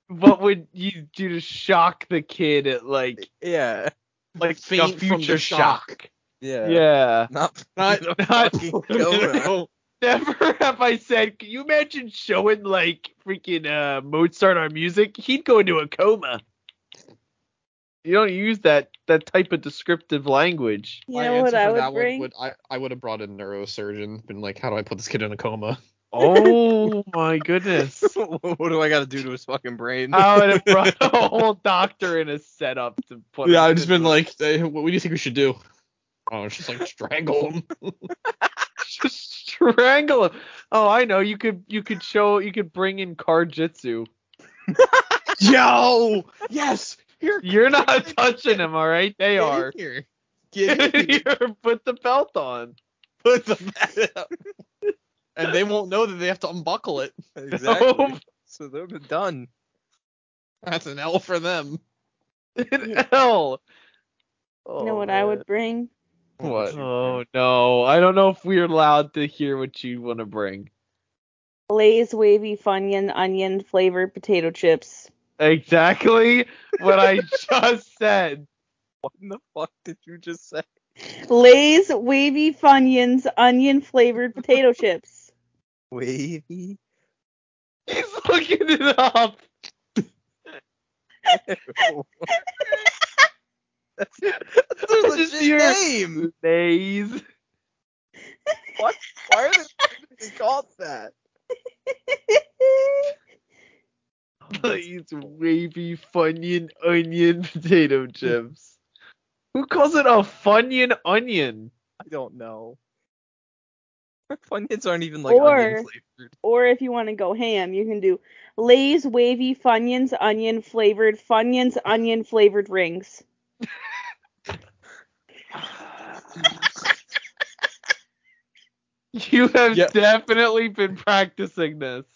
S2: what would you do to shock the kid at like
S1: yeah,
S2: like
S4: faint
S2: a
S4: from the
S2: future shock?
S1: yeah,
S2: Yeah.
S1: Not,
S2: Not-
S1: not,
S2: not-
S1: fucking Cobra.
S2: Never have I said. Can you imagine showing like freaking uh, Mozart our music? He'd go into a coma. You don't use that that type of descriptive language.
S3: You know what I would bring?
S4: I, I would have brought a neurosurgeon, been like, how do I put this kid in a coma?
S2: Oh my goodness!
S1: what do I got to do to his fucking brain?
S2: I would have brought a whole doctor in a setup to put.
S4: yeah,
S2: him
S4: I've just
S2: in
S4: been like, "Hey, what do you think we should do? Oh, it's just like strangle him.
S2: just strangle him. Oh, I know. You could you could show you could bring in car jitsu.
S4: Yo, yes, here,
S2: You're not touching him, all right? They
S4: get in
S2: are.
S4: here. Get in here.
S2: You're- Put the belt on.
S4: Put the bat up. and they won't know that they have to unbuckle it.
S1: Oh exactly.
S2: No.
S1: So they're done.
S4: That's an L for them.
S2: An L.
S3: you
S4: Oh,
S3: know what I would bring?
S4: What?
S2: Oh no! I don't know if we're allowed to hear what you want to bring.
S3: Lay's wavy funyun onion flavored potato chips.
S2: Exactly what I just said.
S1: What in the fuck did you just say?
S3: Lay's wavy funyuns onion flavored potato chips.
S1: Wavy.
S2: He's looking it up.
S1: That's, that's their
S2: I just
S1: legit
S2: hear-
S1: name.
S2: Days.
S1: Why are they called that?
S2: Please, wavy Funyun onion potato chips. Who calls it a Funyun onion?
S1: I don't know. Funyuns aren't even like
S3: Or-
S1: onion flavored.
S3: or if you want to go ham, you can do Lay's wavy funyuns onion flavored funyuns onion flavored rings.
S2: You have
S4: Yeah.
S2: definitely been practicing this.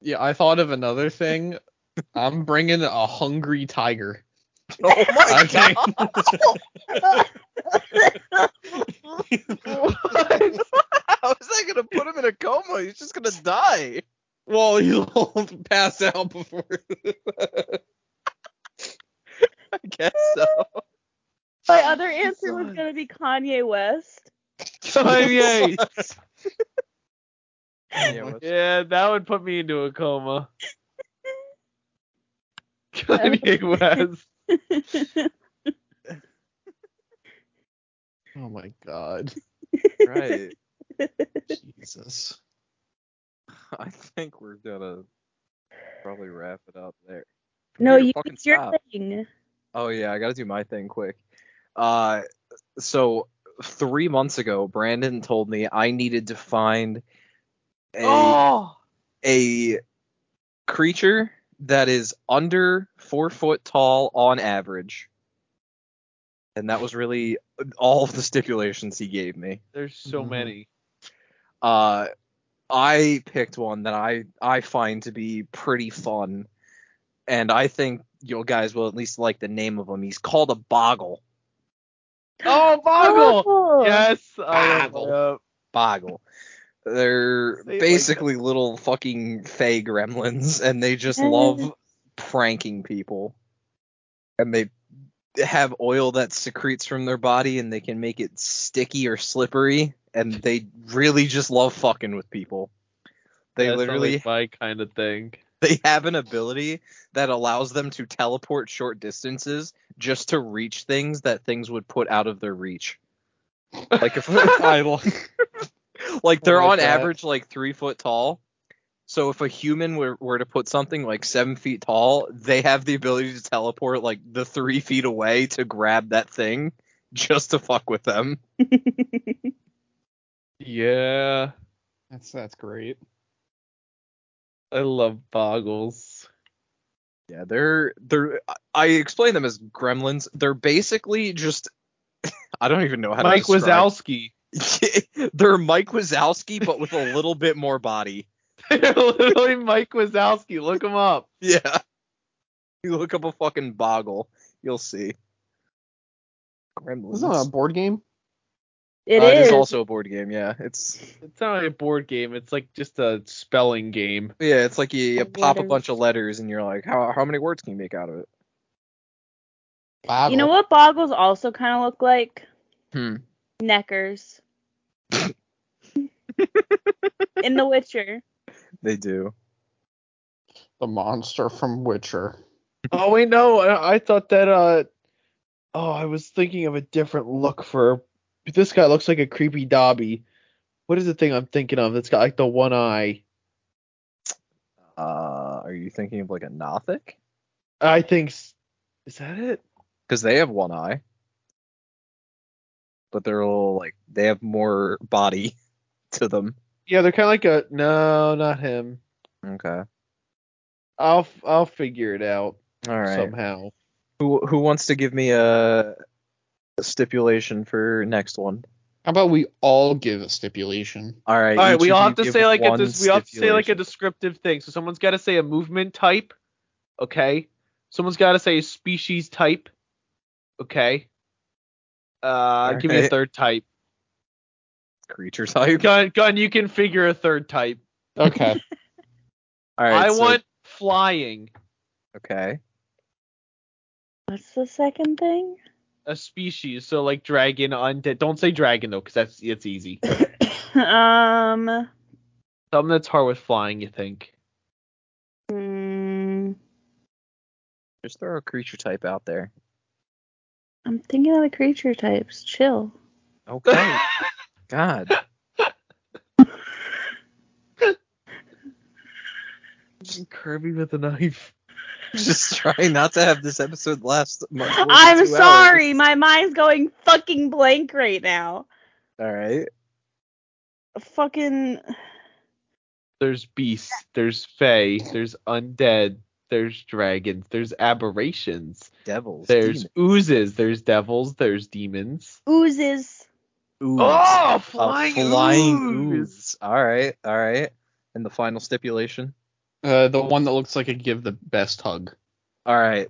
S4: Yeah, I thought of another thing. I'm bringing a hungry tiger.
S1: Oh my
S4: Okay.
S1: god. How is that gonna put him in a coma? He's just gonna die.
S4: Well, he'll pass out before.
S1: I guess so.
S3: My other answer was gonna be Kanye West.
S2: Kanye.
S1: Yeah, well,
S2: Yeah, that would put me into a coma.
S3: would-
S2: Kanye West.
S4: Oh my god.
S1: right.
S4: Jesus.
S1: I think we're gonna probably wrap it up there.
S3: no,
S1: Computer,
S3: you
S1: fucking
S3: it's your
S1: stop.
S3: thing.
S1: Oh yeah, I gotta do my thing quick. Uh, so three months ago, Brandon told me I needed to find a
S2: Oh,
S1: a creature that is under four foot tall on average, and that was really all of the stipulations he gave me.
S2: there's so
S1: Mm-hmm.
S4: Mhm.
S2: many.
S1: Uh, I picked one that I I find to be pretty fun, and I think you guys will at least like the name of him. He's called a boggle.
S2: Oh, Boggle.
S3: Oh.
S2: Yes, I
S4: Boggle.
S2: uh,
S1: Boggle. They're
S2: Say it like
S1: basically little fucking fey gremlins, and they just love pranking people. And they have oil that secretes from their body, and they can make it sticky or slippery. And they really just love fucking with people. They
S2: That's not,
S1: literally
S2: like my kind of thing.
S1: they have an ability that allows them to teleport short distances just to reach things that things would put out of their reach. Like if I lo- like they're
S5: like
S1: on
S5: that.
S1: average like three foot tall. So if a human were, were to put something like seven feet tall, they have the ability to teleport like the three feet away to grab that thing just to fuck with them.
S2: Yeah,
S4: That's that's great.
S2: I love boggles.
S1: Yeah, they're they're I explain them as gremlins. They're basically just I don't even know how
S2: Mike
S1: to describe
S2: Wazowski.
S1: they're Mike Wazowski, but with a little bit more body.
S2: Literally Mike Wazowski. Look him up.
S1: Yeah. You look up a fucking boggle, you'll see. Gremlins.
S4: This is not a board game.
S1: Uh,
S3: It
S1: it
S3: is.
S1: is also a board game. Yeah, it's
S2: It's not a board game. It's like just a spelling game.
S1: yeah, it's like you, you
S3: Letters.
S1: pop a bunch of letters and you're like, how how many words can you make out of it?
S4: Boggle.
S3: you know what boggles also kind of look like?
S1: Hmm.
S3: Neckers. In The Witcher.
S1: They do.
S4: The monster from Witcher.
S2: Oh wait, no. I, I thought that. uh Oh, I was thinking of a different look for. This guy looks like a creepy Dobby. What is the thing I'm thinking of that's got like the one eye?
S1: Uh, are you thinking of like a Nothic?
S2: I think. s- Is that it?
S1: Because they have one eye, but they're a little like they have more body to them.
S2: Yeah, they're kind of like a. No, not him.
S1: Okay.
S2: I'll f- I'll figure it out
S1: All right.
S2: somehow.
S1: Who who wants to give me a, a stipulation for next one?
S4: How about we all give a stipulation?
S1: All right.
S2: All right,
S1: each
S2: we
S1: of
S2: all
S1: you
S2: have to
S1: give
S2: say like a
S1: one
S2: dis- we all have to say like
S1: stipulation.
S2: a descriptive thing. So someone's got to say a movement type, okay? Someone's got to say a species type, okay? Uh, give me a
S1: Alright.
S2: third type.
S1: creature type.
S2: Gun, gun, you can figure a third type.
S4: Okay.
S1: All right.
S2: I
S1: so-
S2: want flying,
S1: Okay.
S3: What's the second thing?
S2: a species. So like dragon, undead. Don't say dragon though, because that's it's easy.
S3: um.
S2: Something that's hard with flying, you think?
S3: hmm,
S1: Just throw a creature type out there.
S3: I'm thinking of the creature types. Chill.
S1: Okay. God.
S2: Kirby with a knife.
S1: Just trying not to have this episode last much. more than
S3: I'm
S1: two
S3: sorry. My mind's going fucking blank right now.
S1: Hours. All right.
S3: Fucking.
S2: There's beasts. There's fae. There's undead. There's dragons. There's aberrations.
S1: Devils.
S2: There's
S1: demons.
S2: oozes. There's devils. There's demons.
S3: oozes.
S1: Ooze.
S2: Oh,
S1: A
S2: flying,
S1: flying
S2: ooze.
S1: ooze. All right. All right. And the final stipulation.
S4: uh, the one that looks like it give the best hug.
S1: All right.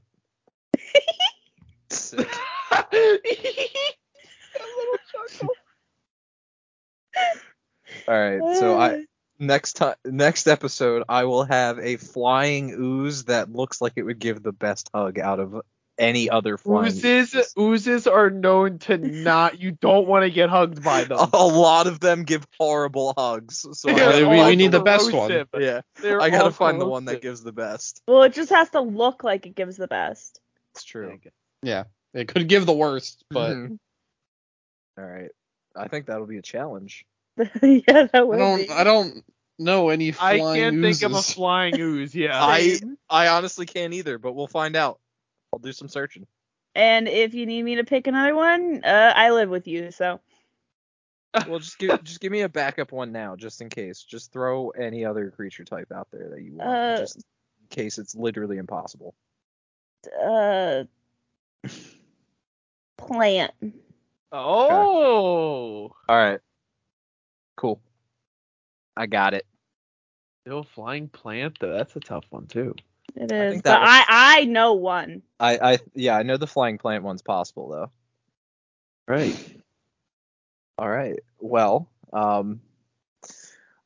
S1: All right. So I next time next episode i will have a flying ooze that looks like it would give the best hug out of any other flying
S2: Oozes, oozes are known to not. You don't want to get hugged by them.
S1: a lot of them give horrible hugs so
S4: Yeah,
S1: I,
S4: we-
S2: They're
S4: we
S2: all
S4: need the best one.
S2: corrosive.
S1: yeah
S2: They're
S1: i gotta
S2: all
S1: find the one that
S2: corrosive.
S1: gives the best
S3: Well, it just has to look like it gives the best.
S1: it's true
S4: Yeah. It could give the worst, but
S2: Hmm.
S1: Mhm. all right i think that'll be a challenge
S3: yeah, that would
S4: I don't
S3: be.
S4: I don't know any
S2: I
S4: flying
S2: can't
S4: oozes.
S2: think of a flying ooze. Yeah.
S1: i i honestly can't either but we'll find out i'll do some searching
S3: And if you need me to pick another one, uh, I live with you, so
S1: well just give just give me a backup one now just in case just throw any other creature type out there that you want
S3: Uh,
S1: just in case it's literally impossible
S3: uh, plant.
S2: oh.
S1: all right cool i got it
S2: Still flying plant though. That's a tough one too.
S3: It
S1: I
S3: is,
S1: think that
S3: but
S1: was-
S3: I I know one.
S1: i i yeah i know the flying plant one's possible though
S2: Right.
S1: all right well um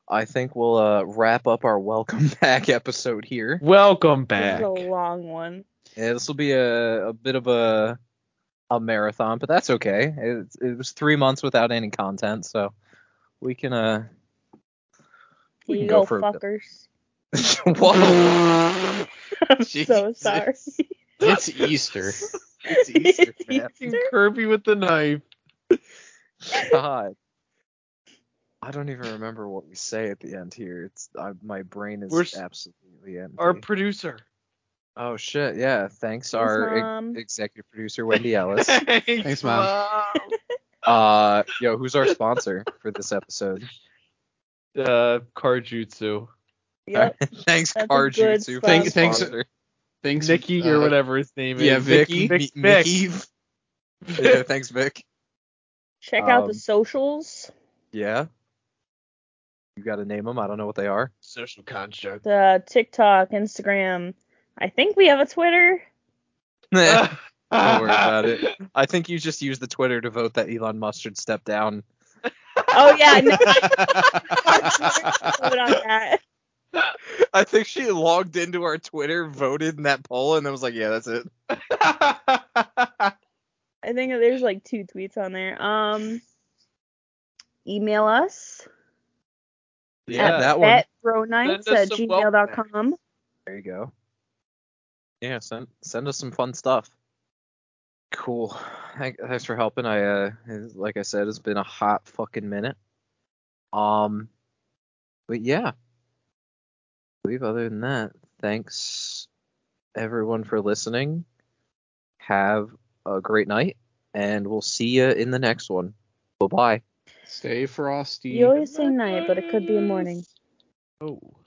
S1: I think we'll uh, wrap up our welcome back episode here.
S2: Welcome
S3: This is
S2: back.
S3: a long one.
S1: Yeah, this will be a, a bit of a a marathon, but that's okay. It, it was three months without any content, so we can uh.
S3: Here
S1: We
S3: you
S1: can go
S3: go,
S1: for a bit.
S3: fuckers.
S1: Whoa.
S3: I'm so
S4: Jesus.
S3: sorry.
S4: It's Easter. It's Easter. man.
S2: Fucking Kirby with the knife.
S1: God. I don't even remember what we say at the end here. It's I, my brain is
S2: We're s-
S1: absolutely empty.
S2: Our producer.
S1: oh shit, yeah. Thanks,
S3: Thanks,
S1: our ex-
S3: Mom.
S1: executive producer Wendy Ellis.
S2: Thanks,
S4: Mom.
S1: uh, yo, who's our sponsor for this episode?
S2: Mom. Uh, Karjutsu.
S3: Yep.
S1: thanks,
S3: That's a good
S1: Karjutsu. for
S3: Thanks-
S1: the
S4: thanks-
S1: sponsor.
S4: Thanks,
S2: Nikki
S4: uh,
S2: or whatever his name is.
S4: yeah, Vic.
S1: Vicky,
S2: Vic,
S1: Mi-
S2: Vic.
S1: Mickey. Yeah, thanks, Vic.
S3: Check out
S1: Um,
S3: the socials.
S1: Yeah. You got to name them. I don't know what they are.
S2: Social construct.
S3: The TikTok, Instagram. I think we have a Twitter.
S1: Don't worry about it. I think you just used the Twitter to vote that Elon Mustard stepped down.
S3: Oh yeah, no, I vote on that.
S1: I think she logged into our Twitter, voted in that poll, and then was like, "Yeah, that's it."
S3: I think there's like two tweets on there. Um, email us
S1: Yeah,
S2: Yeah.
S1: that one.
S3: at bronites
S2: Send us
S3: at
S2: some welcome
S3: gmail.com.
S1: There you go. Yeah, send send us some fun stuff. Cool. Thank- Thanks for helping. I uh, it's- like I said, it's been a hot fucking minute. Um, but yeah, I believe other than that, thanks everyone for listening. Have a great night, and we'll see you in the next one. Bye bye.
S4: Stay frosty.
S3: You always say night, but it could be a morning.
S2: Oh.